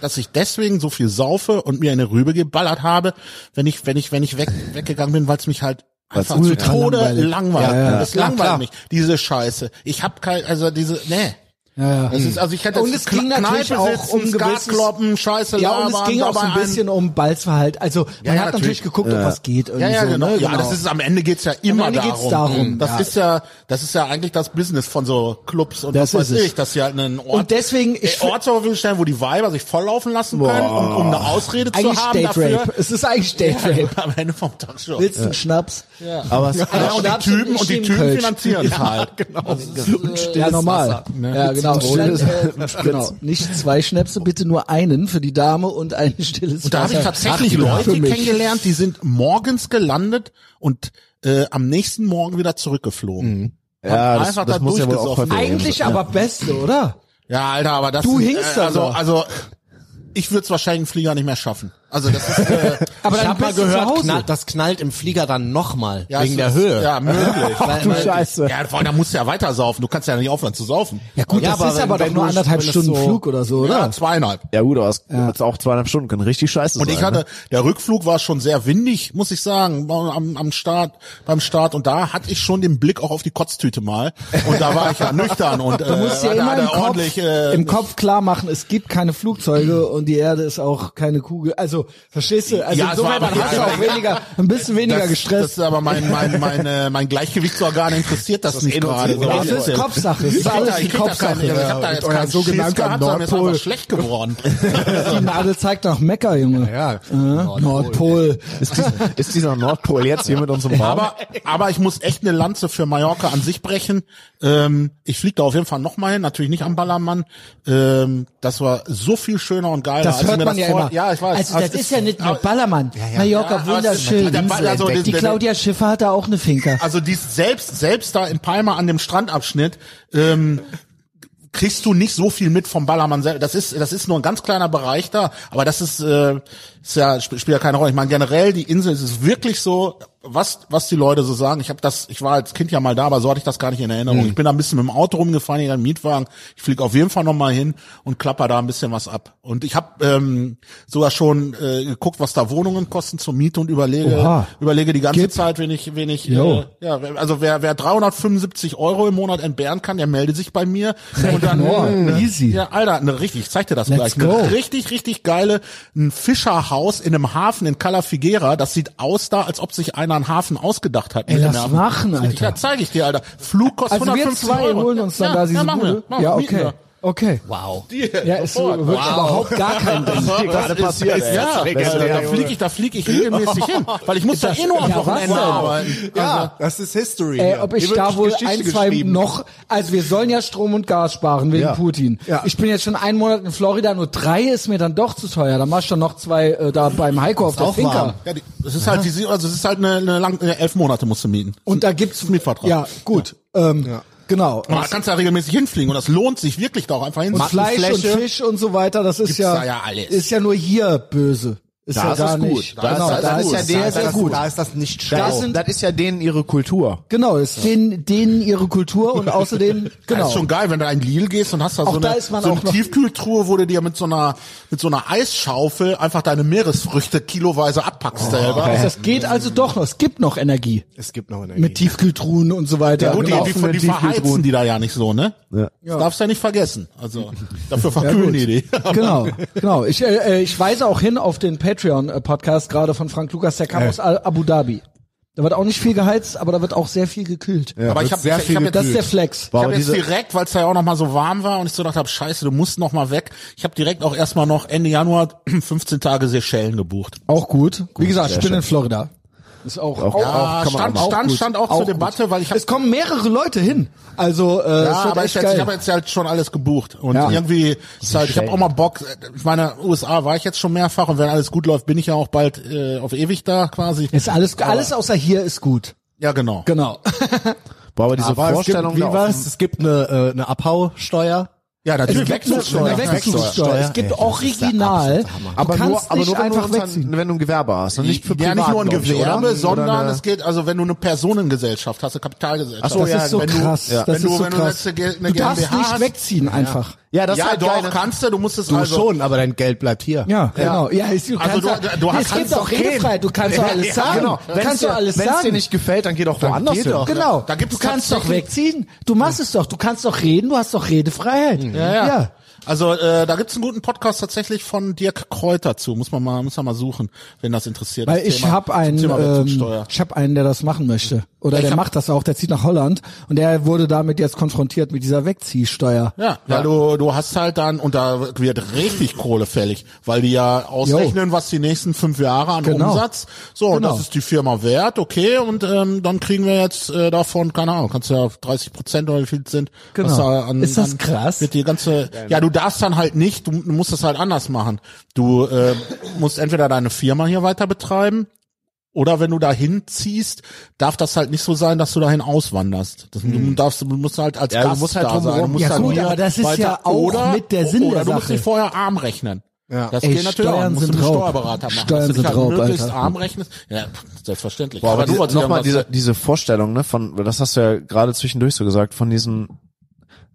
Speaker 3: dass ich deswegen so viel saufe und mir eine Rübe geballert habe, wenn ich, wenn ich, wenn ich weg, weggegangen bin, weil es mich halt einfach zu
Speaker 1: ultra
Speaker 3: Tode
Speaker 1: langweilig.
Speaker 3: langweilig.
Speaker 1: Ja, ja.
Speaker 3: Das
Speaker 1: Klar,
Speaker 3: langweilt
Speaker 1: klar.
Speaker 3: mich. Diese Scheiße. Ich hab kein, also diese, nee. Ja, Das ist, also ich hätte
Speaker 1: Und es
Speaker 3: jetzt
Speaker 1: ging
Speaker 3: Kne-
Speaker 1: natürlich auch
Speaker 3: sitzen,
Speaker 1: um
Speaker 3: Skat
Speaker 1: gewisses-
Speaker 3: kloppen, Scheiße
Speaker 1: Ja, und es
Speaker 3: labern,
Speaker 1: ging auch so ein
Speaker 3: dabei einen-
Speaker 1: bisschen um Balzverhalt. Also, man
Speaker 3: Ja, ja,
Speaker 1: hat natürlich,
Speaker 3: natürlich.
Speaker 1: geguckt, ob was geht.
Speaker 3: Ja,
Speaker 1: irgendwie
Speaker 3: ja,
Speaker 1: so,
Speaker 3: genau.
Speaker 1: Ne?
Speaker 3: Ja, das ist am Ende geht's ja immer
Speaker 1: Ende
Speaker 3: darum.
Speaker 1: geht's darum,
Speaker 3: Das
Speaker 1: ja.
Speaker 3: ist ja, das ist ja eigentlich das Business von so Clubs und
Speaker 1: Das
Speaker 3: was weiß
Speaker 1: ist es.
Speaker 3: ich, dass sie halt einen Ort,
Speaker 1: Und deswegen, ich
Speaker 3: ich Ort zur Verfügung stellen, wo die Weiber sich volllaufen lassen können, um, um eine Ausrede zu
Speaker 1: eigentlich
Speaker 3: haben
Speaker 1: Date
Speaker 3: dafür.
Speaker 1: Rape. Es ist eigentlich Date Rape. Genau,
Speaker 3: Am Ende vom Tag schon.
Speaker 1: Willst du einen Schnaps?
Speaker 4: Aber es
Speaker 3: Ja, und die
Speaker 1: Schnaps und
Speaker 3: Typen und die
Speaker 1: Schneekölsch.
Speaker 3: Typen finanzieren es halt.
Speaker 1: genau. Ja, normal. Ja, genau.
Speaker 4: stilles-
Speaker 1: Dann, äh, genau. Nicht zwei Schnäpse, bitte nur einen für die Dame und ein stilles
Speaker 3: Und da habe ich
Speaker 1: Wasser.
Speaker 3: tatsächlich
Speaker 1: Ach,
Speaker 3: Leute
Speaker 1: für mich.
Speaker 3: kennengelernt, die sind morgens gelandet und äh, am nächsten Morgen wieder zurückgeflogen.
Speaker 4: Mhm. ja, das,
Speaker 3: einfach
Speaker 4: das
Speaker 3: da
Speaker 4: muss ja wohl auch
Speaker 3: durchgesoffen.
Speaker 4: häufiger
Speaker 1: Eigentlich aber Beste, oder?
Speaker 3: Ja, Alter, aber das
Speaker 1: Du hingst
Speaker 3: äh,
Speaker 1: dann
Speaker 3: also,
Speaker 1: doch.
Speaker 3: also ich würde es wahrscheinlich im Flieger nicht mehr schaffen. Also das ist äh,
Speaker 1: Aber
Speaker 2: ich
Speaker 1: dann
Speaker 2: habe mal
Speaker 1: bist du zu
Speaker 2: gehört,
Speaker 1: Hause.
Speaker 2: knall, das knallt im Flieger dann nochmal
Speaker 3: ja,
Speaker 2: wegen
Speaker 3: es
Speaker 2: der
Speaker 3: ist-
Speaker 2: Höhe.
Speaker 3: Ja, möglich.
Speaker 2: Weil-
Speaker 4: Du
Speaker 2: weil-
Speaker 4: Scheiße.
Speaker 3: ja, vor allem da musst du ja weiter saufen. Du kannst ja nicht aufhören zu saufen.
Speaker 1: Ja gut,
Speaker 2: Ja,
Speaker 1: das
Speaker 2: aber
Speaker 1: ist
Speaker 2: wenn-
Speaker 1: aber doch
Speaker 2: wenn
Speaker 1: nur
Speaker 2: du-
Speaker 1: anderthalb
Speaker 2: wenn es so-
Speaker 1: Stunden Flug oder so,
Speaker 3: Ja,
Speaker 1: oder?
Speaker 3: zweieinhalb.
Speaker 4: Ja gut, aber es jetzt auch zweieinhalb Stunden können richtig scheiße
Speaker 3: Und
Speaker 4: sein.
Speaker 3: ich hatte, der Rückflug war schon sehr windig, muss ich sagen, am, am Start, beim Start. Und da hatte ich schon den Blick auch auf die Kotztüte mal. Und da war ich ja nüchtern und äh,
Speaker 1: Du musst dir
Speaker 3: hatte-
Speaker 1: immer
Speaker 3: hatte
Speaker 1: im Kopf,
Speaker 3: ordentlich, äh,
Speaker 1: im Kopf klar machen, es gibt keine Flugzeuge und die Erde ist auch keine Kugel. Also, verstehst du? Also
Speaker 3: Ja, es war
Speaker 1: insofern
Speaker 3: aber-
Speaker 1: hast du auch weniger, ein bisschen weniger
Speaker 3: das,
Speaker 1: gestresst.
Speaker 3: das ist aber mein, mein, mein, äh, mein Gleichgewichtsorgan interessiert das, nicht gerade. so.
Speaker 1: Das ist Kopfsache. Das
Speaker 3: Ich
Speaker 1: ist
Speaker 3: hab
Speaker 1: alles
Speaker 3: da-
Speaker 1: die
Speaker 3: ich krieg da
Speaker 1: Kopfsache.
Speaker 3: keine- Ich hab da
Speaker 1: Ja,
Speaker 3: jetzt
Speaker 1: und euer
Speaker 3: keinen Schiss
Speaker 1: sogenannter
Speaker 3: gehabt, sondern mir ist
Speaker 1: Nordpol.
Speaker 3: einfach schlecht geworden.
Speaker 1: Die Nadel zeigt nach Mekka, Junge.
Speaker 2: Ja,
Speaker 1: Äh, Nordpol.
Speaker 4: ist, dies- ne? ist dieser Nordpol jetzt hier mit unserem Baum?
Speaker 3: Aber, aber ich muss echt eine Lanze für Mallorca an sich brechen. Ähm, ich fliege da auf jeden Fall nochmal hin, natürlich nicht am Ballermann. Ähm, das war so viel schöner und geiler.
Speaker 1: Das
Speaker 3: als ich
Speaker 1: hört
Speaker 3: mir
Speaker 1: man ja
Speaker 3: das vor-
Speaker 1: immer.
Speaker 3: Ja, ich weiß.
Speaker 1: Also
Speaker 3: Aber
Speaker 1: das
Speaker 3: es
Speaker 1: ist ja nicht nur Ballermann. Mallorca,
Speaker 3: Ja, aber es ist-
Speaker 1: wunderschön.
Speaker 3: der Ball- also den-
Speaker 1: die
Speaker 3: den-
Speaker 1: Claudia Schiffer hat da auch eine Finca.
Speaker 3: also dies selbst selbst da in Palma an dem Strandabschnitt ähm, kriegst du nicht so viel mit vom Ballermann selbst. Das ist, das ist nur ein ganz kleiner Bereich da, aber das ist, äh, ist ja, sp- spielt ja keine Rolle. Ich meine, generell, die Insel es ist wirklich so, was, was die Leute so sagen. Ich habe das, ich war als Kind ja mal da, aber so hatte ich das gar nicht in Erinnerung. Ich bin da ein bisschen mit dem Auto rumgefahren, in einem Mietwagen. Ich fliege auf jeden Fall nochmal hin und klapper da ein bisschen was ab. Und ich habe ähm, sogar schon äh, geguckt, was da Wohnungen kosten zur Miete und überlege,
Speaker 1: Oha.
Speaker 3: überlege die ganze Zeit, wenn ich, wenn ich,
Speaker 1: Jo.
Speaker 3: äh, ja, also wer, wer 375 Euro im Monat entbehren kann, der meldet sich bei mir. Und dann, Hm. äh,
Speaker 1: More. Easy.
Speaker 3: ja, Alter, ne, richtig, ich zeig dir das
Speaker 1: Let's
Speaker 3: gleich.
Speaker 1: go.
Speaker 3: Eine richtig, richtig geile, ein Fischerhaus in einem Hafen in Calafiguera. Das sieht aus da, als ob sich einer einen Hafen ausgedacht hat.
Speaker 1: Ey,
Speaker 3: mit dem
Speaker 1: lass
Speaker 3: Namen.
Speaker 1: machen, Alter.
Speaker 3: Genau. Ja, zeige ich dir, Alter. Flug kostet
Speaker 1: Also wir
Speaker 3: 150
Speaker 1: zwei
Speaker 3: Euro.
Speaker 1: holen uns dann
Speaker 3: ja,
Speaker 1: da diese
Speaker 3: ja, machen wir,
Speaker 1: Bude.
Speaker 3: machen
Speaker 1: ja,
Speaker 3: wir, mieten
Speaker 1: okay.
Speaker 3: wir.
Speaker 1: Okay.
Speaker 2: Wow.
Speaker 1: Ja, ist
Speaker 3: sofort.
Speaker 1: wirklich überhaupt gar kein Ding.
Speaker 4: gerade passiert, ey.
Speaker 3: Ja,
Speaker 4: Legendär,
Speaker 3: da
Speaker 4: Junge.
Speaker 3: fliege ich, da fliege ich regelmäßig hin, weil ich muss da eh nur am
Speaker 1: ja, was
Speaker 3: Wochenende
Speaker 1: denn?
Speaker 3: arbeiten.
Speaker 5: Ja, das ist History.
Speaker 1: Ey,
Speaker 5: hier.
Speaker 1: Äh, ob ich
Speaker 5: Hier wird
Speaker 1: da wohl
Speaker 5: Geschichte
Speaker 1: ein, zwei
Speaker 5: geschrieben.
Speaker 1: noch, also wir sollen ja Strom und Gas sparen wegen
Speaker 4: Ja.
Speaker 1: Putin.
Speaker 5: Ja.
Speaker 1: Ich bin jetzt schon einen Monat in Florida, nur drei ist mir dann doch zu teuer. Dann mach ich dann noch zwei äh, da beim Heiko auf der
Speaker 5: auch
Speaker 1: Finca.
Speaker 5: warm.
Speaker 3: Ja, die, das ist halt, wie sie, also es ist halt eine, eine lang, eine elf Monate musst du mieten.
Speaker 1: Und da gibt's
Speaker 3: Mietvertrag.
Speaker 1: Ja, gut. Ähm, Genau.
Speaker 3: Man kannst da regelmäßig hinfliegen und das lohnt sich wirklich da auch einfach hin.
Speaker 1: Und Fleisch und Fisch und so weiter, das ist ja,
Speaker 3: da ja alles.
Speaker 1: ist ja nur hier böse. Ist ja
Speaker 4: ist
Speaker 1: gar
Speaker 4: es gut.
Speaker 1: nicht.
Speaker 4: Da
Speaker 1: genau,
Speaker 4: ist es
Speaker 1: da ist ja
Speaker 4: gut. Da
Speaker 1: der
Speaker 4: ist
Speaker 1: sehr
Speaker 4: es
Speaker 1: gut.
Speaker 5: Da ist das nicht
Speaker 1: Das
Speaker 5: schlau.
Speaker 1: sind-
Speaker 4: das ist ja denen ihre Kultur.
Speaker 1: Genau, ist denen, denen ihre Kultur und außerdem, genau.
Speaker 3: Das ist schon geil, wenn du in Lille gehst und hast da
Speaker 1: Auch
Speaker 3: so eine,
Speaker 1: da ist man
Speaker 3: so
Speaker 1: auch
Speaker 3: eine
Speaker 1: noch-
Speaker 3: Tiefkühltruhe, wo du dir mit so einer, mit so einer Eisschaufel einfach deine Meeresfrüchte kiloweise abpackst
Speaker 1: Oh,
Speaker 3: selber.
Speaker 1: Das geht also doch noch. Es gibt noch Energie.
Speaker 5: Es gibt noch Energie.
Speaker 1: Mit Tiefkühltruhen und so weiter.
Speaker 3: Gut, die,
Speaker 1: Genau.
Speaker 3: die, die, die verheizen die da ja nicht so, ne? Ja. Das darfst du ja nicht vergessen. Also, dafür verkühlen die die.
Speaker 1: genau, genau. Ich, äh, äh, ich weise auch hin auf den Patreon-Podcast gerade von Frank Lukas, der
Speaker 3: Äh.
Speaker 1: kam aus Al- Abu Dhabi. Da wird auch nicht viel geheizt, aber da wird auch sehr viel gekühlt.
Speaker 3: Aber ich
Speaker 5: wird
Speaker 3: habe
Speaker 5: sehr
Speaker 3: ich
Speaker 5: viel
Speaker 3: hab jetzt
Speaker 1: Das ist der Flex.
Speaker 3: Ich
Speaker 4: Aber
Speaker 3: habe jetzt
Speaker 4: diese-
Speaker 3: direkt, weil es da ja auch noch mal so warm war und ich so gedacht habe, scheiße, du musst noch mal weg. Ich habe direkt auch erstmal noch Ende Januar 15 Tage Seychellen gebucht.
Speaker 1: Auch gut. Wie gesagt, ich bin in Florida. Ist auch, auch,
Speaker 3: Ja,
Speaker 1: kann man
Speaker 3: stand,
Speaker 1: auch
Speaker 3: stand,
Speaker 1: gut.
Speaker 3: stand auch, zur
Speaker 1: gut.
Speaker 3: Debatte, weil ich habe
Speaker 1: Es kommen mehrere Leute hin. Also, äh,
Speaker 3: Ja,
Speaker 1: es wird
Speaker 3: aber ich,
Speaker 1: echt
Speaker 3: jetzt- ich
Speaker 1: geil.
Speaker 3: habe jetzt halt schon alles gebucht und
Speaker 1: Ja.
Speaker 3: irgendwie ist halt, ich habe auch mal Bock. Ich meine, USA war ich jetzt schon mehrfach und wenn alles gut läuft, bin ich ja auch bald äh, auf ewig da quasi.
Speaker 1: ist alles, alles außer hier ist gut.
Speaker 3: Ja, genau.
Speaker 1: Genau.
Speaker 4: Boah, aber diese
Speaker 5: Aber es gibt,
Speaker 4: Vorstellung
Speaker 5: wie
Speaker 4: da auf
Speaker 5: was? Es gibt eine, äh, eine Abhausteuer.
Speaker 3: Ja, natürlich
Speaker 1: Eine
Speaker 3: Wechselsteuer.
Speaker 1: Wechselsteuer. Es gibt original.
Speaker 4: aber
Speaker 1: du
Speaker 4: nur,
Speaker 1: kannst
Speaker 4: aber
Speaker 1: nicht
Speaker 4: nur wenn,
Speaker 1: einfach
Speaker 4: du ein,
Speaker 1: wegziehen.
Speaker 4: wenn du ein Gewerbe hast und nicht für
Speaker 3: ja, nicht nur ein
Speaker 4: Privat, glaub ich,
Speaker 3: Gewerbe,
Speaker 4: oder?
Speaker 3: sondern
Speaker 4: Oder eine-
Speaker 3: es geht, also wenn du eine Personengesellschaft hast, eine Kapitalgesellschaft.
Speaker 4: Ach so,
Speaker 1: Das
Speaker 4: ja,
Speaker 1: ist so
Speaker 4: wenn
Speaker 3: du-
Speaker 1: krass.
Speaker 4: ja.
Speaker 1: Das
Speaker 3: wenn
Speaker 1: ist
Speaker 3: du,
Speaker 1: so
Speaker 3: wenn
Speaker 1: krass.
Speaker 3: du jetzt eine,
Speaker 1: Du
Speaker 3: eine GmbH
Speaker 1: darfst nicht
Speaker 3: hast,
Speaker 1: wegziehen einfach.
Speaker 4: Ja, das ist
Speaker 3: ja,
Speaker 4: halt
Speaker 3: doch,
Speaker 4: geil.
Speaker 3: kannst du, du musst es
Speaker 5: Du
Speaker 3: also,
Speaker 5: schon, aber dein Geld bleibt hier.
Speaker 1: Ja, genau. Ja, ist, du
Speaker 3: Also
Speaker 1: kannst
Speaker 3: du-
Speaker 1: auch,
Speaker 3: du
Speaker 1: nee,
Speaker 3: hast-
Speaker 1: es gibt
Speaker 3: kannst
Speaker 1: auch
Speaker 3: doch
Speaker 1: redefrei. Du kannst doch alles sagen.
Speaker 4: Genau.
Speaker 1: Du kannst doch alles
Speaker 4: Wenn es dir
Speaker 1: sagen.
Speaker 4: nicht gefällt, dann geh doch woanders
Speaker 5: geh
Speaker 4: hin.
Speaker 5: doch.
Speaker 1: Genau.
Speaker 3: Da gibt's
Speaker 1: du kannst doch
Speaker 3: tatsächlich-
Speaker 1: wegziehen. Du machst es doch. Du kannst doch reden. Du hast doch Redefreiheit.
Speaker 4: Mhm.
Speaker 3: Ja, ja. Also äh, da gibt's einen guten Podcast tatsächlich von Dirk Kräuter zu. Muss man mal, muss man mal suchen, wenn das interessiert.
Speaker 1: Weil
Speaker 3: das
Speaker 1: ich
Speaker 3: Thema-
Speaker 1: habe einen,
Speaker 3: Thema
Speaker 1: ähm,
Speaker 3: Wechselsteuer.
Speaker 1: ich habe einen, der das machen möchte. Oder der
Speaker 3: hab-
Speaker 1: macht das auch. Der zieht nach Holland und der wurde damit jetzt konfrontiert mit dieser Wegziehsteuer.
Speaker 3: Ja, weil du du hast halt dann und da wird richtig Kohle fällig, weil die ja ausrechnen, was die nächsten fünf Jahre an
Speaker 1: Genau.
Speaker 3: Umsatz. So, und
Speaker 1: Genau.
Speaker 3: das ist die Firma wert, okay, und ähm, dann kriegen wir jetzt äh, davon, keine Ahnung, kannst ja 30 Prozent oder wie viel es sind.
Speaker 1: Genau.
Speaker 3: was Da an,
Speaker 1: Ist das
Speaker 3: an,
Speaker 1: krass?
Speaker 3: Wird die ganze, ja, du darfst dann halt nicht, du, du musst das halt anders machen. Du äh, musst entweder deine Firma hier weiter betreiben oder wenn du dahin ziehst, darf das halt nicht so sein, dass du dahin auswanderst. Das, Du darfst, du musst halt als
Speaker 4: Ja, du
Speaker 3: Gast
Speaker 4: musst halt
Speaker 3: da sein. Du
Speaker 4: drumherum-
Speaker 3: musst
Speaker 1: Ja,
Speaker 3: halt
Speaker 1: gut,
Speaker 3: hier
Speaker 1: aber das ist
Speaker 3: weiter-
Speaker 1: ja auch
Speaker 3: oder,
Speaker 1: mit der Sinn
Speaker 3: oder
Speaker 1: der
Speaker 3: du musst
Speaker 1: Sache.
Speaker 3: dich vorher arm rechnen. Ja. Das
Speaker 1: Ey,
Speaker 3: geht natürlich auch.
Speaker 1: Steuern
Speaker 3: Du musst
Speaker 1: sind
Speaker 3: einen
Speaker 1: Raub.
Speaker 3: Steuerberater machen.
Speaker 1: Steuern
Speaker 3: dass du dich
Speaker 1: sind
Speaker 3: halt
Speaker 1: Raub,
Speaker 3: möglichst
Speaker 1: Alter.
Speaker 3: arm rechnest. Ja, pff, selbstverständlich.
Speaker 4: Boah, aber
Speaker 3: du wolltest
Speaker 4: nochmal
Speaker 3: irgendwas-
Speaker 4: diese, diese Vorstellung, ne, von, das hast du ja gerade zwischendurch so gesagt, von diesem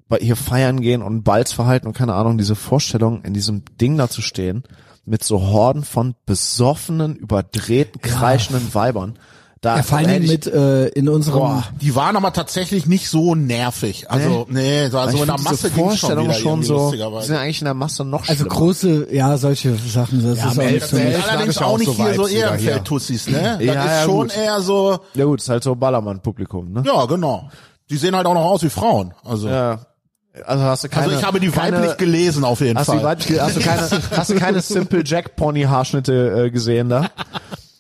Speaker 4: bei- hier feiern gehen und Balz verhalten und keine Ahnung, diese Vorstellung, in diesem Ding da zu stehen, mit so Horden von besoffenen, überdrehten, kreischenden Weibern. Da
Speaker 1: Ja, vor allen Dingen
Speaker 4: hätte ich-
Speaker 1: mit äh, in unserem
Speaker 4: Boah.
Speaker 3: die waren aber tatsächlich nicht so nervig. Also, nee, so also
Speaker 4: ich
Speaker 3: in der
Speaker 4: find diese
Speaker 3: Masse ging's schon
Speaker 4: Vorstellung
Speaker 3: wieder irgendwie
Speaker 4: so, die sind
Speaker 3: lustigerweise.
Speaker 4: eigentlich in der Masse noch
Speaker 1: also
Speaker 4: schlimmer.
Speaker 1: große, ja, solche Sachen. Das ist auch nicht so
Speaker 5: Elfen-
Speaker 1: mich.
Speaker 5: Elfen-
Speaker 3: Allerdings
Speaker 5: hab ich auch
Speaker 3: auch nicht
Speaker 5: so
Speaker 3: hier so
Speaker 5: Vibes wieder hier.
Speaker 3: Ehrenfeld-Tussis, ne? Das
Speaker 4: Ja, ja,
Speaker 3: ist schon
Speaker 4: gut.
Speaker 3: eher so,
Speaker 4: Ja gut, ist halt so Ballermann-Publikum, ne?
Speaker 3: ja, genau. Die sehen halt auch noch aus wie Frauen. Also,
Speaker 4: Also hast du keine,
Speaker 3: also ich habe die
Speaker 4: keine,
Speaker 3: weiblich gelesen auf jeden
Speaker 4: Hast du,
Speaker 3: Fall.
Speaker 4: die weiblich, hast du keine, hast du keine Simple Jack Pony Haarschnitte äh, gesehen da?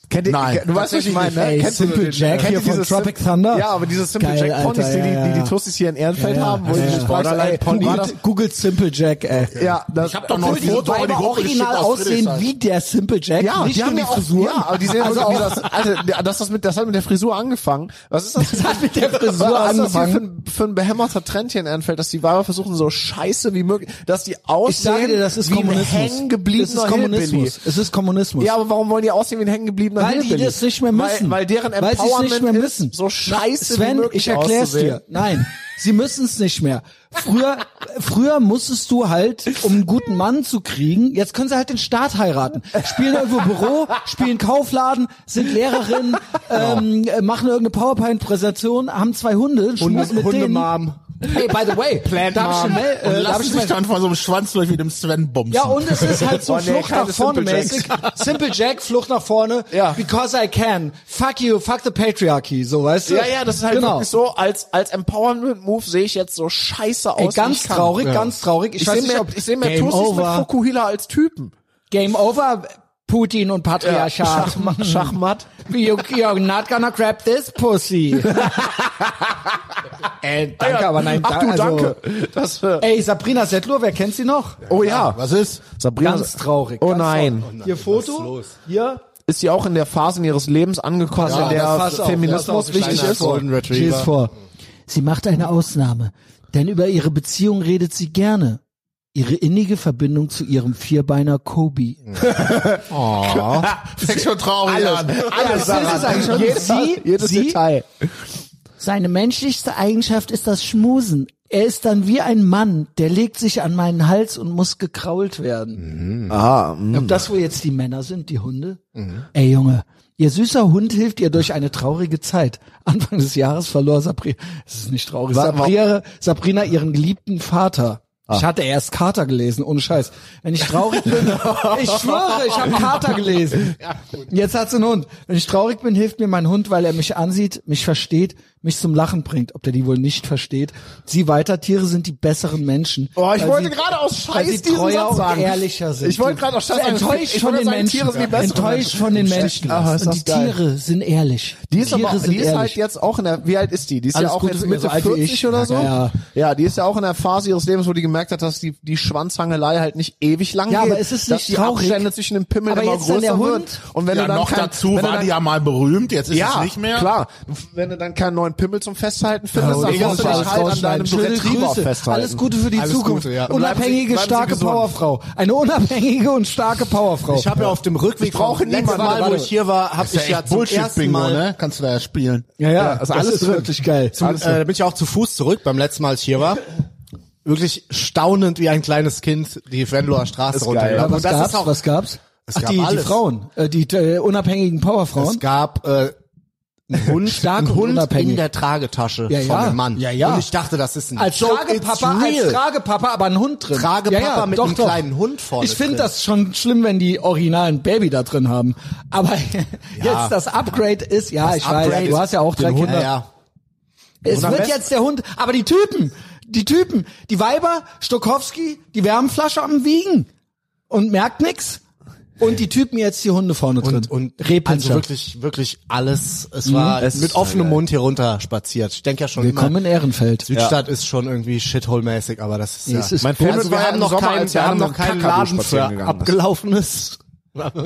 Speaker 4: Kennt ihr,
Speaker 3: Nein.
Speaker 4: du weißt, was ich meine, ne?
Speaker 1: Ey,
Speaker 4: Kennst du
Speaker 1: Simple
Speaker 4: den-
Speaker 1: Jack
Speaker 4: kennt
Speaker 1: hier
Speaker 4: ihr dieses
Speaker 1: von Tropic
Speaker 4: Simple-
Speaker 1: Thunder?
Speaker 4: Ja, aber diese Simple
Speaker 1: Geil,
Speaker 4: Jack Ponys,
Speaker 1: Alter,
Speaker 4: die,
Speaker 1: ja,
Speaker 4: die, die
Speaker 1: ja.
Speaker 4: die Tussis hier in Ehrenfeld
Speaker 1: Ja,
Speaker 4: haben, wo
Speaker 1: ja,
Speaker 4: ich
Speaker 1: ja.
Speaker 4: mich frage, ey,
Speaker 1: Pony.
Speaker 4: war das,
Speaker 1: Googelt Simple Jack, ey.
Speaker 4: ja, das,
Speaker 3: Ich hab doch noch ein
Speaker 1: Obwohl die
Speaker 3: Foto in die
Speaker 1: Weiber
Speaker 3: Gruppe geschickt
Speaker 1: original
Speaker 3: aus
Speaker 1: aussehen
Speaker 3: Friedrichshain.
Speaker 1: wie der Simple Jack,
Speaker 4: ja,
Speaker 1: nicht
Speaker 4: die haben
Speaker 1: nur
Speaker 4: ja auch,
Speaker 1: Frisuren.
Speaker 4: ja, aber die sehen
Speaker 1: also
Speaker 4: also wie
Speaker 1: auch,
Speaker 4: das, also, das, das, mit, das hat mit der Frisur angefangen. Was ist das?
Speaker 1: das hat mit der Frisur
Speaker 4: Was ist das hier für
Speaker 1: angefangen.
Speaker 4: ein, für ein behämmerter Trend hier in Ehrenfeld, dass die Weiber versuchen, so scheiße wie möglich, dass die
Speaker 1: Ich sage
Speaker 4: aussehen
Speaker 1: dir, das ist
Speaker 4: wie ein
Speaker 1: Kommunismus.
Speaker 4: hängengebliebener
Speaker 1: Es ist
Speaker 4: Hillbilly.
Speaker 1: Kommunismus. Es ist Kommunismus.
Speaker 4: Ja, aber warum wollen die aussehen wie ein hängengebliebener
Speaker 1: weil die
Speaker 4: Hillbilly?
Speaker 1: das nicht mehr müssen.
Speaker 4: Weil, weil deren
Speaker 1: Weil sie es
Speaker 4: Empowerment
Speaker 1: nicht mehr müssen.
Speaker 4: ist so scheiße
Speaker 1: Sven,
Speaker 4: wie
Speaker 1: ich
Speaker 4: möglich
Speaker 1: erklär's
Speaker 4: auszusehen.
Speaker 1: dir. Nein, sie müssen es nicht mehr. Früher, früher musstest du halt, um einen guten Mann zu kriegen, jetzt können sie halt den Staat heiraten. Spielen irgendwo Büro, spielen Kaufladen, sind Lehrerin,
Speaker 4: Genau.
Speaker 1: ähm, äh, machen irgendeine PowerPoint-Präsentation, haben zwei Hunde, schmusen mit denen.
Speaker 6: Hundemarm.
Speaker 1: Hey, by the way, Plant darf ich, schon
Speaker 6: Mom.
Speaker 1: mel-
Speaker 3: Und
Speaker 1: äh, darf
Speaker 3: lassen
Speaker 1: ich
Speaker 3: sich
Speaker 1: mal
Speaker 3: dann von so einem Schwanz durch wie dem Sven bumsen.
Speaker 1: ja, und es ist halt so
Speaker 4: Oh, nee,
Speaker 1: Flucht
Speaker 4: keine
Speaker 1: nach vorne
Speaker 4: Simple Jacks.
Speaker 1: mäßig. Simple Jack, Flucht nach vorne.
Speaker 4: Ja.
Speaker 1: Because I can. Fuck you, fuck the patriarchy, so weißt du.
Speaker 4: Ja, ja, das ist halt
Speaker 1: genau.
Speaker 4: wirklich so, als, als Empowerment-Move sehe ich jetzt so scheiße aus.
Speaker 1: Ey,
Speaker 4: wie
Speaker 1: ganz
Speaker 4: ich kann.
Speaker 1: traurig, ganz traurig. Ich,
Speaker 4: Ich,
Speaker 1: weiß
Speaker 4: sehe
Speaker 1: nicht,
Speaker 4: mehr,
Speaker 1: ob
Speaker 4: ich sehe mehr
Speaker 1: Game
Speaker 4: Tussis
Speaker 1: over.
Speaker 4: mit Fukuhila als Typen.
Speaker 1: Game over, Putin und Patriarchat.
Speaker 4: Schachmatt. Schachmatt.
Speaker 1: you, you're not gonna grab this pussy. ey, danke, aber nein,
Speaker 4: Ach du,
Speaker 1: da- also-
Speaker 4: danke. Das, äh,
Speaker 1: Ey, Sabrina Settler, wer kennt sie noch?
Speaker 4: oh ja.
Speaker 3: Was ist?
Speaker 4: Sabrina.
Speaker 1: Ganz traurig.
Speaker 4: Oh
Speaker 1: ganz
Speaker 4: nein.
Speaker 1: traurig. Hier Foto, hier
Speaker 4: Ist sie auch in der Phase in ihres Lebens angekommen,
Speaker 1: Ja,
Speaker 4: in der
Speaker 1: pass auf,
Speaker 4: Feminismus
Speaker 1: pass auf,
Speaker 4: wichtig
Speaker 1: kleiner
Speaker 4: ist?
Speaker 1: Golden Retriever. Steh's vor. Sie macht eine Ausnahme, denn über ihre Beziehung redet sie gerne. Ihre innige Verbindung zu ihrem Vierbeiner Kobi.
Speaker 3: Fängt schon traurig an.
Speaker 1: Alles daran.
Speaker 4: Jedes,
Speaker 1: sie,
Speaker 4: jedes
Speaker 1: sie,
Speaker 4: Detail.
Speaker 1: Seine menschlichste Eigenschaft ist das Schmusen. Er ist dann wie ein Mann, der legt sich an meinen Hals und muss gekrault werden.
Speaker 4: Ah, mh.
Speaker 1: Ob das wohl jetzt die Männer sind, die Hunde? Ey Junge, ihr süßer Hund hilft ihr durch eine traurige Zeit. Anfang des Jahres verlor Sabrina, es ist nicht traurig,
Speaker 4: Warte mal.
Speaker 1: Sabrina, Sabrina ihren geliebten Vater. Ich hatte erst Kater gelesen, ohne Scheiß. Wenn ich traurig bin, ich schwöre, ich habe Kater gelesen. Jetzt hat sie einen Hund. Wenn ich traurig bin, hilft mir mein Hund, weil er mich ansieht, mich versteht, mich zum Lachen bringt. Ob der die wohl nicht versteht. Sie weiter Tiere sind die besseren Menschen.
Speaker 4: Oh, ich
Speaker 1: weil
Speaker 4: wollte
Speaker 1: sie-
Speaker 4: gerade aus
Speaker 1: weil
Speaker 4: Scheiß
Speaker 1: sie
Speaker 4: diesen
Speaker 1: treuer
Speaker 4: Satz sagen.
Speaker 1: Und ehrlicher sind.
Speaker 4: Ich wollte gerade aus Scheiß sagen,
Speaker 1: enttäuscht
Speaker 4: ich
Speaker 1: von
Speaker 4: wollte
Speaker 1: den
Speaker 4: sagen,
Speaker 1: Menschen.
Speaker 4: Tiere sind die besseren
Speaker 1: enttäuscht
Speaker 4: Menschen.
Speaker 1: von den Menschen.
Speaker 4: Ah, ist
Speaker 1: und die
Speaker 4: das geil.
Speaker 1: Tiere sind ehrlich.
Speaker 4: Die ist,
Speaker 1: Tiere
Speaker 4: aber,
Speaker 1: sind
Speaker 4: die ist
Speaker 1: ehrlich.
Speaker 4: halt jetzt auch in der, wie alt ist die? Die ist
Speaker 1: Alles
Speaker 4: ja auch
Speaker 1: Gute
Speaker 4: jetzt
Speaker 1: für ihr,
Speaker 4: Mitte
Speaker 1: so alt wie
Speaker 4: 40
Speaker 1: ich.
Speaker 4: oder so.
Speaker 1: Ja, ja.
Speaker 4: ja, die ist ja auch in der Phase ihres Lebens, wo die gemerkt hat, dass die, die Schwanzhangelei halt nicht ewig lang
Speaker 1: Ja,
Speaker 4: geht.
Speaker 1: aber ist es
Speaker 4: dass
Speaker 1: nicht
Speaker 4: die
Speaker 1: traurig?
Speaker 4: Abstände zwischen den Pimmeln
Speaker 1: Aber
Speaker 4: immer
Speaker 1: jetzt dann
Speaker 4: größer
Speaker 1: der Hund?
Speaker 4: wird. Und wenn
Speaker 3: Ja,
Speaker 4: du dann
Speaker 3: noch
Speaker 4: kein,
Speaker 3: dazu
Speaker 4: wenn du
Speaker 3: war
Speaker 4: dann,
Speaker 3: die ja mal berühmt, jetzt ist
Speaker 4: ja,
Speaker 3: es nicht mehr.
Speaker 4: klar. Wenn du dann keinen neuen Pimmel zum Festhalten findest, dann
Speaker 1: Egal,
Speaker 4: musst du dich
Speaker 1: alles
Speaker 4: halt an
Speaker 1: rausschneiden.
Speaker 4: deinem
Speaker 1: Schöne
Speaker 4: Retriever
Speaker 1: Grüße.
Speaker 4: festhalten.
Speaker 1: Alles Gute für die
Speaker 6: Alles
Speaker 1: Zukunft.
Speaker 6: Gute, ja.
Speaker 4: Und bleiben Sie-
Speaker 1: Unabhängige,
Speaker 4: bleiben Sie
Speaker 1: starke
Speaker 4: gesund.
Speaker 1: Powerfrau. Eine unabhängige und starke Powerfrau.
Speaker 6: Ich habe ja auf dem Rückweg, ich
Speaker 4: brauche niemanden.
Speaker 6: Mal,
Speaker 1: Warte,
Speaker 6: wo
Speaker 1: warte.
Speaker 6: ich hier war, habe ich ja zum ersten
Speaker 3: Bullshit-Bingo,
Speaker 6: Mal,
Speaker 3: ne? Kannst du da ja spielen.
Speaker 1: ja, ja, also
Speaker 4: ist alles drin.
Speaker 1: wirklich geil.
Speaker 6: Zu, äh, da bin ich auch zu Fuß zurück beim letzten Mal, als ich hier war. Wirklich staunend wie ein kleines Kind die Venloer Straße
Speaker 4: Ist geil.
Speaker 6: runtergelaufen.
Speaker 1: Aber was
Speaker 6: Und das
Speaker 1: gab's?
Speaker 6: ist auch,
Speaker 1: was gab's?
Speaker 6: Es
Speaker 1: Ach,
Speaker 6: gab
Speaker 1: die, die
Speaker 6: alles.
Speaker 1: Frauen, äh, die äh, unabhängigen Powerfrauen.
Speaker 6: es gab äh, einen Hund,
Speaker 1: Stark
Speaker 6: einen
Speaker 1: und
Speaker 6: Hund
Speaker 1: unabhängig.
Speaker 6: in der Tragetasche
Speaker 1: Ja,
Speaker 6: von
Speaker 1: ja.
Speaker 6: einem Mann.
Speaker 1: Ja, ja.
Speaker 6: Und ich dachte, das ist ein
Speaker 1: als
Speaker 6: Joke.
Speaker 1: Tragepapa,
Speaker 6: It's real.
Speaker 1: als Tragepapa, aber ein Hund drin.
Speaker 6: Tragepapa mit einem kleinen Hund vorne
Speaker 1: Ich finde
Speaker 6: drin.
Speaker 1: das schon schlimm, wenn die originalen Baby da drin haben. Aber jetzt das Upgrade ist, ja, ich weiß,
Speaker 6: Upgrade
Speaker 1: du hast ja auch drei
Speaker 6: den Hund,
Speaker 1: Kinder.
Speaker 6: Ja,
Speaker 1: Es
Speaker 4: am
Speaker 1: wird
Speaker 4: besten-
Speaker 1: jetzt der Hund, aber die Typen, die Typen, die Weiber, Stokowski, die Wärmflasche am Wiegen und merkt nix. Und die Typen jetzt die Hunde vorne drin.
Speaker 6: Und, und
Speaker 1: Repinscher.
Speaker 6: also wirklich, wirklich alles. Mhm. Es war
Speaker 4: Es ist
Speaker 6: mit offenem
Speaker 4: geil.
Speaker 6: Mund hier runter spaziert. Ich denke ja schon
Speaker 1: Willkommen
Speaker 6: immer,
Speaker 1: in Ehrenfeld.
Speaker 6: Südstadt ist schon irgendwie Shithole-mäßig, aber das ist ja.
Speaker 1: es ist
Speaker 4: Mein
Speaker 1: cool.
Speaker 4: Favorite
Speaker 6: also wir
Speaker 4: war ja
Speaker 6: haben
Speaker 4: im
Speaker 6: noch
Speaker 4: Sommer,
Speaker 6: keinen,
Speaker 4: als wir
Speaker 6: wir haben
Speaker 4: mit
Speaker 6: noch keinen
Speaker 4: Kakadu
Speaker 6: Laden
Speaker 4: spazieren
Speaker 6: für
Speaker 4: gegangen sind.
Speaker 6: abgelaufenes.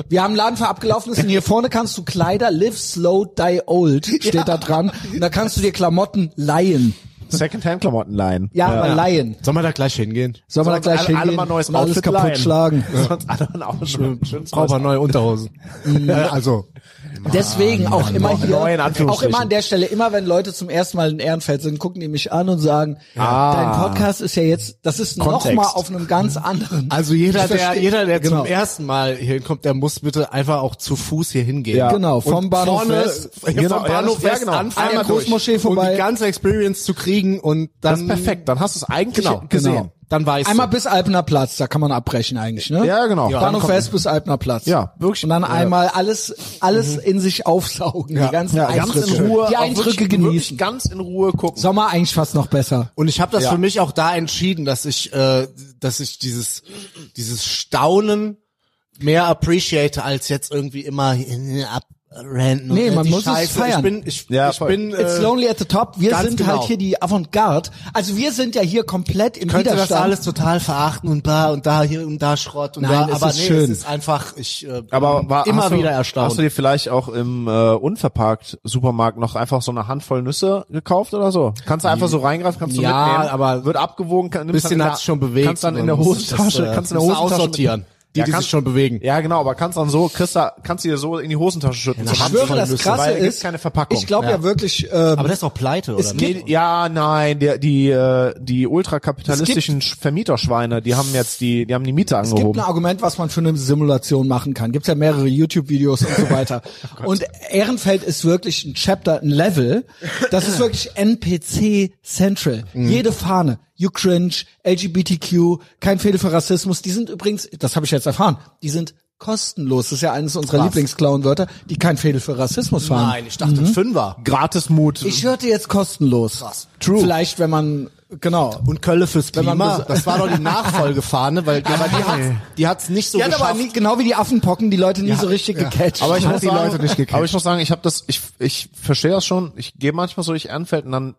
Speaker 1: Wir haben einen Laden für abgelaufenes und hier vorne kannst du Kleider Live Slow Die Old steht da dran und da kannst du dir Klamotten leihen.
Speaker 4: Secondhand-Klamotten leihen.
Speaker 1: Ja, aber leihen.
Speaker 6: Sollen wir da gleich hingehen?
Speaker 1: Sollen wir da gleich
Speaker 4: alle,
Speaker 1: hingehen
Speaker 4: alle mal neues
Speaker 1: und alles
Speaker 4: Outfit
Speaker 1: kaputt
Speaker 4: leihen.
Speaker 1: schlagen?
Speaker 4: Sonst alle ein Outfit.
Speaker 6: Brauchen wir neue Unterhosen. Äh, also,
Speaker 1: Deswegen auch immer hier,
Speaker 4: Neun in
Speaker 1: auch
Speaker 4: Anführungsstrichen.
Speaker 1: immer an der Stelle, immer wenn Leute zum ersten Mal in Ehrenfeld sind, gucken die mich an und sagen,
Speaker 4: Ah.
Speaker 1: dein Podcast ist ja jetzt, das ist
Speaker 4: Kontext.
Speaker 1: nochmal auf einem ganz anderen.
Speaker 6: also jeder,
Speaker 1: Ich
Speaker 6: der,
Speaker 1: versteh-
Speaker 6: jeder, der
Speaker 1: genau.
Speaker 6: zum ersten Mal hier hinkommt, der muss bitte einfach auch zu Fuß hier hingehen.
Speaker 4: Ja.
Speaker 1: Genau, vom
Speaker 6: Und
Speaker 1: Bahnhof
Speaker 6: vorne,
Speaker 1: West.
Speaker 6: Vom
Speaker 4: Genau, ja,
Speaker 6: Bahnhof
Speaker 4: das- ja,
Speaker 6: West
Speaker 4: genau.
Speaker 6: anfangen,
Speaker 1: An der Großmoschee
Speaker 6: durch, um
Speaker 1: vorbei.
Speaker 6: die ganze Experience zu kriegen und
Speaker 4: Das
Speaker 6: dann
Speaker 4: ist perfekt. Dann hast du es eigentlich
Speaker 6: Genau,
Speaker 4: gesehen.
Speaker 6: genau. Dann weißt
Speaker 1: Einmal
Speaker 6: du.
Speaker 1: bis Alpener Platz, da kann man abbrechen eigentlich, ne?
Speaker 4: Ja, genau. Ja,
Speaker 1: Bahnhof
Speaker 4: dann kommt-
Speaker 1: West bis Alpener Platz.
Speaker 4: Ja, wirklich.
Speaker 1: Und dann einmal alles, alles in sich aufsaugen, die ganzen
Speaker 4: Ja, ganz
Speaker 1: Eindrücke.
Speaker 4: in Ruhe,
Speaker 1: die
Speaker 4: auch
Speaker 1: Eindrücke
Speaker 4: wirklich, Wirklich
Speaker 1: genießen.
Speaker 4: ganz in Ruhe gucken.
Speaker 1: Sommer eigentlich fast noch besser.
Speaker 6: Und ich habe das
Speaker 4: Ja.
Speaker 6: für mich auch da entschieden, dass ich, äh, dass ich dieses, dieses Staunen mehr appreciate als jetzt irgendwie immer äh, ab,
Speaker 2: ranten.
Speaker 1: Nee,
Speaker 2: und
Speaker 1: man
Speaker 2: die
Speaker 1: muss es
Speaker 2: Scheiße.
Speaker 1: feiern.
Speaker 2: Ich bin, ich,
Speaker 4: Ja,
Speaker 2: ich
Speaker 4: voll.
Speaker 2: bin,
Speaker 1: It's
Speaker 2: äh,
Speaker 1: lonely at the top. Wir
Speaker 2: ganz
Speaker 1: sind
Speaker 2: genau.
Speaker 1: halt hier die Avantgarde. Also wir sind ja hier komplett im
Speaker 2: könnte
Speaker 1: Widerstand.
Speaker 2: das alles total verachten und da und da hier und da Schrott und
Speaker 1: Nein,
Speaker 2: da,
Speaker 1: es
Speaker 2: aber
Speaker 1: ist
Speaker 2: nee,
Speaker 1: schön.
Speaker 2: es ist einfach, ich äh,
Speaker 4: Aber war,
Speaker 2: immer
Speaker 4: hast du,
Speaker 2: wieder erstaunt.
Speaker 4: Hast du dir vielleicht auch im äh, unverparkt Supermarkt noch einfach so eine Handvoll Nüsse gekauft oder so? Kannst du einfach so reingreifen, kannst du
Speaker 2: Ja,
Speaker 4: mitnehmen.
Speaker 2: aber
Speaker 4: wird abgewogen, kann, nimmst
Speaker 2: bisschen
Speaker 4: dann in
Speaker 2: hat's
Speaker 4: der-
Speaker 2: schon bewegt.
Speaker 4: Kannst dann in
Speaker 2: und
Speaker 4: der
Speaker 2: dann musst du das,
Speaker 4: Hosentasche,
Speaker 2: äh,
Speaker 4: kannst in der
Speaker 2: musst du
Speaker 4: Hosentasche
Speaker 2: aussortieren. Die, die
Speaker 4: kannst-
Speaker 2: sich schon bewegen.
Speaker 4: Ja, genau, aber kannst dann so, kriegst, da, kannst du dir so in die Hosentasche schütten.
Speaker 1: ich schwöre, das Krasse
Speaker 4: weil da gibt's
Speaker 1: ist,
Speaker 4: keine Verpackung.
Speaker 1: ich glaube ja. wirklich, ähm,
Speaker 2: Aber das ist doch pleite, oder?
Speaker 1: gibt-
Speaker 2: nicht?
Speaker 4: Ja, nein, die, die, äh, die ultrakapitalistischen Sch- Vermieterschweine, die haben jetzt die, die haben die Miete
Speaker 1: es gibt ein
Speaker 4: angehoben.
Speaker 1: Argument, was man für eine Simulation machen kann. Gibt's ja mehrere YouTube-Videos und so weiter. und Ehrenfeld ist wirklich ein Chapter, ein Level. Das ist wirklich NPC Central. Jede Fahne. You cringe, LGBTQ, kein Fehler für Rassismus. Die sind übrigens, das habe ich jetzt erfahren, die sind kostenlos. Das ist ja eines unserer Lieblingsclown-Wörter, die kein Fehler für Rassismus fahren.
Speaker 2: Nein, ich
Speaker 1: Mhm.
Speaker 2: dachte Fünfer.
Speaker 4: Gratismut.
Speaker 1: Ich hörte jetzt kostenlos. True. Vielleicht, wenn man, genau.
Speaker 2: Und Kölle fürs
Speaker 1: man
Speaker 2: Klima.
Speaker 1: bes-
Speaker 2: Das war doch die Nachfolgefahne, weil aber die hat's, die hat's nicht so
Speaker 1: Die hat
Speaker 2: geschafft.
Speaker 1: Ah, aber nie, genau wie die Affenpocken die Leute nie so richtig gecatcht.
Speaker 4: Aber ich muss
Speaker 1: die
Speaker 4: sagen,
Speaker 1: Leute nicht
Speaker 4: aber ich muss sagen, ich habe das, ich, ich verstehe das schon. Ich gehe manchmal so durch Ehrenfeld und dann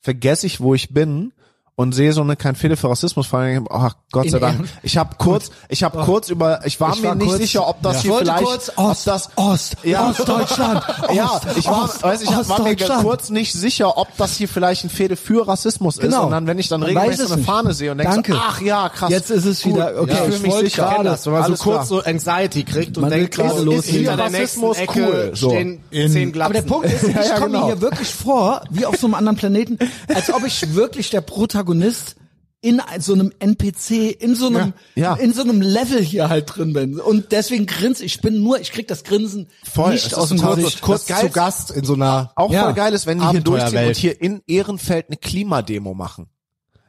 Speaker 4: vergesse ich, wo ich bin und sehe so eine kein Fehler für Rassismus. Vor allem, ach Gott
Speaker 1: In
Speaker 4: sei Dank. Ich habe kurz, ich habe kurz über, ich war
Speaker 1: Ich
Speaker 4: mir
Speaker 1: war
Speaker 4: nicht
Speaker 1: kurz-
Speaker 4: sicher, ob das
Speaker 1: Ich
Speaker 4: hier
Speaker 1: wollte
Speaker 4: vielleicht,
Speaker 1: kurz
Speaker 4: ob
Speaker 1: Ost,
Speaker 4: das,
Speaker 1: Ost,
Speaker 4: Ja.
Speaker 1: Ostdeutschland.
Speaker 4: ja,
Speaker 1: Ost,
Speaker 4: ich war,
Speaker 1: Ost,
Speaker 4: weiß ich, hab- war mir
Speaker 1: Ostdeutschland.
Speaker 4: kurz nicht sicher, ob das hier vielleicht ein Fehler für Rassismus ist.
Speaker 1: Genau.
Speaker 4: Und dann, wenn ich dann
Speaker 1: Man weiß
Speaker 4: regelmäßig
Speaker 1: es
Speaker 4: so eine
Speaker 1: nicht.
Speaker 4: Fahne sehe und denke, so,
Speaker 1: Danke.
Speaker 4: ach ja, krass.
Speaker 1: Jetzt ist es wieder- okay,
Speaker 4: ja,
Speaker 1: ich
Speaker 4: ich fühl mich
Speaker 1: wollte
Speaker 4: sicher.
Speaker 1: gerade-
Speaker 2: das, wenn man
Speaker 4: Alles
Speaker 2: so kurz
Speaker 4: klar.
Speaker 2: so Anxiety kriegt und
Speaker 1: Man will
Speaker 2: denkt,
Speaker 1: gerade
Speaker 2: krass,
Speaker 1: loslegen.
Speaker 2: hinter der nächsten
Speaker 4: Rassismus
Speaker 2: Ecke
Speaker 4: cool, so.
Speaker 2: stehen zehn Glatzen.
Speaker 1: Aber der Punkt ist, ich
Speaker 4: Ja, ja,
Speaker 1: komme
Speaker 4: genau.
Speaker 1: mir hier wirklich vor, wie auf so einem anderen Planeten, als ob ich wirklich der Protagonist in ein- so einem NPC, in so einem,
Speaker 4: Ja, ja.
Speaker 1: in so einem Level hier halt drin bin. Und deswegen grinse ich. bin nur, ich krieg das Grinsen
Speaker 4: es
Speaker 1: nicht
Speaker 4: ist
Speaker 1: aus dem
Speaker 4: total
Speaker 1: Gesicht.
Speaker 4: so- kurz
Speaker 2: kurz
Speaker 4: zu
Speaker 2: zu Gast in so einer
Speaker 4: auch
Speaker 1: Ja.
Speaker 4: voll geil ist, wenn die hier
Speaker 2: Abenteuerwelt.
Speaker 4: durchziehen und hier in Ehrenfeld eine Klimademo machen.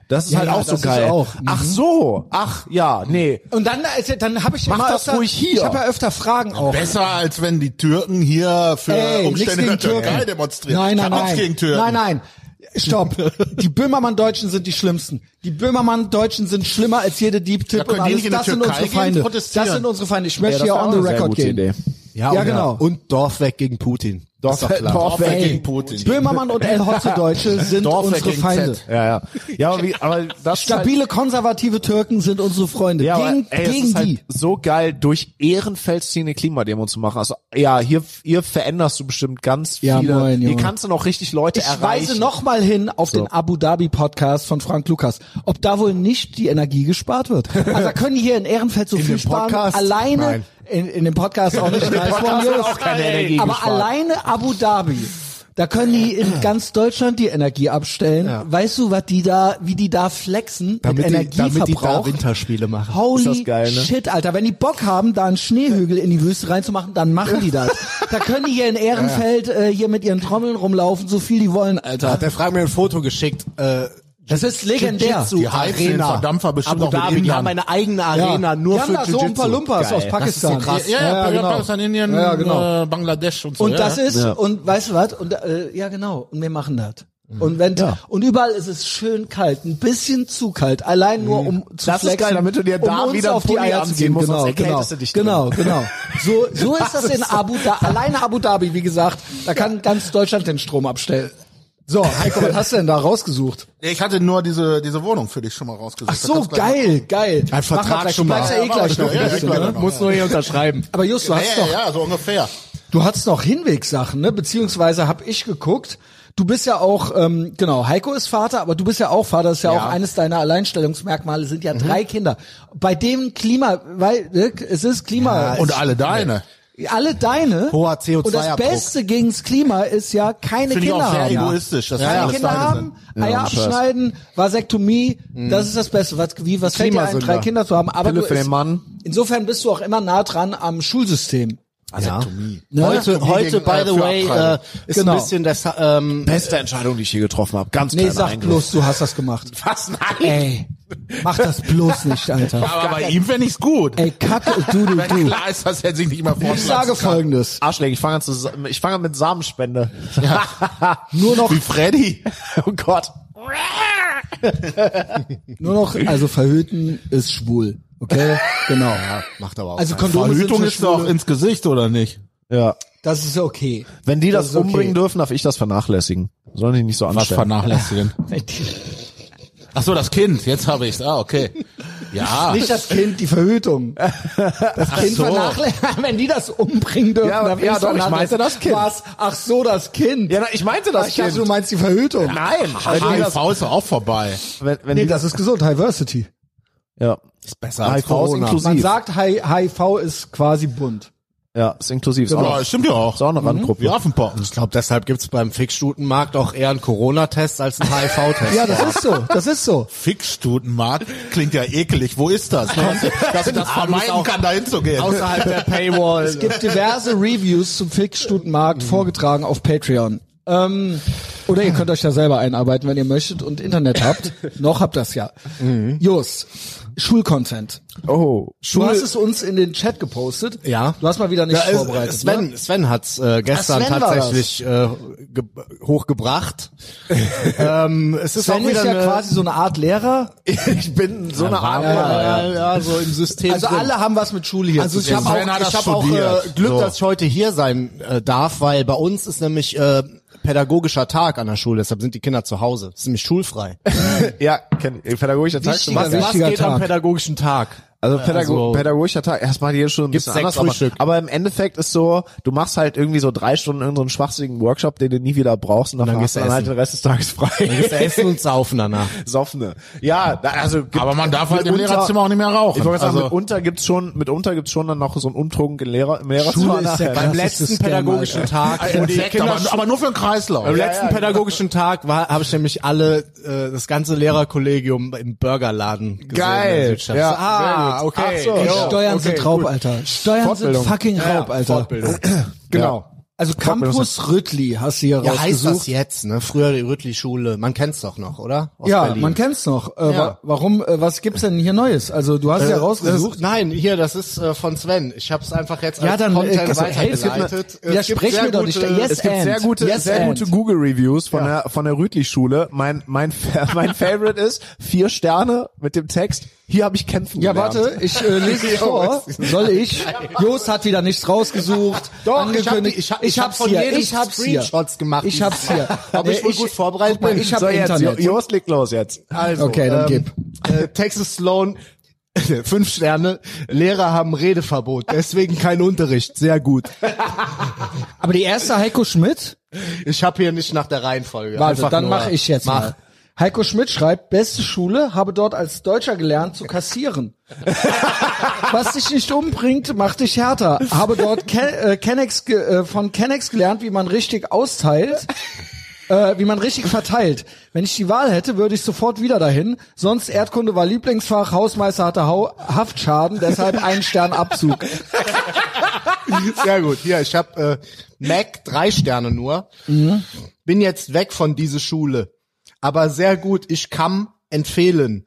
Speaker 4: Das ist
Speaker 1: Ja,
Speaker 4: halt
Speaker 1: ja,
Speaker 4: auch so
Speaker 1: das ist
Speaker 4: geil.
Speaker 1: auch. Mhm.
Speaker 4: Ach so, ach ja, nee.
Speaker 1: Und dann, also, dann habe ich
Speaker 4: Mach
Speaker 1: immer
Speaker 4: das
Speaker 1: öfter,
Speaker 4: ruhig hier.
Speaker 1: ich habe ja öfter Fragen auch.
Speaker 3: Besser als wenn die Türken hier für
Speaker 1: Ey, nichts
Speaker 3: Äh, Umstände in der
Speaker 1: gegen Türken.
Speaker 3: Türkei demonstrieren.
Speaker 1: Nein,
Speaker 3: Ich
Speaker 1: nein,
Speaker 3: hab nichts
Speaker 1: nein.
Speaker 3: gegen Türken.
Speaker 1: Nein, nein. Stopp. Die Böhmermann-Deutschen sind die schlimmsten. Die Böhmermann-Deutschen sind schlimmer als jede Deep Tip
Speaker 3: können
Speaker 1: und
Speaker 3: die
Speaker 1: alles.
Speaker 3: nicht in die
Speaker 1: Das sind
Speaker 3: Türkei
Speaker 1: unsere
Speaker 3: gehen
Speaker 1: Feinde.
Speaker 3: protestieren.
Speaker 1: Das sind unsere Feinde. Ich möchte
Speaker 4: das
Speaker 1: hier
Speaker 4: wäre auch
Speaker 1: on the
Speaker 4: eine sehr
Speaker 1: record
Speaker 4: gute
Speaker 1: gehen.
Speaker 4: Idee.
Speaker 1: Ja, genau.
Speaker 2: Und Dorf weg gegen Putin.
Speaker 4: Dorf,
Speaker 2: Ist doch klar.
Speaker 4: Dorf
Speaker 3: Dorf
Speaker 4: weg.
Speaker 3: weg
Speaker 1: Ey,
Speaker 3: gegen Putin.
Speaker 1: Böhmermann und El Hotze-Deutsche sind
Speaker 3: Dorf
Speaker 1: unsere
Speaker 3: gegen Z.
Speaker 1: Feinde.
Speaker 4: Ja, ja. Ja, aber, wie, aber das ist halt,
Speaker 1: Stabile, konservative Türken sind unsere Freunde.
Speaker 4: ja, aber,
Speaker 1: gegen
Speaker 4: ey, es
Speaker 1: gegen
Speaker 4: ist halt
Speaker 1: die.
Speaker 4: so geil, durch Ehrenfeld ziehen eine Klimademo zu machen. Also ja, hier, hier veränderst du bestimmt ganz
Speaker 1: Ja,
Speaker 4: viele.
Speaker 1: moin,
Speaker 4: hier
Speaker 1: Junge.
Speaker 4: kannst du noch richtig Leute
Speaker 1: Ich
Speaker 4: erreichen.
Speaker 1: weise noch mal hin auf den Abu Dhabi Podcast von Frank Lukas, ob da wohl nicht die Energie gespart wird. Also da können die hier in Ehrenfeld so viel
Speaker 2: dem
Speaker 1: sparen.
Speaker 2: Podcast?
Speaker 1: Alleine
Speaker 2: Nein.
Speaker 1: in, in dem Podcast auch nicht. Nice one,
Speaker 4: wird
Speaker 1: Jungs.
Speaker 4: auch keine Energie
Speaker 1: Aber
Speaker 4: gespart.
Speaker 1: alleine Abu Dhabi. Da können die in ganz Deutschland die Energie abstellen. Weißt du, was die da, wie die da flexen mit
Speaker 2: Damit die, damit die
Speaker 1: Energieverbrauch?
Speaker 2: da Winterspiele machen.
Speaker 1: Holy
Speaker 4: Ist das geil, ne?
Speaker 1: shit, Alter. Wenn die Bock haben, da einen Schneehügel in die Wüste reinzumachen, dann machen die das. Da können die hier in Ehrenfeld äh, hier mit ihren Trommeln rumlaufen, so viel die wollen, Äh, Alter.
Speaker 2: Hat der Frank mir ein Foto geschickt. Äh,
Speaker 1: Das ist legendär.
Speaker 2: Jiu-Jitsu
Speaker 3: Die heizen den Verdampfer bestimmt
Speaker 2: Abu
Speaker 3: auch mit
Speaker 2: Dhabi, die
Speaker 3: Indien.
Speaker 2: haben eine eigene Arena nur
Speaker 1: die haben
Speaker 2: für
Speaker 1: da so ein paar Lumpas aus Pakistan.
Speaker 2: Das ist so krass.
Speaker 3: Ja, ja,
Speaker 1: Ja, ja, genau.
Speaker 3: Pakistan, Indien,
Speaker 1: Ja, ja, genau.
Speaker 3: äh, Bangladesch und so.
Speaker 1: Und
Speaker 3: ja,
Speaker 1: das
Speaker 3: ja.
Speaker 1: ist, und weißt du was? Und äh, ja, genau. Und wir machen das.
Speaker 3: Mhm.
Speaker 1: Und wenn und überall ist es schön kalt, ein bisschen zu kalt, allein nur um zu
Speaker 4: Mhm. Das ist
Speaker 1: flexen,
Speaker 4: geil, damit du dir da
Speaker 1: um uns
Speaker 4: wieder
Speaker 1: auf die
Speaker 4: einen Pulli
Speaker 1: Eier zu
Speaker 4: anziehen
Speaker 1: gehen.
Speaker 4: musst,
Speaker 1: Genau,
Speaker 4: sonst
Speaker 1: genau,
Speaker 4: erkältest du dich drin.
Speaker 1: genau, genau. So, so ist das in Abu Dhabi. Alleine Abu Dhabi, wie gesagt, da kann ganz Deutschland den Strom abstellen. So, Heiko, was hast du denn da rausgesucht?
Speaker 3: Ich hatte nur diese, diese Wohnung für dich schon mal rausgesucht.
Speaker 1: Ach so,
Speaker 3: Da kannst du gleich-
Speaker 1: geil, geil. Ein
Speaker 2: Vertrag schon mal.
Speaker 1: Du bleibst ja eh gleich noch
Speaker 3: Ja,
Speaker 1: ein
Speaker 3: ja,
Speaker 1: bisschen,
Speaker 3: klar,
Speaker 1: ne?
Speaker 3: genau.
Speaker 2: Muss nur hier unterschreiben.
Speaker 1: Aber Just, du hast
Speaker 3: Ja,
Speaker 1: doch
Speaker 3: ja, ja, so ungefähr.
Speaker 1: Du hattest noch Hinwegssachen, ne? Beziehungsweise hab ich geguckt. Du bist ja auch, ähm, genau, Heiko ist Vater, aber du bist ja auch Vater. Das ist ja, auch eines deiner Alleinstellungsmerkmale. Sind ja drei Kinder. Bei dem Klima, weil ne, es ist Klima.
Speaker 3: Und alle deine.
Speaker 1: alle deine.
Speaker 2: Hoher CO2
Speaker 1: Und das
Speaker 2: Abdruck.
Speaker 1: Beste gegens Klima ist ja keine
Speaker 3: Finde ich
Speaker 1: Kinder
Speaker 3: auch sehr
Speaker 1: haben.
Speaker 3: egoistisch, dass wir
Speaker 1: keine
Speaker 3: alles
Speaker 1: Kinder
Speaker 3: beide
Speaker 1: haben, Eier
Speaker 4: Ja, Scheiß.
Speaker 1: abschneiden, Vasektomie, das ist das Beste. Was, wie, was fällt dir ein,
Speaker 2: Klimasünder.
Speaker 1: drei Kinder zu haben? Aber
Speaker 4: Pille
Speaker 1: du
Speaker 4: für den
Speaker 1: ist-
Speaker 4: Mann.
Speaker 1: insofern bist du auch immer nah dran am Schulsystem.
Speaker 3: Asektomie.
Speaker 1: Ne?
Speaker 2: Heute,
Speaker 3: Gegen,
Speaker 2: heute,
Speaker 3: äh,
Speaker 2: by the
Speaker 3: für
Speaker 2: way, äh,
Speaker 3: Abtreibung.
Speaker 2: ist
Speaker 1: Genau.
Speaker 2: ein bisschen das, ähm,
Speaker 4: Beste Entscheidung, die ich hier getroffen habe. Ganz
Speaker 1: Nee,
Speaker 4: kleiner
Speaker 1: sag
Speaker 4: Eingriff.
Speaker 1: bloß, du hast das gemacht.
Speaker 3: Was? Nein.
Speaker 1: Ey, mach das bloß nicht, Alter.
Speaker 3: Aber bei ihm fände ich's
Speaker 6: Äh,
Speaker 3: gut.
Speaker 1: Ey, Kacke, du, du,
Speaker 3: Wenn
Speaker 1: du.
Speaker 3: klar ist, dass er sich nicht immer
Speaker 1: Ich sage folgendes.
Speaker 4: Arschleck, ich fange an, zu- ich fange an mit Samenspende.
Speaker 1: Nur noch,
Speaker 3: Wie Freddy.
Speaker 4: oh Gott.
Speaker 1: nur noch, also verhüten ist schwul. Okay? Genau.
Speaker 2: macht aber auch.
Speaker 1: Also
Speaker 2: keinen
Speaker 1: Kondome sind
Speaker 3: Verhütung
Speaker 1: für
Speaker 3: ist doch
Speaker 1: Schwule.
Speaker 3: ins Gesicht, oder nicht?
Speaker 4: Ja.
Speaker 1: Das ist okay.
Speaker 4: Wenn die das,
Speaker 1: ist okay.
Speaker 4: umbringen dürfen, darf ich das vernachlässigen. Sollen die nicht so
Speaker 3: Was
Speaker 4: anstellen.
Speaker 3: vernachlässigen. Ach so, das Kind. Jetzt habe ich's. Ah, okay. Ja.
Speaker 1: Nicht das Kind, die Verhütung. Das Kind
Speaker 3: so.
Speaker 1: vernachlässigt. Wenn die das umbringen dürfen,
Speaker 4: Ja,
Speaker 1: dann
Speaker 4: ja,
Speaker 1: ist
Speaker 4: doch, ich
Speaker 1: vernachlässigt.
Speaker 4: meinte das Kind.
Speaker 1: Was? Ach so, das Kind.
Speaker 4: Ja, na, ich meinte das
Speaker 1: ich dachte,
Speaker 4: Kind.
Speaker 1: du meinst die Verhütung.
Speaker 4: Nein, wenn die
Speaker 3: HIV
Speaker 4: das,
Speaker 3: ist auch vorbei.
Speaker 4: wenn, wenn
Speaker 1: Nee,
Speaker 4: die,
Speaker 1: das ist gesund. Diversity.
Speaker 4: ja,
Speaker 6: Ist besser
Speaker 4: HIV
Speaker 6: als
Speaker 4: ist
Speaker 6: Corona.
Speaker 4: inklusiv.
Speaker 1: Man sagt, Hi- HIV ist quasi bunt.
Speaker 4: ja, ist inklusiv.
Speaker 1: Genau.
Speaker 4: Ist,
Speaker 3: Ja,
Speaker 4: auch,
Speaker 3: stimmt ja
Speaker 4: ist
Speaker 3: auch.
Speaker 4: auch eine Randgruppe.
Speaker 3: Die Affenpocken.
Speaker 6: Ich glaube, deshalb gibt's beim Fixstutenmarkt auch eher einen Corona-Test als einen HIV-Test.
Speaker 1: Ja, das ist so. Das ist so.
Speaker 3: Fickstutenmarkt klingt ja ekelig. Wo ist das? Dass ich das vermeiden kann, da hinzugehen. Äh,
Speaker 6: Außerhalb der Paywall.
Speaker 1: Es gibt diverse Reviews zum Fixstutenmarkt vorgetragen auf Patreon. Ähm, oder ihr könnt euch da selber einarbeiten, wenn ihr möchtet und Internet habt. Noch habt das ja.
Speaker 6: Mhm.
Speaker 1: Jos, Schulcontent.
Speaker 4: Oh.
Speaker 1: Du hast es uns in den Chat gepostet.
Speaker 6: Ja.
Speaker 1: Du hast mal wieder nicht
Speaker 6: Ja, es-
Speaker 1: vorbereitet.
Speaker 6: Sven,
Speaker 1: Ne?
Speaker 6: Sven hat's äh, gestern
Speaker 1: Ah, Sven war
Speaker 6: tatsächlich äh, ge hochgebracht. ähm, es ist
Speaker 1: Sven
Speaker 6: auch wieder
Speaker 1: ist ja
Speaker 6: eine,
Speaker 1: quasi so eine Art Lehrer.
Speaker 4: Ich bin so eine
Speaker 6: ja,
Speaker 4: Art.
Speaker 6: ja, ja, so im System.
Speaker 1: Also
Speaker 6: drin.
Speaker 1: alle haben was mit Schule hier
Speaker 6: Also
Speaker 1: zu
Speaker 6: ich
Speaker 1: tun.
Speaker 6: habe
Speaker 3: Sven
Speaker 6: auch,
Speaker 3: hat das
Speaker 6: ich hab auch äh,
Speaker 3: studiert.
Speaker 6: Glück,
Speaker 3: So.
Speaker 6: dass ich heute hier sein äh, darf, weil bei uns ist nämlich äh, pädagogischer Tag an der Schule, deshalb sind die Kinder zu Hause. Ist nämlich schulfrei.
Speaker 4: Ja, kenn, Äh, pädagogischer Tag.
Speaker 1: Wichtiger
Speaker 4: Was- was-
Speaker 1: wichtiger Tag.
Speaker 6: pädagogischen Tag?
Speaker 4: Also, Pädago pädagogischer Tag, erstmal jede Stunde ein
Speaker 6: Gibt's
Speaker 4: bisschen
Speaker 6: sechs
Speaker 4: anders, aber,
Speaker 6: Frühstück.
Speaker 4: aber im Endeffekt ist so, du machst halt irgendwie so drei Stunden irgendeinen schwachsinnigen Workshop, den du nie wieder brauchst und, dann
Speaker 6: dann gehst
Speaker 4: hast du
Speaker 6: du
Speaker 4: dann halt
Speaker 6: essen.
Speaker 4: den Rest des Tages
Speaker 6: Ist
Speaker 4: frei.
Speaker 6: Essen und Saufen danach.
Speaker 4: Soffene. Ja, da, also gibt-
Speaker 3: Aber man darf halt im
Speaker 4: mitunter-
Speaker 3: Lehrerzimmer auch nicht mehr rauchen.
Speaker 4: Ich wollte sagen,
Speaker 3: Also-
Speaker 4: mitunter gibt's schon, mitunter gibt's schon dann noch so einen untrunken Lehrer im Lehrerzimmer.
Speaker 1: ist ja
Speaker 4: nachher.
Speaker 1: krass.
Speaker 6: Beim
Speaker 1: Das ist
Speaker 6: letzten
Speaker 1: das Scam,
Speaker 6: pädagogischen Tag, wo die
Speaker 3: Insekt,
Speaker 6: Kinder
Speaker 3: aber, aber nur für den Kreislauf.
Speaker 6: Am letzten pädagogischen Tag war habe ich nämlich alle äh, das ganze Lehrerkollegium im Burgerladen gesehen.
Speaker 4: Geil.
Speaker 6: in der Südstadt.
Speaker 4: Ja.
Speaker 6: So, ah,
Speaker 4: Sehr gut.
Speaker 6: okay.
Speaker 4: Ach so.
Speaker 1: Ey,
Speaker 4: Jo,
Speaker 1: Steuern
Speaker 4: okay,
Speaker 1: sind Raub,
Speaker 4: gut.
Speaker 1: Alter. Steuern
Speaker 4: Fortbildung.
Speaker 1: sind fucking Raub, Alter.
Speaker 6: Fortbildung.
Speaker 4: genau.
Speaker 1: Also Campus Rüttli hast du hier
Speaker 6: Ja, heißt
Speaker 1: rausgesucht.
Speaker 6: das jetzt, ne? Früher die Rüttli-Schule. Man kennt's doch noch, oder? Aus
Speaker 1: ja,
Speaker 6: Berlin.
Speaker 1: man kennt's noch. Äh,
Speaker 6: Ja.
Speaker 1: wa- Warum? Äh, was gibt's denn hier Neues? Also du hast ja rausgesucht.
Speaker 6: Äh, Das, nein, hier, das ist äh, von Sven. Ich hab's einfach jetzt
Speaker 1: Ja,
Speaker 6: als
Speaker 1: dann, äh,
Speaker 6: Content
Speaker 1: also, hey, es gibt eine-
Speaker 6: weitergeleitet.
Speaker 1: Ja, sprich
Speaker 6: sehr
Speaker 1: mir doch nicht.
Speaker 6: gute-
Speaker 1: Yes,
Speaker 4: Es gibt sehr
Speaker 1: and.
Speaker 4: gute,
Speaker 1: Yes,
Speaker 4: sehr
Speaker 1: and.
Speaker 4: gute Google Reviews von der von der Rütli Schule. Mein mein Fa- mein Favorite ist vier Sterne mit dem Text. Hier habe ich kämpfen
Speaker 1: Ja,
Speaker 4: gelernt.
Speaker 1: warte, ich äh, lese es vor. Soll ich? Jos hat wieder nichts rausgesucht.
Speaker 6: Doch,
Speaker 1: angekündigt.
Speaker 6: ich hab die- ich hab- ich hab von
Speaker 1: hier.
Speaker 6: jedem
Speaker 1: ich hab's hier.
Speaker 6: Screenshots gemacht.
Speaker 1: Ich hab's hier.
Speaker 6: Ob ich
Speaker 1: Äh,
Speaker 6: wohl gut vorbereitet
Speaker 1: guck mal,
Speaker 6: bin?
Speaker 1: Ich hab
Speaker 4: so jetzt, Jo-
Speaker 1: Internet.
Speaker 4: Jost legt los jetzt.
Speaker 6: Also,
Speaker 1: Okay, dann gib.
Speaker 6: Äh, Texas Sloan, fünf Sterne. Lehrer haben Redeverbot, deswegen kein Unterricht. Sehr gut.
Speaker 1: Aber die erste Heiko Schmidt?
Speaker 6: Ich habe hier nicht nach der Reihenfolge.
Speaker 1: Warte,
Speaker 6: Einfach
Speaker 1: Also dann
Speaker 6: nur-
Speaker 1: mache ich jetzt
Speaker 6: Mach.
Speaker 1: mal. Heiko Schmidt schreibt, beste Schule, habe dort als Deutscher gelernt zu kassieren. Was dich nicht umbringt, macht dich härter. Habe dort Ken, äh, Kennex, ge- äh, von Kennex gelernt, wie man richtig austeilt, äh, wie man richtig verteilt. Wenn ich die Wahl hätte, würde ich sofort wieder dahin. Sonst Erdkunde war Lieblingsfach, Hausmeister hatte Hau Haftschaden, deshalb einen Stern Abzug.
Speaker 6: Sehr gut. Hier, ich habe äh, Mac drei Sterne nur.
Speaker 1: Mhm.
Speaker 6: Bin jetzt weg von diese Schule. Aber sehr gut, ich kann empfehlen.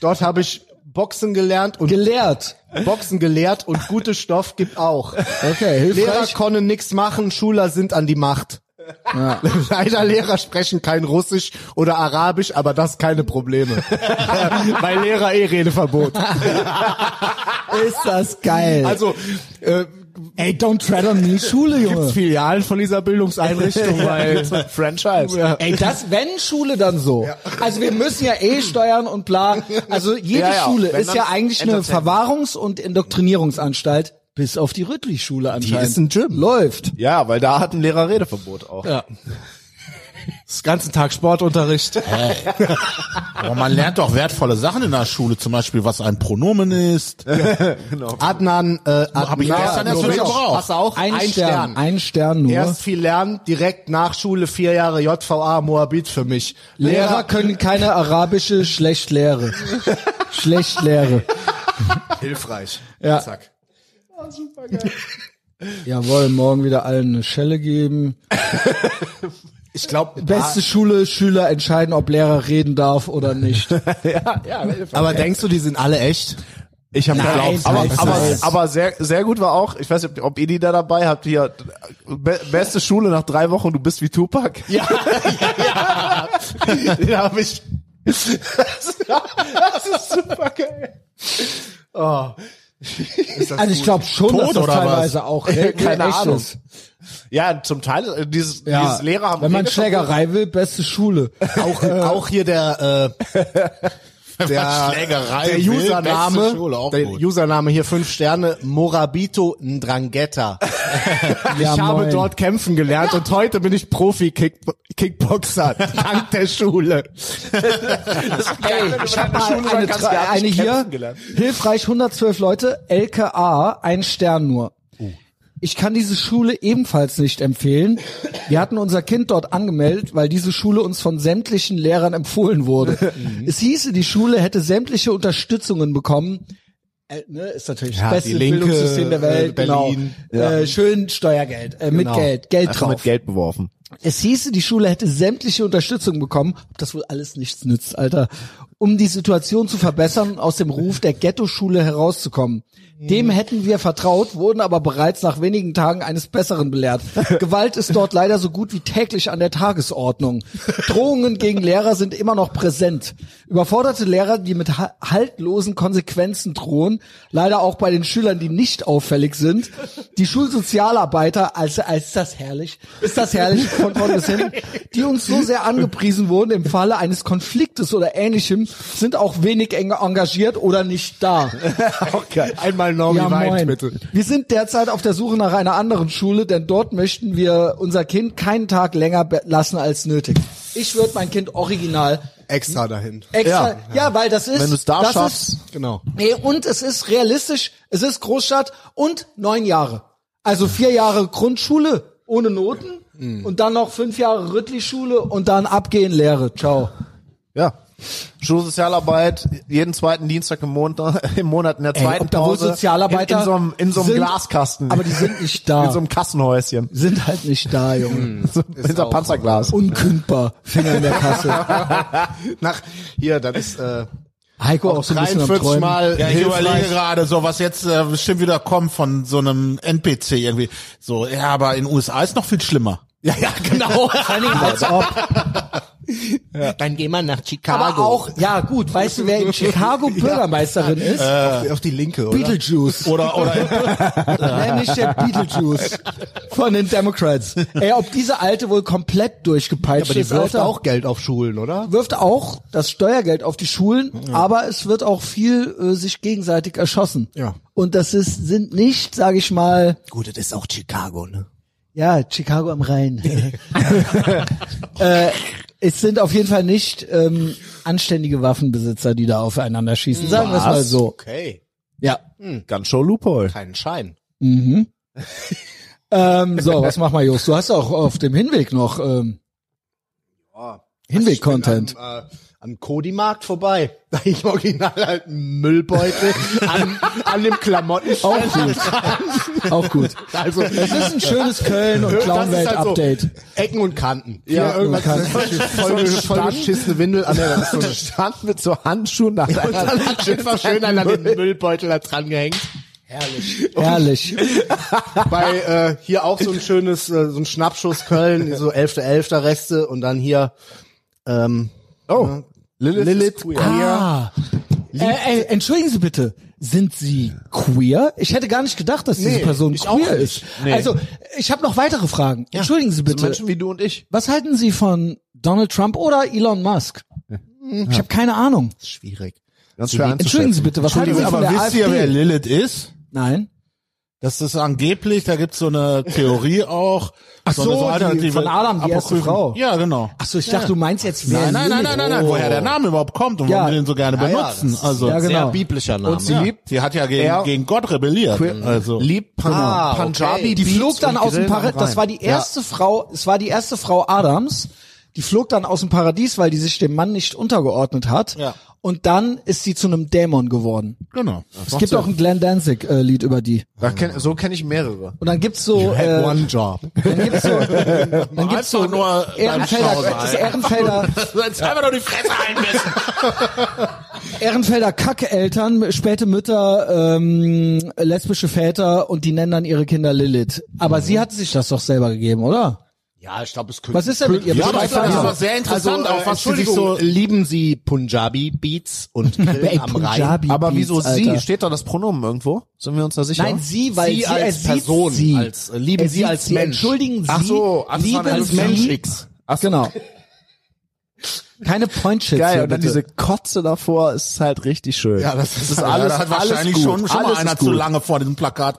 Speaker 6: Dort habe ich Boxen gelernt und
Speaker 1: Gelehrt.
Speaker 6: Boxen gelehrt und gute Stoff gibt auch.
Speaker 1: Okay,
Speaker 6: Lehrer
Speaker 1: hilfreich.
Speaker 6: können nix machen, Schüler sind an die Macht. Leider Lehrer sprechen kein Russisch oder Arabisch, aber das keine Probleme. Weil Lehrer eh Redeverbot.
Speaker 1: Ist das geil.
Speaker 6: Also äh,
Speaker 1: Ey, don't tread on me, Schule, Junge.
Speaker 6: Filialen von dieser Bildungseinrichtung, weil
Speaker 4: Franchise.
Speaker 1: Ey, das, wenn Schule dann so. Also wir müssen ja eh steuern und bla. Also jede
Speaker 4: Ja, ja,
Speaker 1: Schule
Speaker 4: wenn
Speaker 1: ist
Speaker 4: dann
Speaker 1: ja eigentlich eine
Speaker 4: Entertainment.
Speaker 1: Verwahrungs- und Indoktrinierungsanstalt, bis auf die Rüttli-Schule anscheinend.
Speaker 6: ist ein Gym.
Speaker 1: Läuft.
Speaker 4: Ja, weil da hat ein Lehrer Redeverbot auch.
Speaker 6: Das ganzen Tag Sportunterricht.
Speaker 3: Aber man lernt doch wertvolle Sachen in der Schule, zum Beispiel, was ein Pronomen ist.
Speaker 6: Adnan, äh, Adnan
Speaker 3: ich gestern erst wieder gebraucht.
Speaker 6: Hast du auch?
Speaker 1: Ein, Stern. Ein Stern nur.
Speaker 6: Erst viel lernen, direkt nach Schule vier Jahre JVA Moabit für mich.
Speaker 1: Lehrer können keine arabische Schlechtlehre. Schlechtlehre.
Speaker 6: hilfreich.
Speaker 1: Ja.
Speaker 6: Zack.
Speaker 1: Jawohl, morgen wieder allen eine Schelle geben.
Speaker 6: Ich glaube,
Speaker 1: Beste Schule, Schüler entscheiden, ob Lehrer reden darf oder nicht.
Speaker 6: aber denkst du, die sind alle echt?
Speaker 4: Ich habe
Speaker 1: Nein,
Speaker 4: geglaubt. Aber,
Speaker 1: nein,
Speaker 4: aber,
Speaker 1: nein.
Speaker 4: aber sehr, sehr gut war auch, ich weiß nicht, ob ihr die da dabei habt, hier, be beste Schule nach drei Wochen, du bist wie Tupac. Ja, ja, ja. Den hab ich. Das, ist super geil. Oh.
Speaker 2: Ist das
Speaker 1: Also ich
Speaker 2: gut?
Speaker 1: glaube schon, dass
Speaker 4: Tot
Speaker 1: das
Speaker 4: oder was?
Speaker 1: teilweise auch re-
Speaker 4: Keine
Speaker 1: echt
Speaker 4: Ahnung.
Speaker 1: ist.
Speaker 4: Ja, zum Teil, äh, dieses,
Speaker 1: Ja.
Speaker 4: dieses Lehrer haben
Speaker 1: Wenn man
Speaker 4: Rede-
Speaker 1: Schlägerei will, beste Schule.
Speaker 2: auch, auch hier der, äh, der,
Speaker 3: Schlägerei
Speaker 2: der
Speaker 3: will,
Speaker 2: Username,
Speaker 3: beste Schule, auch
Speaker 2: der
Speaker 3: gut.
Speaker 2: Username hier fünf Sterne, Morabito Ndrangheta. ich
Speaker 1: Ja,
Speaker 2: habe
Speaker 1: moin.
Speaker 2: dort kämpfen gelernt und heute bin ich Profi-Kickboxer, dank der Schule.
Speaker 1: Ey, ich habe mal
Speaker 4: Schule
Speaker 1: eine,
Speaker 4: kannst du
Speaker 1: drei-
Speaker 4: gar nicht
Speaker 1: eine hier,
Speaker 4: kämpfen gelernt.
Speaker 1: hilfreich 112 Leute, LKA, ein Stern nur. Ich kann diese Schule ebenfalls nicht empfehlen. Wir hatten unser Kind dort angemeldet, weil diese Schule uns von sämtlichen Lehrern empfohlen wurde. Es hieße, die Schule hätte sämtliche Unterstützungen bekommen. Äh, ne, ist natürlich
Speaker 2: Ja,
Speaker 1: das beste
Speaker 2: die Linke,
Speaker 1: Bildungssystem der Welt.
Speaker 2: äh, Berlin.
Speaker 1: Genau. Äh, schön Steuergeld, äh, mit
Speaker 2: Genau.
Speaker 1: Geld, Geld
Speaker 4: Einfach
Speaker 1: drauf.
Speaker 4: mit Geld beworfen.
Speaker 1: Es hieße, die Schule hätte sämtliche Unterstützung bekommen, ob das wohl alles nichts nützt, Alter, um die Situation zu verbessern und aus dem Ruf der Ghetto-Schule herauszukommen. Dem hätten wir vertraut, wurden aber bereits nach wenigen Tagen eines Besseren belehrt. Gewalt ist dort leider so gut wie täglich an der Tagesordnung. Drohungen gegen Lehrer sind immer noch präsent. Überforderte Lehrer, die mit ha- haltlosen Konsequenzen drohen, leider auch bei den Schülern, die nicht auffällig sind. Die Schulsozialarbeiter, als, als ist das herrlich, ist das herrlich von vorn bis hin, die uns so sehr angepriesen wurden im Falle eines Konfliktes oder ähnlichem, sind auch wenig eng engagiert oder nicht da.
Speaker 2: Okay. Einmal Normi
Speaker 1: Ja,
Speaker 2: weint,
Speaker 1: moin.
Speaker 2: bitte.
Speaker 1: Wir sind derzeit auf der Suche nach einer anderen Schule, denn dort möchten wir unser Kind keinen Tag länger be- lassen als nötig. Ich würde mein Kind original
Speaker 2: Extra dahin.
Speaker 1: extra, ja, weil das ist,
Speaker 4: Wenn du es da
Speaker 1: das
Speaker 4: schaffst,
Speaker 1: ist,
Speaker 2: Genau.
Speaker 1: nee, und es ist realistisch, es ist Großstadt und neun Jahre. Also vier Jahre Grundschule ohne Noten und dann noch fünf Jahre Rüttli-Schule und dann abgehen Lehre. Ciao.
Speaker 4: Ja. Schulsozialarbeit, jeden zweiten Dienstag im Monat, im Monat in der zweiten
Speaker 1: ob da wohl
Speaker 4: Pause.
Speaker 1: Sozialarbeiter
Speaker 4: in, in so einem, in so einem
Speaker 1: sind,
Speaker 4: Glaskasten.
Speaker 1: Aber die sind nicht da.
Speaker 4: in so Mhm. einem Kassenhäuschen.
Speaker 1: sind halt nicht da, Junge.
Speaker 4: So, hinter
Speaker 2: auch-
Speaker 4: Panzerglas.
Speaker 1: Unkündbar. Finger in der Kasse.
Speaker 2: Nach, hier, das ist, äh,
Speaker 1: Heiko auch so ein bisschen am
Speaker 2: 43
Speaker 1: Träumen.
Speaker 2: Mal
Speaker 3: Ja, ich
Speaker 2: hilfreich.
Speaker 3: überlege gerade so, was jetzt äh, bestimmt wieder kommt von so einem NPC irgendwie. So, ja, aber in den USA ist noch viel schlimmer.
Speaker 2: Ja, ja, genau.
Speaker 1: Als ob.
Speaker 2: Äh, Dann geh mal nach Chicago.
Speaker 1: Aber auch, ja gut, weißt du, wer in Chicago Bürgermeisterin ist?
Speaker 2: auf, auf die Linke, oder?
Speaker 1: Beetlejuice.
Speaker 3: Oder oder
Speaker 1: Nämlich der Beetlejuice von den Democrats. Ey, ob diese Alte wohl komplett durchgepeitscht
Speaker 2: Aber die
Speaker 1: ist,
Speaker 2: wirft
Speaker 1: Alter.
Speaker 2: auch Geld auf Schulen, oder?
Speaker 1: wirft auch das Steuergeld auf die Schulen, aber es wird auch viel äh, sich gegenseitig erschossen.
Speaker 2: Ja.
Speaker 1: Und das ist, sind nicht, sage ich mal,
Speaker 2: Gut, das ist auch Chicago, ne?
Speaker 1: Ja, Chicago am Rhein. äh, es sind auf jeden Fall nicht ähm, anständige Waffenbesitzer, die da aufeinander schießen. Sagen wir es mal so.
Speaker 2: Okay.
Speaker 1: Ja.
Speaker 4: Ganz schön Loophole.
Speaker 2: Keinen Schein.
Speaker 1: Ähm, so, was mach mal, Jos? Du hast auch auf dem Hinweg noch ähm, Hinweg-Content.
Speaker 2: Am, äh, am Kodi-Markt vorbei. Da ich original halt einen Müllbeutel an, an dem Klamottenstand.
Speaker 1: Auch gut. Auch gut.
Speaker 2: Also,
Speaker 1: Es ist ein schönes Köln- und
Speaker 2: das ist halt so
Speaker 1: Clownwelt-Update.
Speaker 2: Ecken und Kanten. Ja,
Speaker 1: irgendwas-
Speaker 2: voll, voll beschissene Windel. Ah, nee, das ist so
Speaker 4: Und stand mit so Handschuhen nach
Speaker 2: Und dann hat einfach schön an den Müllbeutel da dran gehängt.
Speaker 1: Herrlich.
Speaker 2: bei äh, hier auch so ein schönes, äh, so ein Schnappschuss Köln, so 11.11. Reste und dann hier ähm,
Speaker 4: Oh, Lilith,
Speaker 2: Lilith
Speaker 4: queer.
Speaker 2: queer.
Speaker 1: Ah. Äh, ey, entschuldigen Sie bitte, sind Sie queer? Ich hätte gar nicht gedacht, dass diese
Speaker 2: Nee,
Speaker 1: Person
Speaker 2: ich auch
Speaker 1: queer ist.
Speaker 2: nicht.
Speaker 1: Also, ich habe noch weitere Fragen. Entschuldigen Sie bitte.
Speaker 4: Menschen wie du und ich.
Speaker 1: Was halten Sie von Donald Trump oder Elon Musk? Ich habe keine Ahnung.
Speaker 2: Schwierig.
Speaker 4: Ganz schwer
Speaker 1: Entschuldigen Sie bitte, was halten Sie von
Speaker 3: aber
Speaker 1: der
Speaker 3: wisst
Speaker 1: AfD?
Speaker 3: ihr, wer Lilith ist?
Speaker 1: Nein.
Speaker 3: Das ist angeblich, da gibt's so eine Theorie auch.
Speaker 1: Ach so,
Speaker 3: eine
Speaker 1: die
Speaker 3: alternative
Speaker 1: von Adam, die erste
Speaker 3: Apokryphen.
Speaker 1: Frau.
Speaker 3: Ja, genau.
Speaker 1: Ach so, ich dachte, du meinst jetzt wer
Speaker 3: Nein, nein, nein, nein, nein, nein, woher der Name überhaupt kommt und
Speaker 1: Ja.
Speaker 3: warum wir den so gerne
Speaker 2: ja,
Speaker 3: benutzen.
Speaker 2: das ist
Speaker 3: also,
Speaker 1: ja, genau.
Speaker 2: Sehr biblischer Name.
Speaker 4: Und sie
Speaker 3: ja.
Speaker 4: liebt,
Speaker 3: die hat ja gegen,
Speaker 4: Er-
Speaker 3: gegen Gott rebelliert. Also,
Speaker 4: Genau. liebt Pan
Speaker 2: Ah, okay.
Speaker 4: Punjabi.
Speaker 1: Die
Speaker 4: Beats
Speaker 1: flog dann
Speaker 4: und
Speaker 1: aus dem
Speaker 4: Grillen am
Speaker 1: Paradies. Das
Speaker 4: Rhein.
Speaker 1: war die erste Frau, es war die erste Frau Adams. Die flog dann aus dem Paradies, weil die sich dem Mann nicht untergeordnet hat.
Speaker 3: Ja.
Speaker 1: Und dann ist sie zu einem Dämon geworden.
Speaker 3: genau.
Speaker 1: Es gibt auch ein Glenn Danzig-Lied über die.
Speaker 4: Da kenn, so kenne ich mehrere.
Speaker 1: Und dann gibt's so, äh,
Speaker 2: One job.
Speaker 1: dann gibt's so, dann gibt's so
Speaker 3: Einfach nur dein
Speaker 1: Ehrenfelder,
Speaker 3: Schnauzer,
Speaker 1: das
Speaker 3: ey.
Speaker 1: Ehrenfelder,
Speaker 3: Jetzt einfach nur die Fresse einmessen.
Speaker 1: Ehrenfelder Kacke-Eltern, späte Mütter, ähm, lesbische Väter und die nennen dann ihre Kinder Lilith. Aber sie hat sich das doch selber gegeben, oder?
Speaker 6: Ja, ich glaube, es könnte.
Speaker 1: Was ist denn mit ihr?
Speaker 6: Ja,
Speaker 1: Bist du bei
Speaker 6: aber Also das war- das
Speaker 1: Pfizer?
Speaker 6: war
Speaker 3: sehr interessant,
Speaker 6: also,
Speaker 3: auch was
Speaker 6: äh,
Speaker 3: Entschuldigung.
Speaker 6: so, lieben Sie Punjabi Beats und Grillen
Speaker 1: Ey,
Speaker 6: am Rhein?
Speaker 1: Punjabi
Speaker 4: Aber wieso
Speaker 1: Beats,
Speaker 4: sie?
Speaker 1: Alter.
Speaker 4: Steht da das Pronomen irgendwo? Sind wir uns da sicher?
Speaker 1: Nein, sie, weil
Speaker 6: Sie
Speaker 1: sie,
Speaker 6: als
Speaker 1: er sieht
Speaker 6: Person,
Speaker 1: sie.
Speaker 6: als, äh, lieben
Speaker 1: er
Speaker 6: Sie
Speaker 1: sieht
Speaker 6: als
Speaker 1: sie,
Speaker 6: Mensch.
Speaker 1: Entschuldigen Sie,
Speaker 4: Ach so, also
Speaker 1: lieben
Speaker 4: als
Speaker 1: Sie.
Speaker 4: Mensch
Speaker 1: X. Genau. Keine Point-Shits
Speaker 4: Geil,
Speaker 1: hier,
Speaker 4: und dann
Speaker 1: bitte.
Speaker 4: diese Kotze davor ist halt richtig schön.
Speaker 3: Ja, das ist, halt-
Speaker 4: Das ist alles-
Speaker 3: da hat
Speaker 4: alles
Speaker 3: wahrscheinlich
Speaker 4: gut,
Speaker 3: schon, schon mal
Speaker 4: alles
Speaker 3: einer
Speaker 4: ist
Speaker 3: zu
Speaker 4: gut.
Speaker 3: lange vor diesem Plakat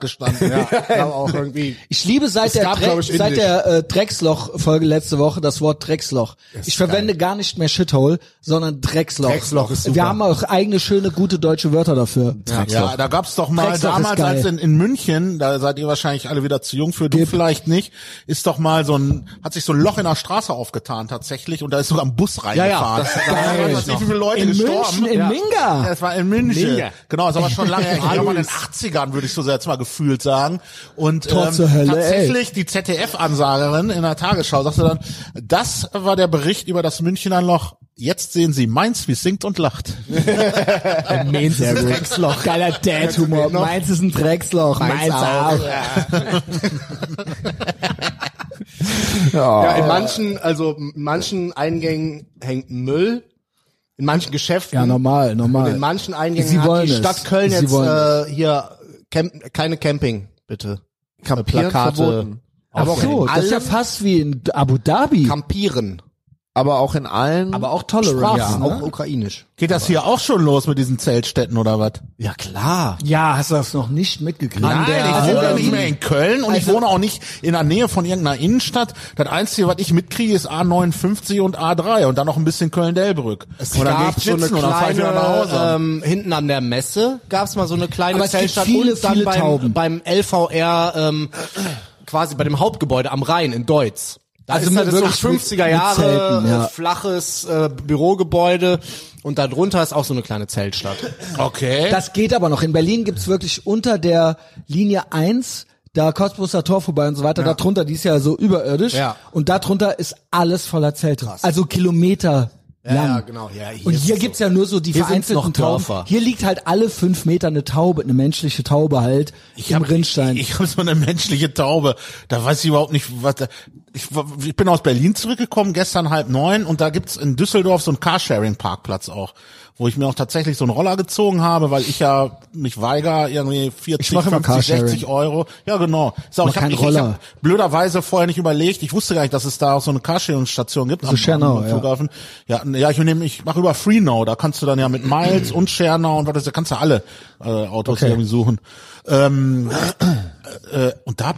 Speaker 3: gestanden. Ja.
Speaker 6: Aber auch irgendwie.
Speaker 1: Ich liebe seit der,
Speaker 6: gab,
Speaker 1: Dre
Speaker 6: glaub ich,
Speaker 1: seit
Speaker 6: Indisch.
Speaker 1: der äh, Drecksloch-Folge letzte Woche das Wort Drecksloch. Ich verwende gar nicht mehr Shithole, sondern Drecksloch.
Speaker 6: Drecksloch ist super.
Speaker 1: Wir haben auch eigene schöne, gute deutsche Wörter dafür.
Speaker 3: Ja, da gab's doch mal
Speaker 1: Drecksloch ist
Speaker 3: damals
Speaker 1: geil.
Speaker 3: als in, in München, da seid ihr wahrscheinlich alle wieder zu jung für, du vielleicht nicht, ist doch mal so ein, hat sich so ein Loch in der Straße aufgetan tatsächlich und da ist sogar ein Bus reingefahren.
Speaker 6: das-
Speaker 3: da waren tatsächlich viele Leute
Speaker 1: In
Speaker 3: gestorben.
Speaker 1: München, in Minga.
Speaker 3: Das war in München.
Speaker 6: Minga.
Speaker 3: Genau, das war schon lange her. Ich glaube, in den 80ern würde ich so jetzt mal gefühlt sagen. Und ähm,
Speaker 1: Tor zur Hölle,
Speaker 3: tatsächlich die ZDF-Ansagerin in der Tagesschau sagte dann, das war der Bericht über das Münchner Loch. Jetzt sehen Sie Mainz, wie es singt und lacht.
Speaker 1: Mainz ist ein Drecksloch. Geiler Dad-Humor. Mainz ist ein Drecksloch. Mainz auch.
Speaker 6: Ja, in manchen, also in manchen Eingängen hängt Müll, in manchen Geschäften.
Speaker 1: Ja, normal, normal.
Speaker 6: In manchen Eingängen
Speaker 1: Sie wollen
Speaker 6: hat die
Speaker 1: es.
Speaker 6: Stadt Köln
Speaker 1: Sie
Speaker 6: jetzt
Speaker 1: wollen
Speaker 6: äh, hier Camp, keine Camping, bitte. Campieren Plakate.
Speaker 4: verboten.
Speaker 1: Aber
Speaker 6: aufhängen.
Speaker 1: so, das ist ja
Speaker 6: Allen
Speaker 1: fast wie in Abu Dhabi.
Speaker 6: Campieren.
Speaker 4: Aber auch in allen.
Speaker 1: aber auch tolerant.
Speaker 6: ja,
Speaker 1: Ja,
Speaker 6: auch
Speaker 1: ne?
Speaker 6: ukrainisch.
Speaker 3: Geht das hier auch schon los mit diesen Zeltstätten oder was?
Speaker 6: Ja, klar.
Speaker 1: ja, hast du das noch nicht mitgekriegt?
Speaker 3: Nein,
Speaker 1: Der-
Speaker 3: ich wohne ja
Speaker 1: ähm,
Speaker 3: nicht mehr in Köln und
Speaker 6: Also
Speaker 3: ich wohne auch nicht in der Nähe von irgendeiner Innenstadt. Das Einzige, was ich mitkriege, ist A59 und A3 und dann noch ein bisschen Köln-Delbrück.
Speaker 6: Es
Speaker 3: Und dann gehe
Speaker 6: gab
Speaker 3: ich
Speaker 6: so eine
Speaker 3: schwitzen und dann fahre ich wieder nach
Speaker 6: kleine,
Speaker 3: Hause.
Speaker 6: ähm, hinten an der Messe gab's mal so eine kleine
Speaker 1: Aber es gibt
Speaker 6: Zeltstadt
Speaker 1: viele,
Speaker 6: und dann
Speaker 1: viele
Speaker 6: beim,
Speaker 1: Tauben.
Speaker 6: beim LVR ähm, quasi bei dem Hauptgebäude am Rhein in Deutz. Da
Speaker 1: Also
Speaker 6: ist
Speaker 1: mit
Speaker 6: halt so
Speaker 1: wirklich mit-
Speaker 6: 50er
Speaker 1: mit
Speaker 6: Jahre
Speaker 1: Zelten, ja.
Speaker 6: äh, flaches äh, Bürogebäude und darunter ist auch so eine kleine Zeltstadt.
Speaker 3: okay.
Speaker 1: Das geht aber noch. In Berlin gibt's wirklich unter der Linie 1 da Cottbusser Tor vorbei und so weiter, da drunter, die ist ja so überirdisch.
Speaker 6: Ja.
Speaker 1: Und da drunter ist alles voller Zelte. Also Kilometer lang.
Speaker 6: ja, genau. Ja, hier
Speaker 1: und
Speaker 6: ist
Speaker 1: hier
Speaker 6: es
Speaker 1: gibt's ja nur so die
Speaker 6: Hier sind's
Speaker 1: vereinzelten
Speaker 6: noch
Speaker 1: Tauben.
Speaker 6: Dörfer.
Speaker 1: Hier liegt halt alle fünf Meter eine Taube, eine menschliche Taube halt im Rinnstein.
Speaker 3: Ich, ich habe so eine menschliche Taube. Da weiß ich überhaupt nicht, was da, ich, wa- ich bin aus Berlin zurückgekommen, gestern halb neun, und da gibt's in Düsseldorf so einen Carsharing-Parkplatz auch, wo ich mir auch tatsächlich so einen Roller gezogen habe, weil ich ja mich weigere, irgendwie 40,
Speaker 1: mach immer
Speaker 3: 50,
Speaker 1: Carsharing.
Speaker 3: 60 Euro. Ja, genau. Ist auch,
Speaker 1: Mach
Speaker 3: ich habe
Speaker 1: keinen
Speaker 3: ich, ich
Speaker 1: Roller.
Speaker 3: hab blöderweise vorher nicht überlegt. Ich wusste gar nicht, dass es da auch so eine Carsharing-Station gibt am,
Speaker 1: Schernau,
Speaker 3: am
Speaker 1: ja.
Speaker 3: Flughafen. Ja, n- ja ich nehme, ich mache über Freenow, da kannst du dann ja mit Miles und Schernau und was das, da kannst du alle äh, Autos irgendwie suchen. Und da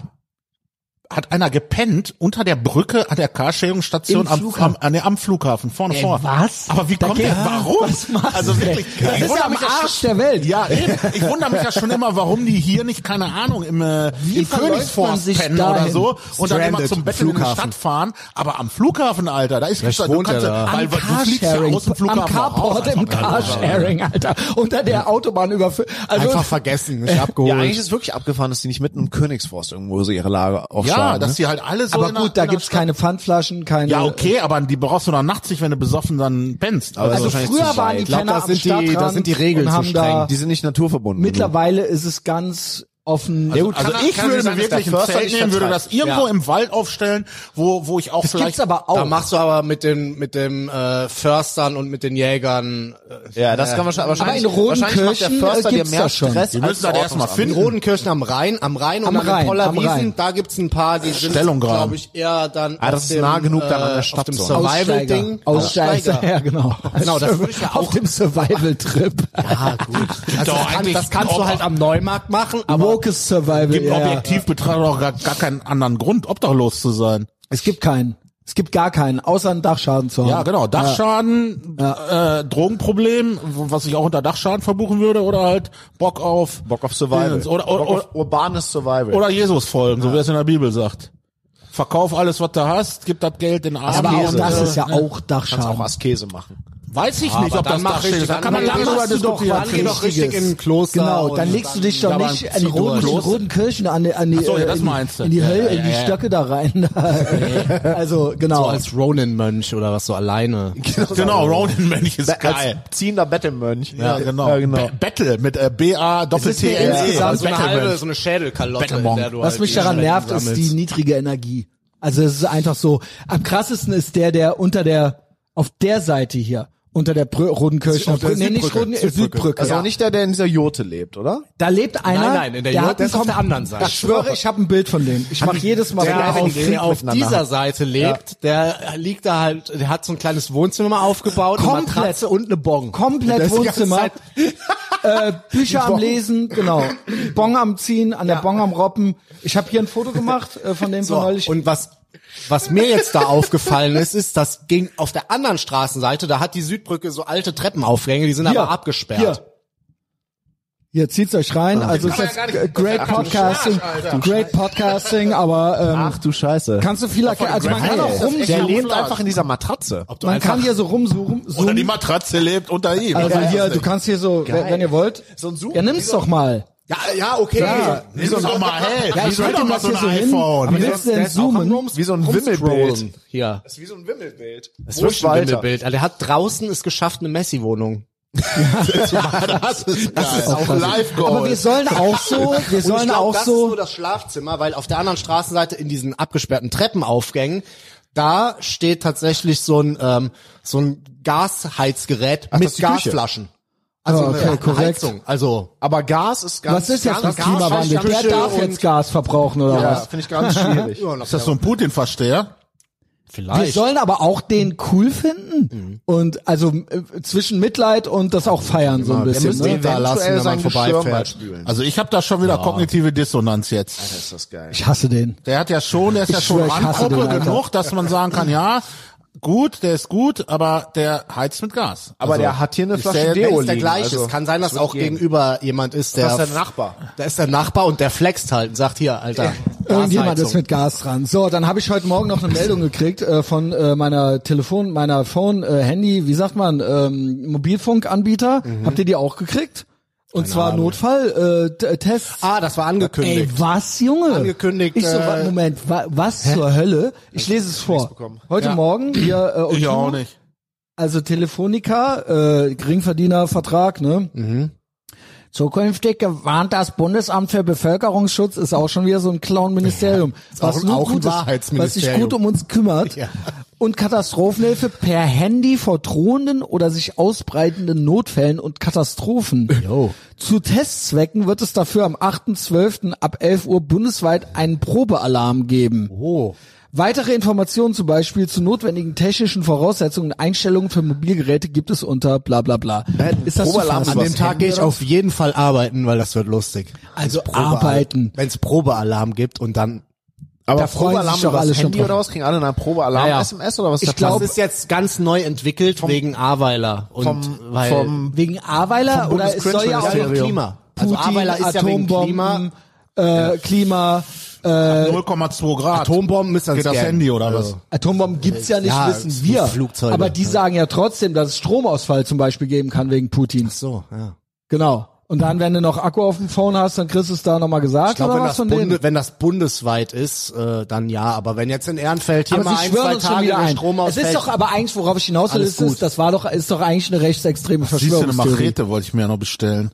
Speaker 3: hat einer gepennt unter der Brücke an der Carsharing-Station
Speaker 1: Im
Speaker 3: am, am,
Speaker 1: Flughafen.
Speaker 3: an der, am Flughafen, vorne vor.
Speaker 1: was?
Speaker 3: Aber wie
Speaker 1: Da
Speaker 3: kommt
Speaker 1: geht-
Speaker 3: der? Warum?
Speaker 1: Was machst
Speaker 3: also
Speaker 1: du denn?
Speaker 3: wirklich.
Speaker 1: Das
Speaker 3: ich
Speaker 1: ist
Speaker 3: wundere
Speaker 1: am
Speaker 3: mich ja schon-
Speaker 1: Arsch der Welt.
Speaker 3: Ja, eben. Ich wundere mich ja schon immer, warum die hier nicht, keine Ahnung, im, äh,
Speaker 1: Wie
Speaker 3: im
Speaker 1: verläuft man
Speaker 3: Königsforst
Speaker 1: sich
Speaker 3: pennen
Speaker 1: dahin?
Speaker 3: oder so und dann immer
Speaker 6: Stranded
Speaker 3: zum Betteln in die
Speaker 6: Flughafen.
Speaker 3: Stadt fahren. Aber am Flughafen, Alter, da ist
Speaker 6: Vielleicht
Speaker 3: du
Speaker 6: wohnt er
Speaker 3: kannst ja- Weil,
Speaker 6: da.
Speaker 1: am
Speaker 3: weil du fliegst ja
Speaker 1: Carsharing,
Speaker 3: aus dem Flughafen
Speaker 1: am
Speaker 3: auch raus,
Speaker 1: Carport, im
Speaker 3: einfach mal.
Speaker 1: Carsharing, Alter. Unter der Autobahn über, also
Speaker 6: Einfach vergessen, ich abgeholt.
Speaker 4: ja, eigentlich ist es wirklich abgefahren, dass die nicht mitten im Königsforst irgendwo so ihre Lager aufschlagen.
Speaker 3: Ja,
Speaker 4: ne?
Speaker 3: dass die halt alle so
Speaker 1: aber
Speaker 3: in einer-
Speaker 1: gut, da
Speaker 3: in einer
Speaker 1: gibt's keine Pfandflaschen, keine.
Speaker 3: Ja, okay, aber die brauchst du dann nachts nicht, wenn du besoffen dann pennst. Aber
Speaker 1: Also
Speaker 4: wahrscheinlich
Speaker 1: früher
Speaker 4: zu
Speaker 1: waren die
Speaker 4: weit.
Speaker 6: glaub,
Speaker 1: Penner
Speaker 6: das
Speaker 1: am
Speaker 6: sind die- das
Speaker 1: Stadtrand
Speaker 6: sind die Regeln
Speaker 1: und
Speaker 6: zu
Speaker 1: haben da.
Speaker 6: streng.
Speaker 4: die sind nicht naturverbunden. genug.
Speaker 1: Mittlerweile ist es ganz offen.
Speaker 6: Ja, gut,
Speaker 3: also
Speaker 6: kann-
Speaker 3: ich
Speaker 6: kann
Speaker 3: würde
Speaker 6: sein,
Speaker 3: mir
Speaker 6: dass der
Speaker 3: wirklich ein
Speaker 6: Förster
Speaker 3: Zelt
Speaker 6: nicht
Speaker 3: nehmen, würde das
Speaker 6: vertreibt.
Speaker 3: irgendwo
Speaker 6: Ja.
Speaker 3: im Wald aufstellen, wo, wo ich auch
Speaker 1: das
Speaker 3: vielleicht...
Speaker 1: gibt's aber auch.
Speaker 6: Da machst du aber mit den mit dem äh, Förstern und mit den Jägern. Äh,
Speaker 4: Ja, das kann wahrscheinlich,
Speaker 1: Aber in
Speaker 4: wahrscheinlich, wahrscheinlich macht der
Speaker 1: Rodenkirchen,
Speaker 4: Förster
Speaker 1: äh,
Speaker 4: dir
Speaker 1: gibt's
Speaker 4: mehr
Speaker 1: das schon.
Speaker 4: Stress
Speaker 3: Wir
Speaker 4: als
Speaker 3: müssen das
Speaker 4: der
Speaker 3: erst mal
Speaker 4: Ordnungsamt.
Speaker 6: in Rodenkirchen am Rhein, am Rhein
Speaker 1: Am
Speaker 6: und
Speaker 1: Rhein,
Speaker 6: an den
Speaker 1: am Rhein.
Speaker 6: Pollerwiesen, da gibt's ein paar, die sind,
Speaker 3: Stellungraben.
Speaker 6: glaube ich, eher dann
Speaker 4: Ah, das
Speaker 6: auf
Speaker 4: ist
Speaker 6: dem,
Speaker 4: nah genug
Speaker 6: äh,
Speaker 4: dann an der
Speaker 6: auf
Speaker 4: Stadt
Speaker 6: dem
Speaker 4: so.
Speaker 1: Aussteiger.
Speaker 6: Survival-Ding.
Speaker 1: Aussteiger.
Speaker 6: Aussteiger.
Speaker 1: Ja, genau.
Speaker 6: Genau, das würde ich ja
Speaker 1: Auf
Speaker 6: auch-
Speaker 1: dem Survival-Trip.
Speaker 6: Ja, gut. Also
Speaker 3: Doch,
Speaker 6: das, kann,
Speaker 3: eigentlich
Speaker 6: das kannst du
Speaker 3: Obdach-
Speaker 6: halt am Neumarkt machen, aber
Speaker 1: Woke ist Survival.
Speaker 3: gibt
Speaker 1: ja.
Speaker 3: objektiv betrachtet auch gar, gar keinen anderen Grund, obdachlos zu sein.
Speaker 1: Es gibt keinen. Es gibt gar keinen, außer einen Dachschaden zu haben.
Speaker 3: Ja, genau. Dachschaden, Äh, Drogenproblem, wo- was ich auch unter Dachschaden verbuchen würde, oder halt Bock auf
Speaker 4: Bock auf Survival.
Speaker 3: Dingens. Oder, oder,
Speaker 4: Bock
Speaker 3: oder,
Speaker 4: auf urbanes Survival.
Speaker 3: oder Jesus folgen, so wie es in der Bibel sagt. Verkauf alles, was du hast, gib das Geld in Arme.
Speaker 1: Aber auch
Speaker 4: Askese.
Speaker 1: das
Speaker 3: also,
Speaker 1: ist ja auch
Speaker 4: Kannst auch
Speaker 1: Dachschaden.
Speaker 4: Askese machen.
Speaker 3: Weiß ich nicht, ob
Speaker 6: dann
Speaker 3: das
Speaker 6: mach
Speaker 3: Dachschaden
Speaker 6: richtig-
Speaker 3: ist. Da kann man
Speaker 6: dann
Speaker 3: lange drüber
Speaker 6: machst du doch
Speaker 3: diskutieren.
Speaker 6: was Geh doch richtig
Speaker 1: Richtiges.
Speaker 6: in ein Kloster
Speaker 1: Genau,
Speaker 6: und
Speaker 1: dann legst du dich doch
Speaker 3: aber
Speaker 1: nicht
Speaker 3: zieh
Speaker 1: an Roden,
Speaker 3: durch.
Speaker 1: in Rodenkirchen an die, an die,
Speaker 3: Ach so, ja,
Speaker 1: äh,
Speaker 3: das
Speaker 1: in,
Speaker 3: meinst du.
Speaker 1: in die
Speaker 3: Ja,
Speaker 1: Hölle,
Speaker 3: ja,
Speaker 1: in
Speaker 3: ja,
Speaker 1: die
Speaker 3: ja.
Speaker 1: Stöcke da rein. also genau.
Speaker 6: so als Ronin-Mönch oder was so alleine.
Speaker 3: Genau, Ronin Mönch ist geil.
Speaker 4: Als ziehender Bettelmönch.
Speaker 3: Ja, genau.
Speaker 4: Ja, genau.
Speaker 3: Ba- Battle mit äh, BA Doppel T L E.
Speaker 1: insgesamt
Speaker 6: so eine halbe, so eine Schädelkalotte,
Speaker 3: Battlemon.
Speaker 6: in der du
Speaker 1: Was
Speaker 6: halt
Speaker 1: mich
Speaker 6: die
Speaker 1: daran
Speaker 6: Schädel
Speaker 1: nervt, ist
Speaker 6: sammelst.
Speaker 1: die niedrige Energie. Also es ist einfach so. Am krassesten ist der, der unter der, auf der Seite hier, unter der Brö Rodenkirchner
Speaker 6: Auf der
Speaker 1: Brücke, nee, nicht
Speaker 6: Südbrücke,
Speaker 1: Roden, Südbrücke.
Speaker 6: Südbrücke.
Speaker 1: Südbrücke
Speaker 4: Also
Speaker 1: ja.
Speaker 4: nicht der, der in dieser Jote lebt, oder?
Speaker 1: Da lebt einer.
Speaker 6: Nein, nein, in der Jurte
Speaker 1: hat einen
Speaker 6: ist auf der
Speaker 1: Kom-
Speaker 6: anderen Seite.
Speaker 1: Ich schwöre, ich habe ein Bild von dem. Ich mache jedes Mal, wenn
Speaker 6: der
Speaker 1: der
Speaker 6: auf,
Speaker 1: einen Krieg
Speaker 6: der auf
Speaker 1: miteinander
Speaker 6: dieser
Speaker 1: hat.
Speaker 6: Seite lebt, der liegt da halt, der hat so ein kleines Wohnzimmer aufgebaut, eine
Speaker 1: Komplett.
Speaker 6: Matratze und eine Bong.
Speaker 1: komplett
Speaker 6: Das die ganze
Speaker 1: Wohnzimmer,
Speaker 6: Zeit-
Speaker 1: äh, Bücher am Lesen, genau, Bong am Ziehen, an der Bong am Roppen. Ich habe hier ein Foto gemacht äh, von dem von
Speaker 6: So,
Speaker 1: neulich.
Speaker 6: und was, was mir jetzt da aufgefallen ist, ist, das ging auf der anderen Straßenseite, da hat die Südbrücke so alte Treppenaufgänge, die sind
Speaker 1: Hier,
Speaker 6: aber abgesperrt.
Speaker 1: Hier. Hier zieht's euch rein. Also es
Speaker 3: kann
Speaker 1: ist
Speaker 3: man
Speaker 1: das
Speaker 3: ja gar nicht-
Speaker 1: great
Speaker 3: Ach du
Speaker 1: Podcasting,
Speaker 3: Scheiß, Alter.
Speaker 1: great Podcasting, aber ähm,
Speaker 4: Ach du Scheiße.
Speaker 1: kannst du viel erkennen. Also man kann
Speaker 4: Alter,
Speaker 1: auch
Speaker 4: das ist
Speaker 1: rum,
Speaker 4: echt der lebt einfach in dieser Matratze.
Speaker 1: man kann hier so rumsuchen.
Speaker 3: Oder die
Speaker 1: Zoomen.
Speaker 3: Matratze lebt unter ihm.
Speaker 1: Also
Speaker 3: Ja,
Speaker 1: hier,
Speaker 3: das
Speaker 1: du
Speaker 3: nicht.
Speaker 1: kannst hier so, wenn wenn ihr wollt.
Speaker 4: So ein Zoom.
Speaker 1: Ja, nimm's doch mal.
Speaker 6: Ja, ja, okay.
Speaker 1: Ja.
Speaker 3: Nimm doch mal, hey,
Speaker 1: Ja,
Speaker 3: nimm
Speaker 1: ich halte
Speaker 3: doch
Speaker 1: ihm
Speaker 3: mal
Speaker 1: das
Speaker 3: so
Speaker 1: hier
Speaker 3: ein
Speaker 1: so hin.
Speaker 3: iPhone.
Speaker 1: Aber willst du denn zoomen?
Speaker 4: Wie so ein Wimmelbild.
Speaker 6: Hier.
Speaker 4: Das ist wie so ein Wimmelbild. Das
Speaker 6: Das ist ein Wimmelbild. Also, er hat draußen es geschafft, eine Messi-Wohnung.
Speaker 3: Das ist, das ist auch live
Speaker 1: Aber wir
Speaker 3: goal
Speaker 1: sollen auch so, wir
Speaker 6: Und ich
Speaker 1: sollen
Speaker 6: glaub,
Speaker 1: auch
Speaker 6: das ist
Speaker 1: so.
Speaker 6: nur das Schlafzimmer, weil auf der anderen Straßenseite in diesen abgesperrten Treppenaufgängen, da steht tatsächlich so ein ähm, so ein Gasheizgerät
Speaker 4: das
Speaker 6: mit
Speaker 4: ist die Küche.
Speaker 6: Gasflaschen. Also
Speaker 1: Ah, okay,
Speaker 6: eine
Speaker 1: korrekt.
Speaker 6: Heizung. Also
Speaker 4: Aber Gas ist ganz
Speaker 1: Was ist jetzt das
Speaker 4: ganz,
Speaker 1: Klimawandel?
Speaker 4: ganz
Speaker 1: Der darf jetzt Gas verbrauchen oder
Speaker 4: Ja,
Speaker 1: was?
Speaker 4: finde ich ganz schwierig.
Speaker 3: Ist das so ein Putin-Versteher?
Speaker 6: Ah,
Speaker 1: Wir sollen aber auch
Speaker 6: Hm.
Speaker 1: den cool finden und also äh, zwischen Mitleid und das auch feiern so ein
Speaker 4: Wir
Speaker 1: bisschen.
Speaker 4: müssen
Speaker 1: Ne?
Speaker 4: ihn da lassen, wenn man vorbeifährt.
Speaker 3: Also ich habe da schon wieder kognitive Dissonanz jetzt.
Speaker 4: Ist das geil.
Speaker 1: Ich hasse den.
Speaker 3: Der hat ja schon, der ist ja
Speaker 1: Ich
Speaker 3: schon
Speaker 1: schwör, ich hasse
Speaker 3: Randgruppe
Speaker 1: den, Alter.
Speaker 3: genug, dass man sagen kann, ja, gut, der ist gut, aber der heizt mit Gas. Also,
Speaker 4: Aber der hat hier eine
Speaker 3: ich
Speaker 4: Flasche
Speaker 3: sehe-
Speaker 4: Deo
Speaker 6: wenn es der
Speaker 4: liegen,
Speaker 6: gleiche
Speaker 4: also,
Speaker 6: ist, kann sein, dass auch gegenüber jemand ist, der
Speaker 4: Das ist der Nachbar.
Speaker 6: Da ist der Nachbar und der flext halt und sagt hier, Alter,
Speaker 1: Irgendjemand ist
Speaker 6: Gasheizung.
Speaker 1: mit Gas dran. So, dann habe ich heute Morgen noch eine Meldung gekriegt äh, von äh, meiner Telefon, meiner Phone, äh, Handy, wie sagt man, ähm, Mobilfunkanbieter.
Speaker 6: Mhm.
Speaker 1: Habt ihr die auch gekriegt? Und zwar äh, Notfall-Tests.
Speaker 6: Ah, das war angekündigt.
Speaker 1: Ey, was, Junge?
Speaker 6: Angekündigt,
Speaker 1: Ich so,
Speaker 6: äh,
Speaker 1: wa- Moment, wa was zur Hölle? Ich lese es vor. Heute Morgen hier äh,
Speaker 3: Ich
Speaker 1: Ottimo,
Speaker 3: auch nicht.
Speaker 1: also Telefonica, äh, Geringverdienervertrag, ne?
Speaker 2: Mhm.
Speaker 1: Zukünftig warnt das Bundesamt für Bevölkerungsschutz, ist auch schon wieder so ein Clown-Ministerium. was
Speaker 2: auch-
Speaker 1: nur
Speaker 2: auch ein
Speaker 1: gut ist, Was sich
Speaker 2: Wahrheitsministerium.
Speaker 1: gut um uns kümmert. Und Katastrophenhilfe per Handy vor drohenden oder sich ausbreitenden Notfällen und Katastrophen. Zu Testzwecken wird es dafür am 8.12. ab 11 Uhr bundesweit einen Probealarm geben. Weitere Informationen zum Beispiel zu notwendigen technischen Voraussetzungen und Einstellungen für Mobilgeräte gibt es unter bla bla bla.
Speaker 6: Äh,
Speaker 1: Ist das zu
Speaker 4: Probealarm
Speaker 1: fassen?
Speaker 6: An dem Tag gehe ich auf jeden Fall arbeiten, weil das wird lustig.
Speaker 1: Also
Speaker 6: Wenn's Probeal-
Speaker 1: arbeiten.
Speaker 6: Wenn's Probealarm gibt und dann
Speaker 4: Aber
Speaker 1: Da freuen
Speaker 4: Probealarm
Speaker 1: sich doch
Speaker 4: übers
Speaker 1: alle schon
Speaker 4: Handy
Speaker 1: drauf.
Speaker 4: oder was? Kriegen alle einen Probealarm?
Speaker 6: Naja.
Speaker 4: SMS oder was? ist
Speaker 1: Ich
Speaker 4: der Plan?
Speaker 1: glaub-
Speaker 6: Das ist jetzt ganz neu entwickelt wegen Aweiler und
Speaker 4: vom-
Speaker 6: weil
Speaker 4: vom-
Speaker 1: Wegen Aweiler oder es soll ja auch
Speaker 6: ja,
Speaker 1: noch
Speaker 6: wegen
Speaker 4: Bundesgrenzministerium.
Speaker 6: Klima.
Speaker 1: Putin,
Speaker 6: also Aweiler ist ja wegen
Speaker 1: Atombomben,
Speaker 6: Klima.
Speaker 1: Äh, Klima,
Speaker 3: Äh, 0,2 Grad.
Speaker 6: Atombomben ist
Speaker 3: Geht das
Speaker 6: gern.
Speaker 3: Handy oder was?
Speaker 1: Atombomben gibt's ja nicht,
Speaker 6: Ja,
Speaker 1: wissen wir.
Speaker 6: Flugzeuge.
Speaker 1: Aber die sagen ja trotzdem, dass es Stromausfall zum Beispiel geben kann wegen Putin.
Speaker 6: So, ja.
Speaker 1: Genau. Und dann, wenn du noch Akku auf dem Phone hast, dann kriegst du es da nochmal gesagt
Speaker 6: Ich glaube,
Speaker 1: oder
Speaker 6: wenn,
Speaker 1: was
Speaker 6: das
Speaker 1: von
Speaker 6: Bunde-
Speaker 1: denen?
Speaker 6: wenn das bundesweit ist, äh, dann ja. Aber wenn jetzt in Ehrenfeld hier
Speaker 1: Aber
Speaker 6: mal
Speaker 1: sie
Speaker 6: ein,
Speaker 1: schwören
Speaker 6: zwei
Speaker 1: uns schon
Speaker 6: Tage
Speaker 1: wieder
Speaker 6: der
Speaker 1: ein.
Speaker 6: Strom
Speaker 1: Es ist
Speaker 6: ausfällt,
Speaker 1: doch aber eigentlich, worauf ich hinaus will,
Speaker 6: Alles
Speaker 1: ist, es,
Speaker 6: gut.
Speaker 1: das war doch, ist doch eigentlich eine rechtsextreme
Speaker 3: Siehst du, eine
Speaker 1: Verschwörungstheorie.
Speaker 3: Machete wollte ich mir ja noch bestellen.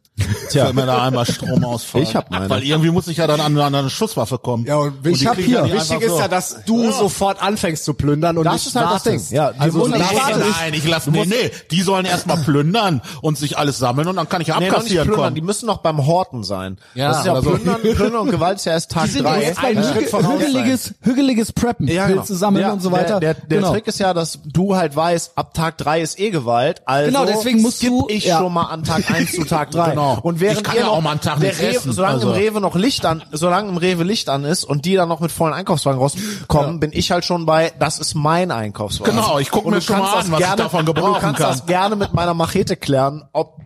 Speaker 3: Tja. Wenn mir da einmal Strom ausfällt.
Speaker 4: Ich hab meine.
Speaker 3: Weil irgendwie muss ich ja dann an, an eine Schusswaffe kommen. Ja,
Speaker 1: und ich hab hier-
Speaker 6: wichtig ist ja, dass du sofort anfängst zu plündern und
Speaker 4: Das
Speaker 6: nicht
Speaker 4: ist halt das
Speaker 6: wartest.
Speaker 4: Ding. Ja, die
Speaker 6: also
Speaker 4: wurden
Speaker 6: nicht
Speaker 4: nicht
Speaker 6: wartest.
Speaker 4: warten.
Speaker 3: Nein, ich lasse nee, nee, die sollen erstmal plündern und sich alles sammeln und dann kann ich ja
Speaker 4: Nee, noch nicht
Speaker 3: abkassieren
Speaker 4: plündern, die
Speaker 3: kommen.
Speaker 4: müssen noch beim Horten sein.
Speaker 3: Ja,
Speaker 4: das ist ja
Speaker 3: oder so.
Speaker 4: plündern, plündern und Gewalt ist ja erst Tag
Speaker 1: Die sind ja
Speaker 4: drei.
Speaker 1: jetzt bei
Speaker 4: Einen
Speaker 1: hüge-
Speaker 4: Schritt voraus sein.
Speaker 1: hügeliges, hügeliges Preppen,
Speaker 4: genau.
Speaker 1: Pilze sammeln
Speaker 4: Ja,
Speaker 1: und so weiter.
Speaker 4: Der, der, der
Speaker 1: genau.
Speaker 4: Trick ist ja, dass du halt weißt, ab Tag drei ist eh Gewalt, also
Speaker 1: Genau, deswegen musst
Speaker 4: skipp
Speaker 1: du-
Speaker 4: ich
Speaker 1: ja.
Speaker 4: schon mal an Tag eins zu Tag drei.
Speaker 3: Genau.
Speaker 4: Und während
Speaker 3: Ich kann
Speaker 4: ihr
Speaker 3: ja
Speaker 4: noch,
Speaker 3: auch mal einen Tag
Speaker 4: der
Speaker 3: nicht
Speaker 4: Rewe,
Speaker 3: essen,
Speaker 4: Solange
Speaker 3: also.
Speaker 4: im Rewe noch Licht an, solange im Rewe Licht an ist und die dann noch mit vollen Einkaufswagen rauskommen, bin ich halt schon bei, das ist mein Einkaufswagen.
Speaker 3: Genau, ich guck
Speaker 4: Und
Speaker 3: mir
Speaker 4: du
Speaker 3: schon mal
Speaker 4: kannst
Speaker 3: an,
Speaker 4: das
Speaker 3: was ich
Speaker 4: gerne,
Speaker 3: davon
Speaker 4: Du
Speaker 3: gebrauchen
Speaker 4: kannst
Speaker 3: kann.
Speaker 4: das gerne mit meiner Machete klären, ob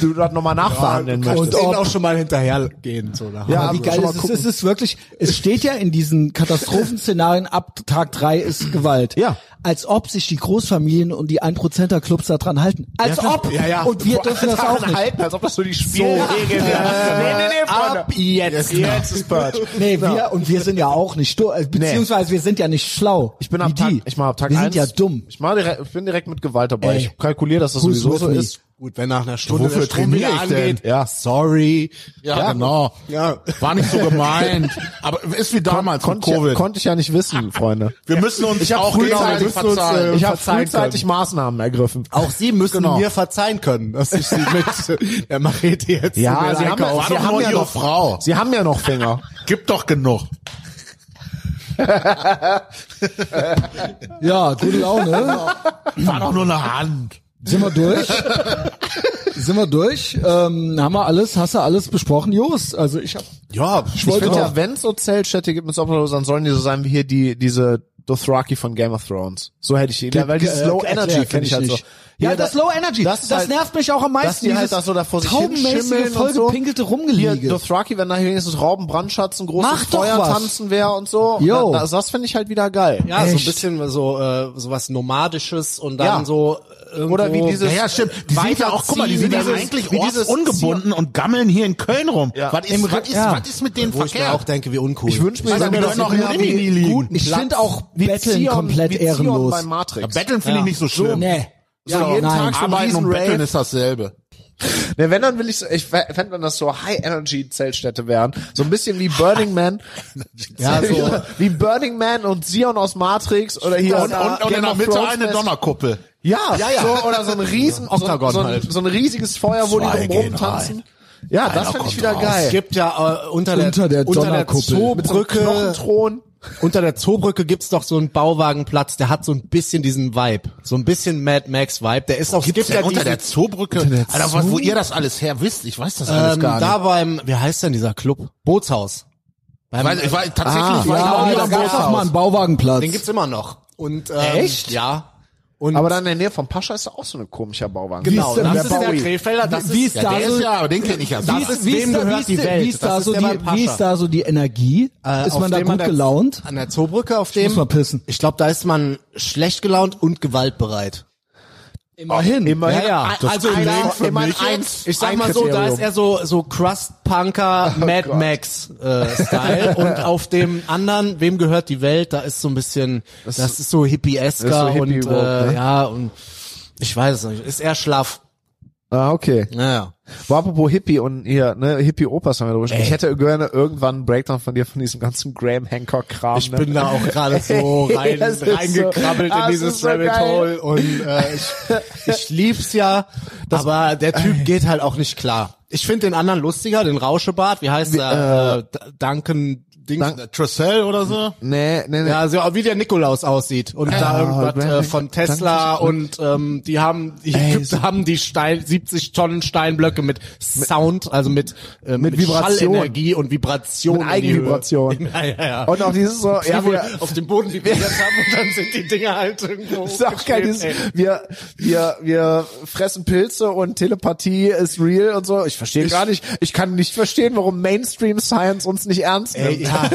Speaker 4: du das nochmal nachverhandeln
Speaker 6: Und
Speaker 4: möchtest.
Speaker 6: denen auch schon mal hinterhergehen. So nach
Speaker 4: Ja,
Speaker 1: Aber wie
Speaker 4: aber
Speaker 1: geil
Speaker 4: schon mal
Speaker 1: ist es?
Speaker 4: gucken.
Speaker 1: Es ist wirklich, es steht ja in diesen Katastrophenszenarien ab Tag drei ist Gewalt.
Speaker 4: Ja.
Speaker 1: Als ob sich die Großfamilien und die 1%er Clubs da dran halten. Als ob!
Speaker 6: Ja, ja.
Speaker 1: Und wir dürfen das auch
Speaker 4: Daran
Speaker 1: nicht.
Speaker 4: halten, als ob das so die Spielregeln
Speaker 3: Äh,
Speaker 4: wären. Nee, nee, nee, Freunde.
Speaker 6: Ab jetzt.
Speaker 4: Jetzt ist Purge.
Speaker 1: Nee, wir, und wir sind ja auch nicht, stu- äh, beziehungsweise wir sind ja nicht schlau.
Speaker 4: Ich bin
Speaker 1: wie
Speaker 4: ab Tag,
Speaker 1: die.
Speaker 4: ich mach ab Tag
Speaker 1: Wir sind
Speaker 4: eins-
Speaker 1: ja dumm.
Speaker 4: Ich, mach direkt, ich bin direkt mit Gewalt dabei.
Speaker 1: Ey.
Speaker 4: Ich kalkuliere, dass das
Speaker 1: Who's
Speaker 4: sowieso
Speaker 1: with
Speaker 4: so
Speaker 1: me?
Speaker 4: ist.
Speaker 6: Gut, wenn nach einer Stunde
Speaker 2: Wofür
Speaker 6: der Strom wieder
Speaker 2: trainiere ich denn?
Speaker 6: angeht,
Speaker 4: Ja.
Speaker 6: sorry.
Speaker 3: Ja, genau.
Speaker 6: Ja.
Speaker 3: War nicht so gemeint. Aber ist wie damals mit
Speaker 4: Konnte ich, ja-
Speaker 3: Covid.
Speaker 4: konnte ich ja nicht wissen, Freunde.
Speaker 3: wir müssen uns
Speaker 4: hab
Speaker 3: auch
Speaker 4: frühzeitig-
Speaker 3: gegenseitig
Speaker 4: müssen uns,
Speaker 3: verzeihen.
Speaker 4: Ich habe
Speaker 6: verzeihen
Speaker 4: frühzeitig Maßnahmen ergriffen.
Speaker 6: Auch Sie müssen
Speaker 4: Genau.
Speaker 6: mir verzeihen können, dass ich Sie mit der Machete jetzt
Speaker 4: Ja,
Speaker 6: mir
Speaker 4: Sie haben, ja,
Speaker 6: einkaufe.
Speaker 3: war
Speaker 4: sie,
Speaker 3: doch
Speaker 4: haben
Speaker 3: nur
Speaker 4: ja
Speaker 3: Ihre
Speaker 4: noch,
Speaker 3: Frau.
Speaker 4: sie haben ja noch Finger.
Speaker 3: Gibt doch genug.
Speaker 1: Ja, gute Laune.
Speaker 3: War doch nur eine Hand.
Speaker 1: Sind wir durch? Sind wir durch? Ähm, haben wir alles, hast du alles besprochen, Jost? Also ich hab,
Speaker 6: Ja,
Speaker 4: Ich finde ja, wenn es so Zeltstädte gibt mit Obdachlosen, dann sollen die so sein wie hier die diese Dothraki von Game of Thrones. So hätte ich ihn. Ja, weil die
Speaker 1: äh,
Speaker 4: Slow
Speaker 1: erklär,
Speaker 4: Energy
Speaker 1: kenn
Speaker 4: finde ich halt
Speaker 1: nicht.
Speaker 4: so.
Speaker 1: Ja,
Speaker 4: Hier,
Speaker 1: das
Speaker 4: da-
Speaker 1: Low Energy, das,
Speaker 4: das ist halt-
Speaker 1: nervt mich auch am meisten.
Speaker 4: dass die halt
Speaker 1: dieses
Speaker 4: da so da vor sich
Speaker 1: taubenmäßige,
Speaker 4: hinschimmeln und so.
Speaker 1: vollgepinkelte
Speaker 4: Hier,
Speaker 1: Rumgeliege.
Speaker 4: Dothraki werden da wenigstens Raubenbrandschatz, ein großes
Speaker 1: Mach doch
Speaker 4: Feuer
Speaker 1: was.
Speaker 4: tanzen wäre und so.
Speaker 1: Jo.
Speaker 4: Und da- Also das finde ich halt wieder geil.
Speaker 6: ja so ein
Speaker 1: Echt?
Speaker 6: bisschen so äh, so was nomadisches und dann
Speaker 4: Ja.
Speaker 6: so irgendwo
Speaker 4: Oder wie dieses-
Speaker 3: Ja, ja, stimmt. Die sind ja auch, guck mal, die sind ja
Speaker 4: dieses-
Speaker 3: eigentlich
Speaker 4: wie dieses-
Speaker 3: ortsungebunden und gammeln hier in Köln rum.
Speaker 4: Ja.
Speaker 3: Was, ist, was, ist,
Speaker 1: ja.
Speaker 3: was ist mit denen
Speaker 6: wo ich mir
Speaker 3: verkehrt?
Speaker 6: auch denke, wie uncool.
Speaker 4: Ich wünsche mir,
Speaker 3: Also,
Speaker 4: dass
Speaker 3: wir
Speaker 4: wir
Speaker 3: können auch in
Speaker 4: irgendwie
Speaker 3: Rimini liegen.
Speaker 4: guten
Speaker 1: Ich
Speaker 4: Platz-
Speaker 1: find auch
Speaker 4: wie
Speaker 1: Betteln
Speaker 4: Zion-
Speaker 1: komplett
Speaker 4: wie Zion
Speaker 1: ehrenlos.
Speaker 4: Bei
Speaker 3: Ja,
Speaker 4: Matrix.
Speaker 3: Betteln finde ich nicht so schlimm.
Speaker 1: nee.
Speaker 4: Ja, jeden
Speaker 1: nein.
Speaker 4: Tag so ein
Speaker 3: Arbeiten und
Speaker 4: Riesenrave.
Speaker 3: Betteln ist dasselbe.
Speaker 4: Ne, wenn dann will ich, so, ich fände, wenn das so High-Energy-Zeltstädte wären, so ein bisschen wie Burning Man, ja, so wie Burning Man und Sion aus Matrix oder hier
Speaker 3: Und, und, und in der Mitte eine Donnerkuppel.
Speaker 4: Ja, ja, ja. So, oder so ein riesen,
Speaker 6: Oktagon
Speaker 4: so, so, ein-
Speaker 6: halt.
Speaker 4: so ein riesiges Feuer, wo
Speaker 3: Zwei
Speaker 4: die drum
Speaker 3: gehen
Speaker 4: rumtanzen. Ja, das fände ich wieder
Speaker 6: Es
Speaker 4: geil.
Speaker 6: gibt ja äh, unter der
Speaker 1: Unter der
Speaker 6: unter der
Speaker 1: Donnerkuppel.
Speaker 6: Zoobrücke
Speaker 4: Knochenthron.
Speaker 6: unter der Zoobrücke gibt's doch so einen Bauwagenplatz, der hat so ein bisschen diesen Vibe, so ein bisschen Mad Max Vibe. Der ist auch
Speaker 3: Gibt's
Speaker 6: es gibt
Speaker 3: denn unter
Speaker 6: diesen-
Speaker 3: der Zoobrücke? Alter, was, wo ihr das alles her wisst, ich weiß das alles
Speaker 6: ähm,
Speaker 3: gar nicht.
Speaker 6: da beim wie heißt denn dieser Club? Bootshaus. Beim,
Speaker 3: Weil ich war tatsächlich
Speaker 6: Ah,
Speaker 1: Ja,
Speaker 3: war ich
Speaker 1: da
Speaker 3: noch nie am
Speaker 1: gab es auch
Speaker 3: Bootshaus.
Speaker 1: mal einen Bauwagenplatz.
Speaker 6: den gibt's immer noch. Und ähm,
Speaker 1: Echt?
Speaker 6: Ja. Und
Speaker 4: Aber dann in der Nähe vom Pascha ist da auch so eine komischer Bauwagen.
Speaker 1: Wie
Speaker 6: genau,
Speaker 1: ist denn
Speaker 6: das ist
Speaker 1: der
Speaker 6: der
Speaker 1: Bowie?
Speaker 6: Krefelder, das
Speaker 1: Wie ist
Speaker 6: ist, ja,
Speaker 1: da
Speaker 3: Der
Speaker 1: so-
Speaker 3: ist ja, aber den kenne ich ja.
Speaker 1: Wie
Speaker 3: Das
Speaker 1: ist,
Speaker 3: ist
Speaker 1: wie
Speaker 6: wem
Speaker 1: ist, da, wie,
Speaker 6: gehört
Speaker 1: ist,
Speaker 6: die
Speaker 1: da-
Speaker 6: Welt?
Speaker 1: wie, ist
Speaker 6: Das
Speaker 1: da
Speaker 6: ist
Speaker 1: so
Speaker 6: der
Speaker 1: die,
Speaker 6: beim Pascha.
Speaker 1: wie ist da so die Energie?
Speaker 6: äh,
Speaker 1: ist
Speaker 6: auf
Speaker 1: man da
Speaker 6: dem
Speaker 1: gut
Speaker 6: an der-
Speaker 1: gelaunt?
Speaker 6: An der Zoobrücke auf dem
Speaker 1: muss mal pissen.
Speaker 6: Ich glaube, da ist man schlecht gelaunt und gewaltbereit.
Speaker 1: Immerhin.
Speaker 4: immerhin.
Speaker 1: Ja, ja.
Speaker 4: Das
Speaker 6: also
Speaker 4: ist kein
Speaker 6: ein,
Speaker 4: Leben für
Speaker 6: immer
Speaker 4: mich.
Speaker 6: ein, ich sag
Speaker 4: Ein
Speaker 6: mal so, da
Speaker 4: Kriterium. Oh
Speaker 6: ist er so so Crust Punker Mad
Speaker 4: Gott.
Speaker 6: Max äh, Style und auf dem anderen, wem gehört die Welt, da ist so ein bisschen das, ist so hippie esker
Speaker 4: das ist so
Speaker 6: und äh,
Speaker 4: Hippie-Woke, ne?
Speaker 6: ja und ich weiß es nicht, ist eher schlaff. ne?
Speaker 4: Ah, okay.
Speaker 6: Naja.
Speaker 4: War apropos Hippie und hier, ne, Hippie-Opas haben wir drüber gesprochen. Ich hätte gerne irgendwann einen Breakdown von dir von diesem ganzen Graham Hancock-Kram. ne?
Speaker 6: Ich bin da auch gerade so rein,
Speaker 4: Das ist so-
Speaker 6: reingekrabbelt
Speaker 4: Ah,
Speaker 6: in
Speaker 4: das
Speaker 6: dieses
Speaker 4: ist so
Speaker 6: Rabbit
Speaker 4: geil.
Speaker 6: Hole und äh, ich, ich lieb's ja, aber der Typ geht halt auch nicht klar. Ich finde den anderen lustiger, den Rauschebart, wie heißt der? Äh, Duncan Dings.
Speaker 3: Trussell oder
Speaker 6: Hm.
Speaker 3: so?
Speaker 4: Nee, nee, nee.
Speaker 6: ja, so wie der Nikolaus aussieht und da irgendwas
Speaker 4: Graham
Speaker 6: äh, von
Speaker 4: Hancock,
Speaker 6: Tesla und ähm, die haben die Typen haben die Stein, 70 Tonnen Steinblöcke mit Sound, also mit äh, mit,
Speaker 4: Vibration.
Speaker 6: Schallenergie und Vibration,
Speaker 4: Mit
Speaker 6: in die Höhe.
Speaker 4: Eigenvibration.
Speaker 6: Ja, ja, ja
Speaker 4: Und auch dieses so, ja,
Speaker 6: die wohl
Speaker 4: wir,
Speaker 6: auf dem Boden vibriert haben und dann sind die Dinger halt irgendwo.
Speaker 4: ist auch geil, dieses,
Speaker 6: hochgeschwebt, ey.
Speaker 4: wir, wir, wir fressen Pilze und Telepathie ist real und so. Ich verstehe gar nicht, ich kann nicht verstehen, warum Mainstream Science uns nicht ernst nimmt.
Speaker 6: Ey, ja.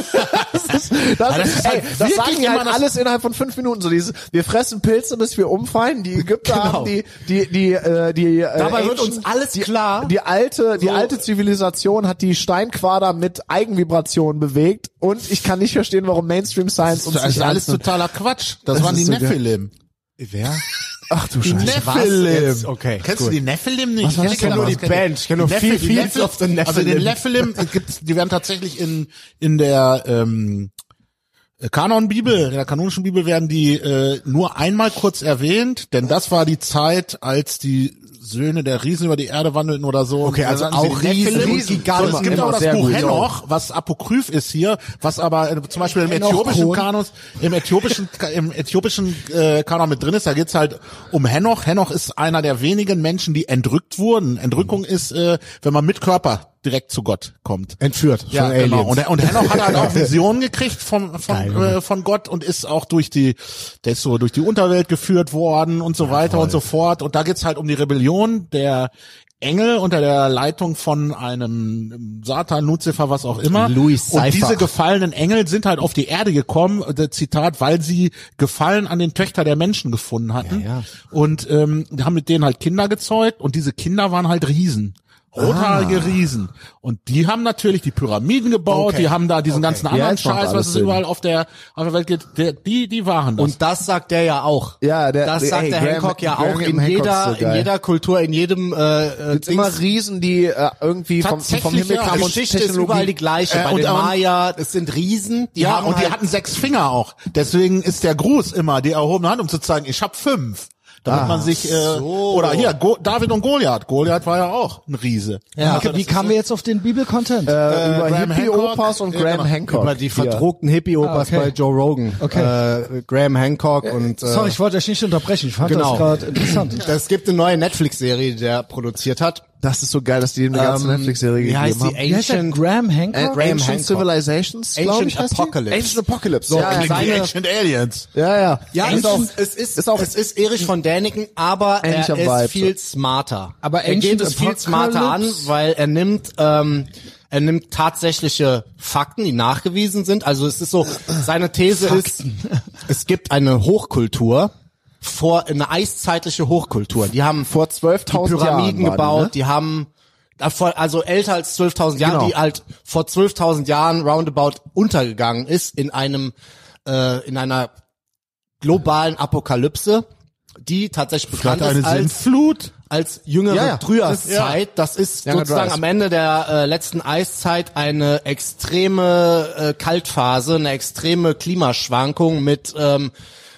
Speaker 4: Das, ist, das,
Speaker 3: das ist
Speaker 4: ey,
Speaker 3: halt
Speaker 4: das
Speaker 3: wirklich
Speaker 4: sagen die
Speaker 3: immer
Speaker 4: halt
Speaker 3: das-
Speaker 4: alles innerhalb von fünf Minuten. So dieses, wir fressen Pilze, bis wir umfallen. Die Ägypter haben die, die, die, äh, die. Äh,
Speaker 6: Dabei wird
Speaker 4: ancient-
Speaker 6: uns alles klar.
Speaker 4: die alte, die alte Zivilisation hat die Steinquader mit Eigenvibrationen bewegt und ich kann nicht verstehen, warum Mainstream Science
Speaker 3: Das ist
Speaker 4: uns
Speaker 3: also
Speaker 4: nicht
Speaker 3: alles
Speaker 4: ernst nimmt.
Speaker 3: totaler Quatsch. Das, waren die
Speaker 4: ist so geil.
Speaker 3: Nephilim.
Speaker 6: Wer?
Speaker 4: Ach du Scheiße.
Speaker 6: jetzt? Okay,
Speaker 3: Kennst
Speaker 6: gut.
Speaker 3: du die Nephilim nicht?
Speaker 6: war das denn? Ich kenn nur die Band. Ich kenn nur
Speaker 3: Nephilim-
Speaker 6: Feel- Feels
Speaker 3: Nephilim-
Speaker 6: of the Nephilim.
Speaker 3: Also den Nephilim es gibt's, die werden tatsächlich in, in der, ähm, Kanonbibel, in der kanonischen Bibel werden die äh, nur einmal kurz erwähnt, denn das war die Zeit, als die Söhne der Riesen über die Erde wandelten oder so. Okay,
Speaker 6: also auch Riesen und Giganten.
Speaker 3: Es gibt
Speaker 6: Immer
Speaker 3: auch das
Speaker 6: sehr
Speaker 3: Buch
Speaker 6: gut.
Speaker 3: Henoch, was apokryph ist hier, was aber äh, zum Beispiel im äthiopischen
Speaker 1: Kohn.
Speaker 3: Kanon, im äthiopischen, im äthiopischen äh, Kanon mit drin ist. Da geht's halt um Henoch. Henoch ist einer der wenigen Menschen, die entrückt wurden. Entrückung ist, äh, wenn man mit Körper direkt zu Gott kommt.
Speaker 6: Entführt
Speaker 3: Ja,
Speaker 6: von
Speaker 3: genau.
Speaker 6: Aliens.
Speaker 3: Und, und Henoch hat halt auch Visionen gekriegt von, von, äh, von Gott und ist auch durch die, der ist so durch die Unterwelt geführt worden und so weiter und so fort. Und da geht's halt um die Rebellion der Engel unter der Leitung von einem Satan, Luzifer, was auch immer.
Speaker 6: Louis
Speaker 3: und
Speaker 6: Seifert.
Speaker 3: diese gefallenen Engel sind halt auf die Erde gekommen, äh, Zitat, weil sie Gefallen an den Töchter der Menschen gefunden hatten.
Speaker 6: Ja, ja.
Speaker 3: Und ähm, haben mit denen halt Kinder gezeugt und diese Kinder waren halt Riesen. Rothaarige
Speaker 6: Ah.
Speaker 3: Riesen. Und die haben natürlich die Pyramiden gebaut, die haben da diesen ganzen anderen
Speaker 4: jetzt macht
Speaker 3: Scheiß,
Speaker 4: alles
Speaker 3: was es
Speaker 4: Sinn.
Speaker 3: überall auf der, auf der Welt gibt. Der, die, die waren das.
Speaker 6: Und das sagt der ja auch.
Speaker 4: Ja, der-
Speaker 6: das
Speaker 4: der-
Speaker 6: sagt
Speaker 4: ey,
Speaker 6: der
Speaker 4: Graham-
Speaker 6: Hancock ja
Speaker 4: Graham
Speaker 6: auch in
Speaker 4: Hancock ist
Speaker 6: jeder,
Speaker 4: so
Speaker 6: in
Speaker 4: geil.
Speaker 6: jeder Kultur, in jedem äh, äh,
Speaker 4: Gibt's immer
Speaker 6: Dings.
Speaker 4: Riesen, die äh, irgendwie vom, vom
Speaker 3: Tatsächlich,
Speaker 4: Himmel
Speaker 3: ja.
Speaker 4: kamen und
Speaker 6: Geschichte ist überall die
Speaker 4: Technologie.
Speaker 6: gleiche.
Speaker 3: Äh,
Speaker 6: Bei
Speaker 3: und
Speaker 6: den
Speaker 3: aber-
Speaker 6: Maya, es sind Riesen, die
Speaker 3: ja,
Speaker 6: haben
Speaker 3: und die
Speaker 6: halt,
Speaker 3: hatten sechs Finger auch. Deswegen ist der Gruß immer die erhobene Hand, um zu zeigen, ich habe fünf. Damit
Speaker 6: Ah.
Speaker 3: man sich, äh, oder hier, Go David und Goliath. Goliath war ja auch ein Riese.
Speaker 1: Ja, wie kamen wir jetzt auf den Bibel-Content?
Speaker 4: äh, über
Speaker 3: Graham
Speaker 4: Hippie-Opas und
Speaker 3: Hancock.
Speaker 4: Graham
Speaker 3: Ja, genau.
Speaker 4: Hancock.
Speaker 6: über die
Speaker 4: Hier.
Speaker 6: verdruckten Hippie-Opas
Speaker 1: Ah, okay.
Speaker 6: bei Joe Rogan.
Speaker 1: Okay.
Speaker 6: Äh, Graham Hancock und äh,
Speaker 1: Sorry, ich wollte euch nicht unterbrechen. Ich fand
Speaker 6: genau.
Speaker 1: das gerade interessant.
Speaker 6: es gibt eine neue Netflix-Serie, die der produziert hat.
Speaker 4: Das ist so geil, dass die dem eine ganze
Speaker 6: Ähm,
Speaker 4: Netflix-Serie
Speaker 6: wie heißt
Speaker 4: gegeben
Speaker 6: die?
Speaker 4: haben.
Speaker 1: Wie heißt der?
Speaker 6: Ancient,
Speaker 1: Graham
Speaker 4: Äh,
Speaker 1: Hancock?
Speaker 6: Graham
Speaker 4: Ancient
Speaker 6: Hancock.
Speaker 4: Civilizations,
Speaker 6: Ancient
Speaker 4: glaube ich, heißt die?
Speaker 6: Apocalypse.
Speaker 4: Ancient Apocalypse. So,
Speaker 6: Ja,
Speaker 4: ja,
Speaker 3: Klingt wie
Speaker 6: Äh, seine-
Speaker 3: Äh, Ancient Aliens.
Speaker 4: ja, ja.
Speaker 6: ja,
Speaker 4: Ancient-
Speaker 6: ist auch, es ist,
Speaker 4: ist auch-
Speaker 6: es ist Erich von Däniken, aber er
Speaker 4: Ähnlicher
Speaker 6: ist
Speaker 4: Vibe.
Speaker 6: viel smarter.
Speaker 1: Aber
Speaker 6: er geht
Speaker 1: Ancient
Speaker 6: es viel smarter an,
Speaker 1: Apocalypse?
Speaker 6: weil er nimmt, ähm, er nimmt tatsächliche Fakten, die nachgewiesen sind. Also es ist so, seine These ist, es gibt eine Hochkultur vor, eine eiszeitliche Hochkultur. Die haben
Speaker 4: Vor 12.000
Speaker 6: die Pyramiden
Speaker 4: Jahren waren die,
Speaker 6: gebaut,
Speaker 4: ne?
Speaker 6: die haben da vor- also älter als 12.000 Jahre,
Speaker 4: Genau.
Speaker 6: die halt vor 12.000 Jahren roundabout untergegangen ist in einem äh, in einer globalen Apokalypse, die tatsächlich bekannt
Speaker 3: Hatte eine
Speaker 6: ist als
Speaker 3: Sinnflut.
Speaker 6: als jüngere
Speaker 4: Ja, ja.
Speaker 6: Frühjahrszeit. Das ist
Speaker 4: Younger
Speaker 6: sozusagen
Speaker 4: Dryas.
Speaker 6: am Ende der äh, letzten Eiszeit eine extreme äh, Kaltphase, eine extreme Klimaschwankung mit ähm,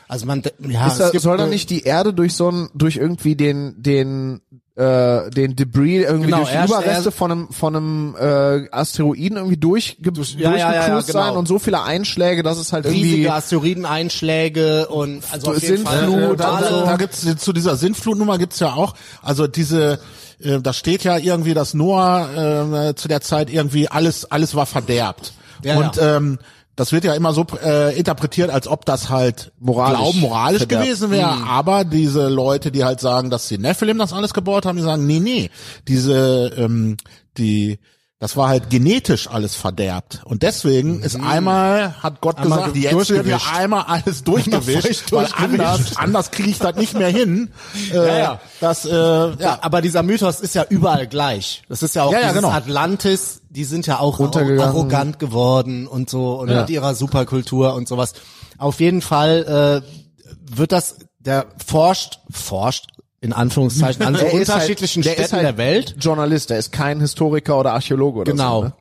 Speaker 6: also man de- ja,
Speaker 4: Ist da,
Speaker 6: es gibt
Speaker 4: soll doch
Speaker 6: eine-
Speaker 4: nicht die Erde durch so ein, durch irgendwie den, den, äh, den Debris, irgendwie
Speaker 6: Genau,
Speaker 4: durch
Speaker 6: erst-
Speaker 4: Überreste
Speaker 6: erst-
Speaker 4: von einem, von einem äh, Asteroiden irgendwie durchge
Speaker 6: ja, ja, ja,
Speaker 4: durchgecruised
Speaker 6: genau.
Speaker 4: sein und so viele Einschläge, dass es halt irgendwie
Speaker 6: riesige Asteroideneinschläge und also auf jeden Fall
Speaker 4: Sinnflut,
Speaker 3: Äh,
Speaker 4: Flut,
Speaker 3: da,
Speaker 6: totale-
Speaker 4: alle-
Speaker 3: da gibt's zu dieser Sintflutnummer gibt's ja auch, also diese, äh, da steht ja irgendwie, dass Noah äh, zu der Zeit irgendwie alles alles war verderbt
Speaker 6: Ja,
Speaker 3: und Ähm, das wird ja immer so äh, interpretiert, als ob das halt
Speaker 4: Moralisch
Speaker 3: Glauben moralisch
Speaker 4: verderbt.
Speaker 3: gewesen wäre. Aber diese Leute, die halt sagen, dass die Nephilim das alles gebaut haben, die sagen, nee, nee, diese, ähm, die, das war halt genetisch alles verderbt. Und deswegen ist einmal, hat Gott gesagt, jetzt wird mir einmal alles durchgewischt, weil anders, anders kriege ich das nicht mehr hin. Äh,
Speaker 6: ja.
Speaker 3: Das, äh, ja.
Speaker 6: aber dieser Mythos ist ja überall gleich. Das ist ja auch
Speaker 3: Ja, ja,
Speaker 6: dieses
Speaker 3: genau.
Speaker 6: Atlantis, die sind ja auch
Speaker 4: Untergegangen.
Speaker 6: arrogant geworden und so und mit ihrer Superkultur und sowas. Auf jeden Fall äh, wird das, der forscht, forscht in Anführungszeichen an so
Speaker 4: Der ist halt-
Speaker 6: unterschiedlichen
Speaker 4: der ist
Speaker 6: Städten
Speaker 4: halt
Speaker 6: der Welt.
Speaker 4: Journalist, der ist kein Historiker oder Archäologe oder
Speaker 6: Genau.
Speaker 4: so. Ne?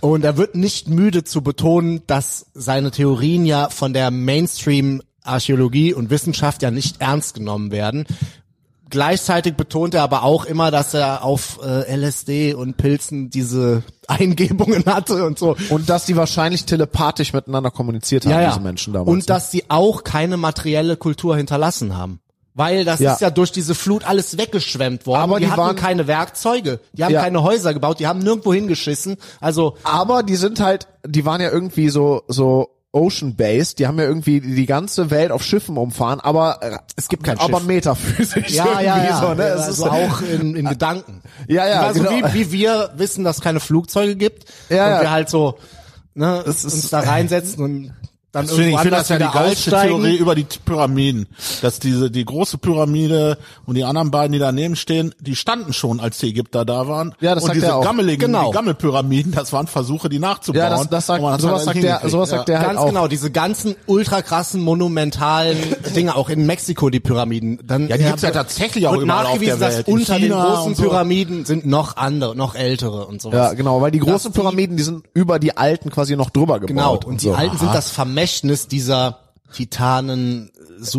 Speaker 6: Und er wird nicht müde zu betonen, dass seine Theorien ja von der Mainstream Archäologie und Wissenschaft ja nicht ernst genommen werden. Gleichzeitig betont er aber auch immer, dass er auf äh, LSD und Pilzen diese Eingebungen hatte und so.
Speaker 4: Und dass die wahrscheinlich telepathisch miteinander kommuniziert haben, diese Menschen damals. ne?
Speaker 6: Und dass sie auch keine materielle Kultur hinterlassen haben. Weil das
Speaker 4: Ja.
Speaker 6: ist ja durch diese Flut alles weggeschwemmt worden.
Speaker 4: Aber die
Speaker 6: hatten
Speaker 4: waren-
Speaker 6: keine Werkzeuge, die haben
Speaker 4: Ja.
Speaker 6: keine Häuser gebaut, die haben nirgendwo hingeschissen. Also
Speaker 4: aber die sind halt, die waren ja irgendwie so, so Ocean-based, die haben ja irgendwie die ganze Welt auf Schiffen umfahren, aber äh, es gibt
Speaker 6: kein
Speaker 4: aber
Speaker 6: Schiff.
Speaker 4: metaphysisch
Speaker 6: ja,
Speaker 4: irgendwie
Speaker 6: ja, ja.
Speaker 4: so, ne?
Speaker 6: Ja,
Speaker 4: es
Speaker 6: also
Speaker 4: ist
Speaker 6: auch in, in Gedanken.
Speaker 4: Ja, ja,
Speaker 6: Also
Speaker 4: genau.
Speaker 6: wie, wie wir wissen, dass es keine Flugzeuge gibt
Speaker 4: Ja,
Speaker 6: und
Speaker 4: ja.
Speaker 6: wir halt so ne,
Speaker 4: ist-
Speaker 6: uns da reinsetzen und dann
Speaker 3: Ich finde
Speaker 6: irgendwo
Speaker 3: ich finde das
Speaker 6: anders
Speaker 3: ja die
Speaker 6: wieder
Speaker 3: geilste
Speaker 6: aussteigen.
Speaker 3: Theorie über die T- Pyramiden, dass diese die große Pyramide und die anderen beiden, die daneben stehen, die standen schon, als die Ägypter da waren.
Speaker 4: Ja, das
Speaker 3: und
Speaker 4: sagt
Speaker 3: diese
Speaker 4: er auch.
Speaker 3: gammeligen,
Speaker 6: Genau.
Speaker 3: die Gammelpyramiden, das waren Versuche, die nachzubauen.
Speaker 4: ja, das, das sagt,
Speaker 3: Und man hat's
Speaker 4: sowas
Speaker 3: halt
Speaker 4: sagt
Speaker 3: nicht
Speaker 4: der,
Speaker 3: hingekriegt.
Speaker 4: sowas sagt der halt
Speaker 6: Ganz
Speaker 4: auch.
Speaker 6: genau, diese ganzen ultra krassen, monumentalen Dinge, auch in Mexiko die Pyramiden. Dann,
Speaker 3: Ja, die gibt's ja tatsächlich auch
Speaker 6: wird
Speaker 3: überall auf
Speaker 6: nachgewiesen,
Speaker 3: der Welt.
Speaker 6: dass unter
Speaker 3: In
Speaker 6: den
Speaker 3: China
Speaker 6: großen
Speaker 3: und so.
Speaker 6: Pyramiden sind noch andere, noch ältere und sowas.
Speaker 4: Ja, genau, weil die großen Pyramiden, die sind über die alten quasi noch drüber gebaut.
Speaker 6: Genau, und die
Speaker 4: so.
Speaker 6: Alten sind das Vermächtnis dieser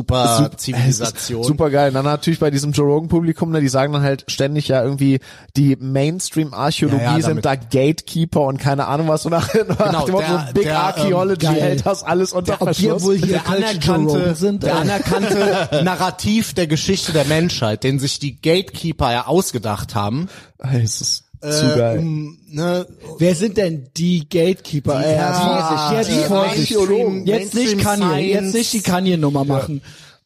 Speaker 6: Titanen-Super-Zivilisation.
Speaker 4: Super geil. Dann natürlich bei diesem Joe Rogan Publikum, ne, die sagen dann halt ständig ja irgendwie, die Mainstream Archäologie
Speaker 6: Ja, ja, damit-
Speaker 4: sind da Gatekeeper und keine Ahnung was. Und nach, nach dem Motto,
Speaker 6: der-
Speaker 4: so Big
Speaker 6: der, ähm,
Speaker 4: Archaeology
Speaker 1: geil.
Speaker 4: hält das alles unter
Speaker 1: Ob wir
Speaker 4: Verschluss.
Speaker 1: wohl hier
Speaker 6: der
Speaker 1: Kölsch Joe Rogan
Speaker 6: anerkannte,
Speaker 1: sind?
Speaker 6: der
Speaker 1: Äh,
Speaker 6: anerkannte Narrativ der Geschichte der Menschheit, den sich die Gatekeeper ja ausgedacht haben,
Speaker 4: Ey, es ist zu geil.
Speaker 6: um, ne,
Speaker 1: Wer sind denn die Gatekeeper? Äh, Vorsicht, jetzt Vorsicht.
Speaker 6: Archäologen,
Speaker 1: Jetzt nicht
Speaker 6: Mainstream
Speaker 1: Kanye, jetzt
Speaker 6: Science.
Speaker 1: nicht die Kanye-Nummer machen.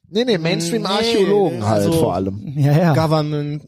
Speaker 4: Nee, nee, Mainstream Archäologen halt
Speaker 6: also-
Speaker 4: vor allem.
Speaker 1: Ja, ja.
Speaker 6: Government,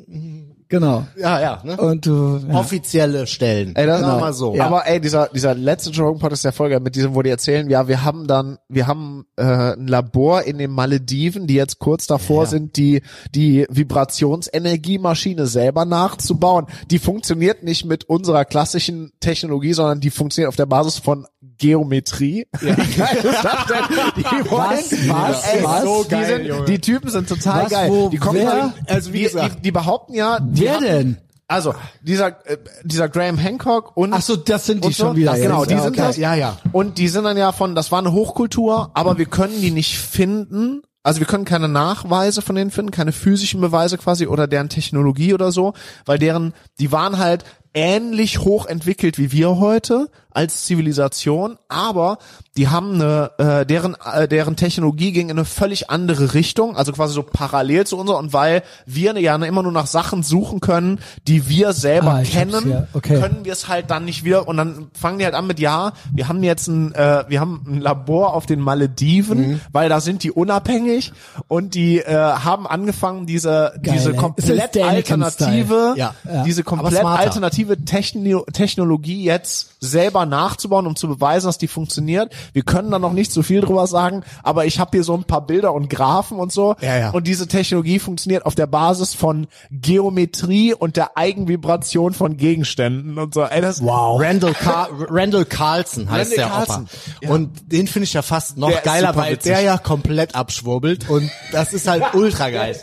Speaker 1: Genau.
Speaker 2: Ja, ja. Ne?
Speaker 1: Und du, ja.
Speaker 2: Offizielle Stellen.
Speaker 4: Ey, das
Speaker 2: Sagen wir
Speaker 4: genau.
Speaker 2: mal so.
Speaker 4: Aber ey, dieser, dieser letzte Joe Rogan Podcast der Folge mit diesem, wo die erzählen, ja, wir haben dann, wir haben äh, ein Labor in den Malediven, die jetzt kurz davor sind, die die Vibrationsenergiemaschine selber nachzubauen. Die funktioniert nicht mit unserer klassischen Technologie, sondern die funktioniert auf der Basis von Geometrie. Ja. Wie geil ist das denn? Die wollen-
Speaker 1: was,
Speaker 4: ey,
Speaker 1: was?
Speaker 4: So geil, die, sind, die Typen sind total
Speaker 1: Was,
Speaker 4: geil.
Speaker 1: wo,
Speaker 4: die kommen
Speaker 1: wer?
Speaker 4: dann- also wie gesagt, die, die behaupten ja, die
Speaker 1: Wer
Speaker 4: hatten-
Speaker 1: denn?
Speaker 4: also, dieser, äh, dieser Graham Hancock und...
Speaker 1: Ach so, das sind die
Speaker 4: und so,
Speaker 1: schon wieder
Speaker 4: Das,
Speaker 1: jetzt.
Speaker 4: genau, die
Speaker 1: Ja,
Speaker 4: sind
Speaker 1: okay.
Speaker 4: das.
Speaker 1: Ja, ja.
Speaker 4: Und die sind dann ja von, das war eine Hochkultur, aber wir können die nicht finden. Also wir können keine Nachweise von denen finden, keine physischen Beweise quasi oder deren Technologie oder so, weil deren, die waren halt ähnlich hoch entwickelt wie wir heute als Zivilisation, aber die haben eine, äh, deren, äh, deren Technologie ging in eine völlig andere Richtung, also quasi so parallel zu unserer und weil wir ja immer nur nach Sachen suchen können, die wir selber
Speaker 1: Ah, ich hab's,
Speaker 4: kennen,
Speaker 1: ja, okay.
Speaker 4: können wir es halt dann nicht wieder und dann fangen die halt an mit ja, wir haben jetzt ein äh, wir haben ein Labor auf den Malediven,
Speaker 1: Mhm.
Speaker 4: weil da sind die unabhängig und die äh, haben angefangen diese diese
Speaker 1: ey.
Speaker 4: komplett
Speaker 1: ne? Ist das
Speaker 4: alternative
Speaker 1: Däniken-Style? Ja. Ja.
Speaker 4: diese komplett
Speaker 6: smarter.
Speaker 4: alternative Techno Technologie jetzt selber nachzubauen, um zu beweisen, dass die funktioniert. Wir können da noch nicht so viel drüber sagen, aber ich habe hier so ein paar Bilder und Graphen und so
Speaker 6: Ja, ja.
Speaker 4: und diese Technologie funktioniert auf der Basis von Geometrie und der Eigenvibration von Gegenständen und so. Ey, das
Speaker 6: Wow. Randall, Car Randall Carlson heißt
Speaker 4: Randall
Speaker 6: der
Speaker 4: Carlson,
Speaker 6: Opa. Und den finde ich ja fast noch
Speaker 4: Der ist
Speaker 6: geiler,
Speaker 4: super
Speaker 6: weil
Speaker 4: witzig.
Speaker 6: der ja komplett abschwurbelt und das ist halt ultra geil.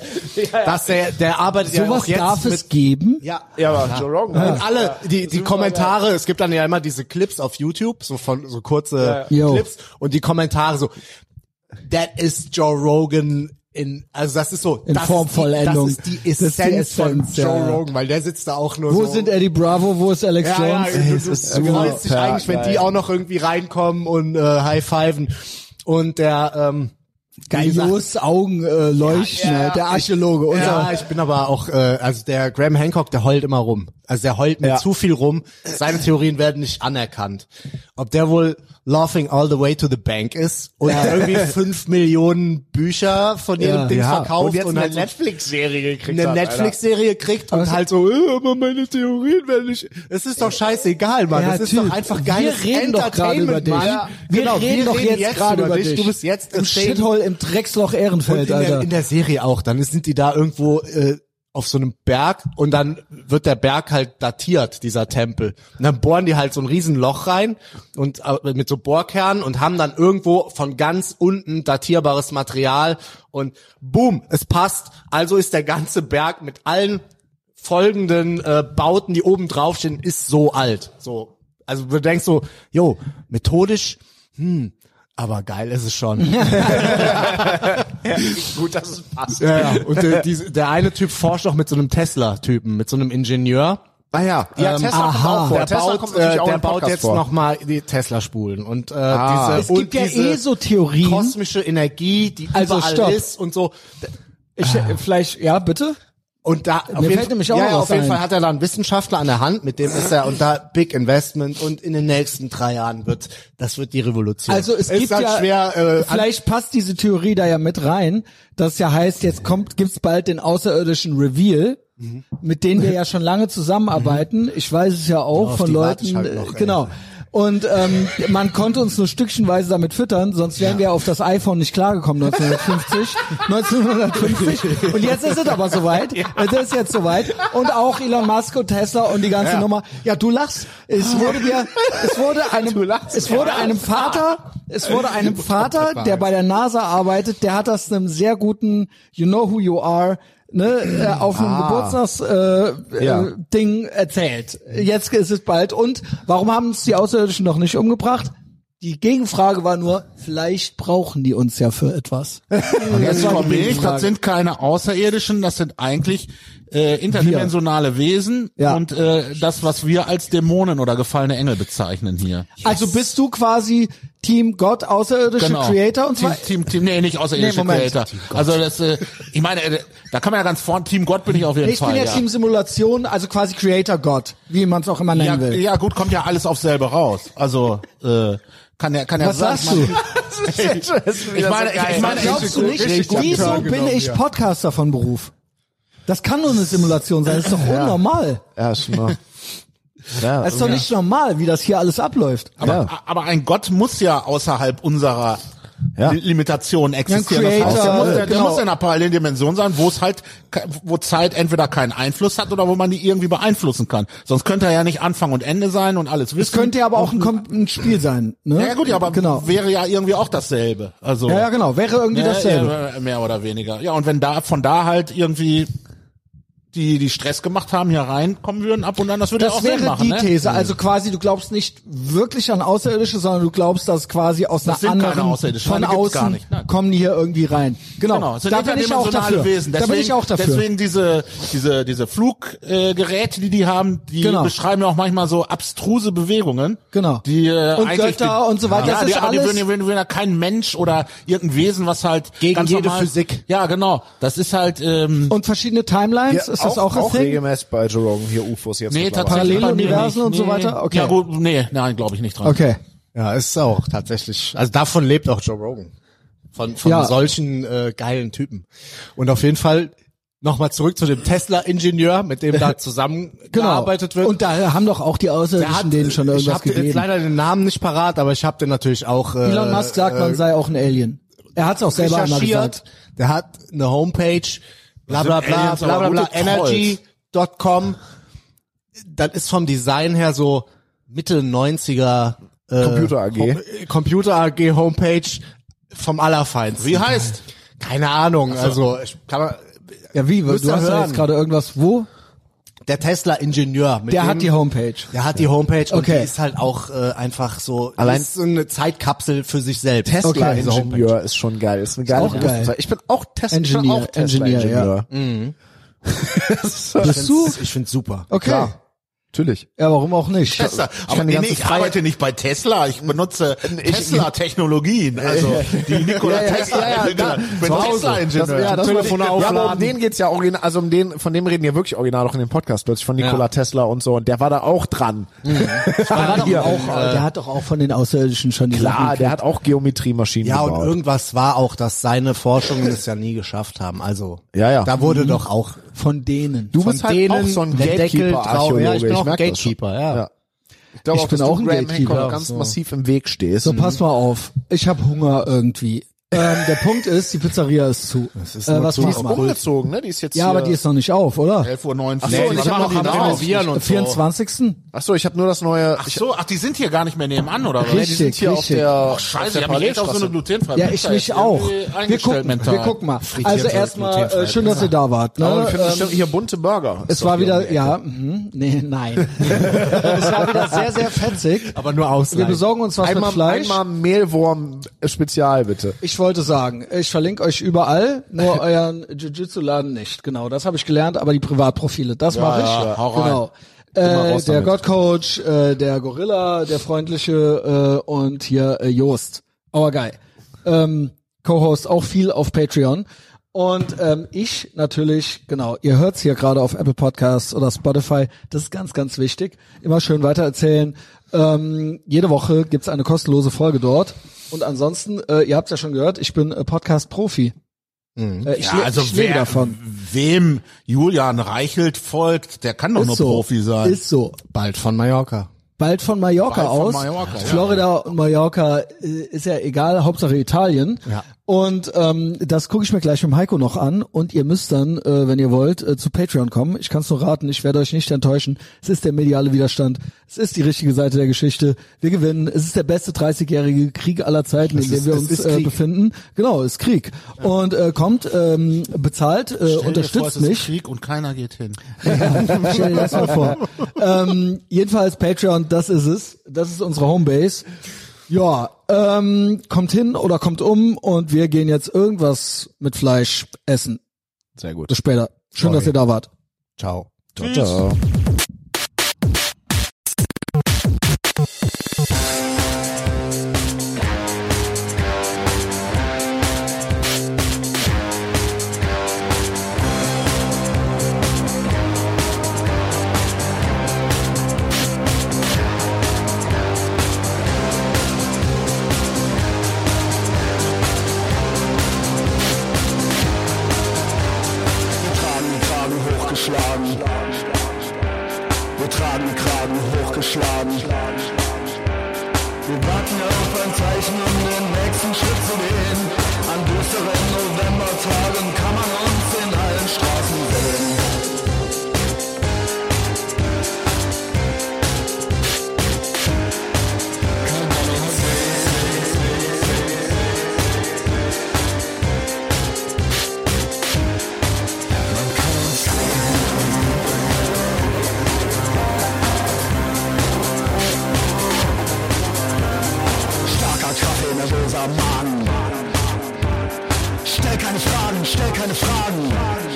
Speaker 6: Dass der, der arbeitet ja auch
Speaker 1: Sowas
Speaker 6: jetzt
Speaker 1: darf
Speaker 6: mit,
Speaker 1: es geben?
Speaker 6: ja,
Speaker 4: Ja, aber halt Joe Rogan.
Speaker 6: Und
Speaker 1: Ah.
Speaker 6: alle, die, die Kommentare, es gibt dann ja immer diese Clips auf YouTube, so von, so kurze
Speaker 1: Ja, ja. Jo.
Speaker 6: Clips und die Kommentare so, that is Joe Rogan in, also das ist so,
Speaker 1: In
Speaker 6: das
Speaker 1: Form
Speaker 6: ist
Speaker 1: Vollendung.
Speaker 6: Die, das ist die
Speaker 1: Das ist
Speaker 6: Essenz,
Speaker 1: die Essenz,
Speaker 6: von Joe
Speaker 1: ja, ja.
Speaker 6: Rogan, weil der sitzt da auch nur
Speaker 1: Wo
Speaker 6: so.
Speaker 1: sind Eddie Bravo, wo ist Alex
Speaker 6: ja, ja,
Speaker 1: Jones? Äh, genau.
Speaker 6: du,
Speaker 1: es
Speaker 6: du,
Speaker 1: ist
Speaker 6: du
Speaker 1: super.
Speaker 6: freust dich eigentlich, wenn die auch noch irgendwie reinkommen und, äh, high fiven. Und der, ähm, wie gesagt,
Speaker 1: Gaios Augen äh, leuchten,
Speaker 6: Ja, ja.
Speaker 1: der Archäologe. Unser,
Speaker 6: Ja, ich bin aber auch, äh, also der Graham Hancock, der heult immer rum. Also der heult mit zu viel rum. Seine Theorien werden nicht anerkannt. Ob der wohl laughing all the way to the bank ist und irgendwie fünf Millionen Bücher von jedem
Speaker 1: Ja.
Speaker 6: Ding
Speaker 1: Ja.
Speaker 6: verkauft und,
Speaker 4: jetzt eine
Speaker 6: halt so
Speaker 4: Netflix-Serie gekriegt
Speaker 6: eine Netflix-Serie kriegt
Speaker 1: Also,
Speaker 6: und halt so, äh, aber meine Theorien werden nicht. Es ist doch scheißegal, Mann.
Speaker 1: Äh, Ja,
Speaker 6: es ist
Speaker 1: Typ,
Speaker 6: doch einfach geiles
Speaker 1: wir reden doch gerade über
Speaker 6: Entertainment,
Speaker 1: dich.
Speaker 6: Mann.
Speaker 1: Wir
Speaker 6: genau,
Speaker 1: reden
Speaker 6: wir
Speaker 1: doch
Speaker 6: reden
Speaker 1: jetzt gerade über dich.
Speaker 6: Du bist jetzt
Speaker 1: im
Speaker 6: Szenen-
Speaker 1: Shithole, im Drecksloch Ehrenfeld,
Speaker 6: und in
Speaker 1: Alter.
Speaker 6: Der, in der Serie auch. Dann sind die da irgendwo äh, auf so einem Berg und dann wird der Berg halt datiert, dieser Tempel. Und dann bohren die halt so ein Riesenloch rein und äh, mit so Bohrkernen und haben dann irgendwo von ganz unten datierbares Material und boom, es passt. Also ist der ganze Berg mit allen folgenden äh, Bauten, die oben drauf stehen, ist so alt. So, also du denkst so, jo, methodisch, hm, aber geil ist es schon.
Speaker 4: Gut, dass es passt.
Speaker 6: Ja, ja. Und der, diese- der eine Typ forscht auch mit so einem Tesla-Typen, mit so einem Ingenieur.
Speaker 4: Ah ja, ja
Speaker 6: Ähm,
Speaker 4: Tesla kommt
Speaker 1: aha.
Speaker 4: auch vor.
Speaker 6: Der
Speaker 4: Tesla
Speaker 6: baut,
Speaker 4: kommt
Speaker 6: äh,
Speaker 4: natürlich auch
Speaker 6: der
Speaker 4: im
Speaker 6: baut
Speaker 4: Podcast
Speaker 6: jetzt
Speaker 4: vor.
Speaker 6: nochmal die Tesla-Spulen und äh, diese
Speaker 1: es gibt
Speaker 6: und
Speaker 1: ja
Speaker 6: diese
Speaker 1: eh so Theorien.
Speaker 6: kosmische Energie, die
Speaker 1: Also
Speaker 6: überall
Speaker 1: stopp.
Speaker 6: ist und so.
Speaker 1: ich, äh, vielleicht, ja, bitte?
Speaker 6: Und da auf,
Speaker 1: fällt nämlich auch
Speaker 6: ja,
Speaker 1: noch
Speaker 6: ja,
Speaker 1: was
Speaker 6: auf jeden
Speaker 1: ein.
Speaker 6: Fall hat er da einen Wissenschaftler an der Hand, mit dem ist er und da Big Investment und in den nächsten drei Jahren wird das wird die Revolution.
Speaker 1: Also es
Speaker 6: Ist
Speaker 1: gibt
Speaker 6: halt
Speaker 1: ja,
Speaker 6: schwer, äh, an-
Speaker 1: vielleicht passt diese Theorie da ja mit rein, dass ja heißt, jetzt kommt, gibt's bald den außerirdischen Reveal,
Speaker 6: Mhm.
Speaker 1: mit denen wir ja schon lange zusammenarbeiten. Ich weiß es ja auch
Speaker 6: auf
Speaker 1: von
Speaker 6: Mhm. die warte
Speaker 1: Leuten,
Speaker 6: ich halt noch,
Speaker 1: äh,
Speaker 6: ey.
Speaker 1: genau. Und ähm, man konnte uns nur stückchenweise damit füttern, sonst wären wir auf das iPhone nicht klargekommen 1950. 1950. Und jetzt ist es aber soweit. Es ist jetzt soweit. Und auch Elon Musk und Tesla und die ganze Nummer. Ja, du lachst. Es wurde dir, es wurde einem, es wurde einem Vater, es wurde einem Vater, der bei der NASA arbeitet, der hat das einem sehr guten You know who you are. Ne, äh, auf einem Geburtstagsding äh,
Speaker 4: Ja.
Speaker 1: äh, Ding erzählt. Jetzt ist es bald. Und warum haben uns die Außerirdischen noch nicht umgebracht? Die Gegenfrage war nur, vielleicht brauchen die uns ja für etwas.
Speaker 3: Und jetzt
Speaker 1: war die
Speaker 3: kommt Milch,
Speaker 1: Gegenfrage.
Speaker 3: das sind keine Außerirdischen, das sind eigentlich äh, interdimensionale Wesen
Speaker 1: Ja.
Speaker 3: und äh, das, was wir als Dämonen oder gefallene Engel bezeichnen hier.
Speaker 1: Also bist du quasi Team Gott, außerirdische Creator und
Speaker 3: Genau. Team,
Speaker 1: zwar
Speaker 3: Team, Team, nee, nicht außerirdische
Speaker 1: Nee, Moment.
Speaker 3: Creator. Also das, äh, ich meine, äh, da kann man ja ganz vorne, Team Gott bin ich auf jeden
Speaker 1: ich
Speaker 3: Fall.
Speaker 1: bin ja, Team Simulation, also quasi Creator Gott, wie man es auch immer
Speaker 3: ja,
Speaker 1: nennen will.
Speaker 3: ja gut, kommt ja alles auf selber raus. Also äh, kann ja, kann ja
Speaker 1: Was
Speaker 3: sein.
Speaker 1: sagst du?
Speaker 3: Ich meine, ich, ich meine, genau,
Speaker 1: Glaubst du nicht, wieso bin ich Podcaster von Beruf? Das kann nur eine Simulation sein. Das ist doch unnormal.
Speaker 4: Ja, schon mal. Ja,
Speaker 1: Das ist doch nicht normal, wie das hier alles abläuft.
Speaker 3: Aber,
Speaker 4: Ja.
Speaker 3: aber ein Gott muss ja außerhalb unserer
Speaker 4: Ja.
Speaker 3: Li- Limitationen existieren.
Speaker 1: Creator,
Speaker 3: das heißt, der muss,
Speaker 1: äh,
Speaker 3: der, der
Speaker 1: genau.
Speaker 3: muss in einer parallelen Dimension sein, wo es halt, ke- wo Zeit entweder keinen Einfluss hat oder wo man die irgendwie beeinflussen kann. Sonst könnte er ja nicht Anfang und Ende sein und alles wissen.
Speaker 1: Es könnte ja aber auch ein, Kom- ein Spiel sein. Ne?
Speaker 3: ja gut, ja, aber
Speaker 1: genau.
Speaker 3: wäre ja irgendwie auch dasselbe. Also
Speaker 1: Ja, ja, genau. Wäre irgendwie
Speaker 3: Ja,
Speaker 1: dasselbe.
Speaker 3: ja, mehr oder weniger. Ja, und wenn da von da halt irgendwie die die Stress gemacht haben, hier reinkommen würden ab und an, das würde ja
Speaker 1: Das
Speaker 3: auch Sinn
Speaker 1: wäre
Speaker 3: machen.
Speaker 1: die
Speaker 3: ne?
Speaker 1: These. Also quasi, du glaubst nicht wirklich an Außerirdische, sondern du glaubst, dass quasi aus einer
Speaker 3: Das sind keine
Speaker 1: anderen
Speaker 3: Außerirdischen.
Speaker 1: von
Speaker 3: Nein, die gibt's gar
Speaker 1: außen
Speaker 3: nicht. Nein.
Speaker 1: kommen die hier irgendwie rein. Genau.
Speaker 3: Genau, es sind
Speaker 1: da bin ich auch
Speaker 3: interdimensionale
Speaker 1: dafür.
Speaker 3: Wesen. Deswegen,
Speaker 1: da bin ich auch dafür.
Speaker 3: Deswegen diese, diese, diese Fluggeräte, äh, Geräte, die die haben, die
Speaker 1: Genau.
Speaker 3: beschreiben ja auch manchmal so abstruse Bewegungen.
Speaker 1: Genau.
Speaker 3: Die, äh,
Speaker 1: Und
Speaker 3: eigentlich
Speaker 1: Götter
Speaker 3: die,
Speaker 1: und so weiter.
Speaker 3: Ja,
Speaker 1: Das
Speaker 3: die,
Speaker 1: ist
Speaker 3: aber die
Speaker 1: alles-
Speaker 3: würden, die würden, würden ja kein Mensch oder irgendein Wesen, was halt
Speaker 6: Gegen
Speaker 3: ganz
Speaker 6: jede
Speaker 3: normal,
Speaker 6: Physik.
Speaker 3: Ja, genau. Das ist halt ähm,
Speaker 1: Und verschiedene Timelines, ist das auch,
Speaker 4: auch
Speaker 1: ein Thing?
Speaker 4: regelmäßig bei Jerome hier UFOs jetzt.
Speaker 3: nee,
Speaker 4: mittlerweile.
Speaker 3: tatsächlich bei mir
Speaker 1: Paralleluniversen
Speaker 3: nicht.
Speaker 1: und so weiter? Okay.
Speaker 3: Ja gut, nee, nein, glaube ich nicht dran.
Speaker 1: Okay.
Speaker 6: Ja, ist auch tatsächlich. Also davon lebt auch Joe Rogan. Von, von
Speaker 1: Ja.
Speaker 6: solchen äh, geilen Typen. Und auf jeden Fall nochmal zurück zu dem Tesla-Ingenieur, mit dem da
Speaker 1: Genau.
Speaker 6: zusammengearbeitet wird.
Speaker 1: Und da haben doch auch die
Speaker 6: Der
Speaker 1: Außerirdischen denen schon
Speaker 6: ich
Speaker 1: irgendwas
Speaker 6: habe jetzt
Speaker 1: gegeben.
Speaker 6: leider den Namen nicht parat, aber ich habe den natürlich auch äh,
Speaker 1: Elon Musk sagt, man sei auch ein Alien. Er hat's auch selber einmal
Speaker 6: recherchiert.
Speaker 1: gesagt.
Speaker 6: Der hat eine Homepage, bla bla
Speaker 3: sind
Speaker 6: bla,
Speaker 3: Aliens,
Speaker 6: bla bla
Speaker 3: aber
Speaker 6: bla,
Speaker 3: gute
Speaker 6: energy.com. Das ist vom Design her so Mitte 90er äh,
Speaker 4: Computer AG.
Speaker 6: Ho- äh, Computer AG Homepage vom Allerfeinsten.
Speaker 3: Wie heißt?
Speaker 6: Keine Ahnung, also ich kann man,
Speaker 1: Ja, wie? Du hast
Speaker 6: Müsst ihr
Speaker 1: doch
Speaker 6: hören.
Speaker 1: jetzt gerade irgendwas, wo?
Speaker 6: der Tesla Ingenieur mit
Speaker 1: Der
Speaker 6: dem,
Speaker 1: hat die Homepage.
Speaker 6: der hat die Homepage und
Speaker 1: Okay.
Speaker 6: die ist halt auch äh, einfach so
Speaker 4: Allein-
Speaker 6: ist so eine Zeitkapsel für sich selbst.
Speaker 4: Tesla
Speaker 1: Okay,
Speaker 6: diese Homepage.
Speaker 4: Ingenieur ist schon geil. Ist eine geile
Speaker 1: auch geil.
Speaker 4: Berufsbezeichnung. Ich bin auch Tesla
Speaker 1: Engineer,
Speaker 4: Ingenieur. Auch Tesla
Speaker 1: Engineer,
Speaker 4: Ingenieur.
Speaker 1: Bist du?
Speaker 6: Ich find's super.
Speaker 1: Okay.
Speaker 4: Klar. Natürlich.
Speaker 1: Ja, warum auch nicht?
Speaker 3: Tesla. Aber
Speaker 4: kann die
Speaker 3: nee, nee,
Speaker 4: ganze
Speaker 3: ich
Speaker 4: Freiheit-
Speaker 3: arbeite nicht bei Tesla. Ich benutze Tesla-Technologien. Also die Nikola
Speaker 4: Ja, ja,
Speaker 3: Tesla.
Speaker 4: ja, ja,
Speaker 3: ich bin
Speaker 4: da-
Speaker 3: Tesla-Ingenieur.
Speaker 6: Telefon
Speaker 4: ja, aber um
Speaker 6: aufladen.
Speaker 4: den geht's ja original, also um den, von dem reden wir wirklich original auch in dem Podcast plötzlich von Nikola Tesla und so und der war da auch dran.
Speaker 1: Der hat, doch auch, der hat doch auch von den Außerirdischen schon die
Speaker 4: Klar,
Speaker 1: Sachen
Speaker 4: der hat auch Geometriemaschinen
Speaker 6: Ja, und
Speaker 4: gebaut.
Speaker 6: irgendwas war auch, dass seine Forschungen es ja nie geschafft haben. Also,
Speaker 4: Ja, ja.
Speaker 6: da wurde doch auch
Speaker 1: von denen.
Speaker 4: du
Speaker 1: Von-
Speaker 4: bist halt auch so ein
Speaker 6: der Deckel drauf.
Speaker 4: Gatekeeper-Archäologe.
Speaker 6: Ja, ich bin auch ein
Speaker 4: merk das
Speaker 6: Gatekeeper,
Speaker 4: schon.
Speaker 6: ja.
Speaker 4: Ich, glaub
Speaker 1: Ich bin
Speaker 4: dass
Speaker 1: auch
Speaker 4: du
Speaker 1: ein
Speaker 4: Graham
Speaker 1: Gatekeeper,
Speaker 4: Hancock ganz
Speaker 1: so.
Speaker 4: massiv im Weg stehst.
Speaker 1: so, pass mal auf. Ich habe Hunger irgendwie. ähm, der Punkt ist, die Pizzeria ist zu. äh, was
Speaker 4: die
Speaker 1: mach
Speaker 4: ist
Speaker 1: mal?
Speaker 4: umgezogen, ne? Die ist jetzt
Speaker 1: Ja,
Speaker 4: hier.
Speaker 1: aber die ist noch nicht auf, oder?
Speaker 3: 11.19 Uhr.
Speaker 4: so, und
Speaker 3: was
Speaker 4: ich hab
Speaker 3: machen
Speaker 4: noch
Speaker 3: die
Speaker 4: am
Speaker 3: da?
Speaker 4: Renovieren
Speaker 6: und
Speaker 1: 24.
Speaker 4: Ach so, ich habe nur das neue.
Speaker 3: Ach
Speaker 4: ich,
Speaker 3: so, ach, die sind hier gar nicht mehr nebenan, oder was?
Speaker 1: Richtig.
Speaker 4: die sind hier auf
Speaker 1: richtig.
Speaker 4: der.
Speaker 3: Ach,
Speaker 4: auf
Speaker 3: scheiße,
Speaker 4: der
Speaker 3: ich hab mich echt auf so eine
Speaker 4: Parallelstraße.
Speaker 3: glutenfreie
Speaker 1: Ja, ich
Speaker 3: Pizza
Speaker 1: mich
Speaker 3: jetzt
Speaker 1: auch.
Speaker 3: irgendwie
Speaker 1: Wir
Speaker 3: eingestellt
Speaker 1: gucken,
Speaker 3: mental.
Speaker 1: wir gucken mal.
Speaker 6: Frittiert
Speaker 1: Also
Speaker 6: wird
Speaker 1: erstmal, äh,
Speaker 6: glutenfrei.
Speaker 1: schön, dass ihr da wart. Ne?
Speaker 4: halt Aber wir finden
Speaker 1: Ähm,
Speaker 4: bestimmt hier bunte Burger.
Speaker 1: es war
Speaker 4: um
Speaker 1: wieder, ja, mhm, nee, nein. es war wieder sehr, sehr fetzig.
Speaker 6: Aber nur
Speaker 1: Wir
Speaker 6: Ausleihen.
Speaker 1: besorgen uns was mit
Speaker 4: einmal,
Speaker 1: Fleisch.
Speaker 4: einmal Mehlwurm äh, Spezial bitte.
Speaker 1: Ich wollte sagen, ich verlinke euch überall, nur euren Jiu-Jitsu-Laden nicht. Genau, das habe ich gelernt, aber die Privatprofile, das mache ich.
Speaker 3: ja, hau rein.
Speaker 1: genau.
Speaker 4: Immer
Speaker 1: Äh,
Speaker 4: raus
Speaker 1: der
Speaker 4: damit.
Speaker 1: Gottcoach, äh, der Gorilla, der Freundliche äh, und hier äh, Joost, our guy. Ähm, Co-Host auch viel auf Patreon. Und ähm, ich natürlich, genau, ihr hört's hier gerade auf Apple Podcasts oder Spotify, das ist ganz, ganz wichtig. Immer schön weitererzählen. Ähm, jede Woche gibt's eine kostenlose Folge dort. Und ansonsten, äh, ihr habt's ja schon gehört, ich bin äh, Podcast-Profi. Äh, ich
Speaker 3: Ja,
Speaker 1: le-
Speaker 3: also
Speaker 1: ich lebe
Speaker 3: wer,
Speaker 1: davon.
Speaker 3: wem Julian Reichelt folgt, der kann doch nur
Speaker 1: so.
Speaker 3: Profi sein.
Speaker 1: Ist so.
Speaker 6: Bald von Mallorca.
Speaker 1: Bald von Mallorca
Speaker 3: Bald von
Speaker 1: aus.
Speaker 3: Mallorca, ja.
Speaker 1: Florida und Mallorca äh, ist ja egal, Hauptsache Italien.
Speaker 6: Ja.
Speaker 1: Und ähm, das gucke ich mir gleich mit dem Heiko noch an. Und ihr müsst dann, äh, wenn ihr wollt, äh, zu Patreon kommen. Ich kann's nur raten, ich werde euch nicht enttäuschen. Es ist der mediale Widerstand. Es ist die richtige Seite der Geschichte. Wir gewinnen. Es ist der beste 30-jährige Krieg aller Zeiten, in dem wir uns äh, befinden. Genau, es ist Krieg. Und äh, kommt, ähm, bezahlt, äh,
Speaker 3: Stell dir vor, es
Speaker 1: unterstützt
Speaker 3: ist
Speaker 1: mich.
Speaker 3: Krieg und keiner geht hin.
Speaker 1: Stell dir das mal vor. ähm, jedenfalls Patreon, das ist es. Das ist unsere Homebase. Ja, ähm, kommt hin oder kommt um und wir gehen jetzt irgendwas mit Fleisch essen.
Speaker 4: Sehr gut.
Speaker 1: Bis später. Schön, dass ihr da wart.
Speaker 6: Ciao.
Speaker 4: Ciao, ciao.
Speaker 7: Fragen, Fragen,
Speaker 4: ausgegraben, hochgeschlagen. Wir warten auf ein Zeichen, um den nächsten Schritt zu gehen. An düsteren Novembertagen kann man uns in allen Straßen sehen. Kann man uns sehen. Man kann uns sehen. Starker Kaffee, nervöser Magen. Stell keine Fragen, stell keine Fragen.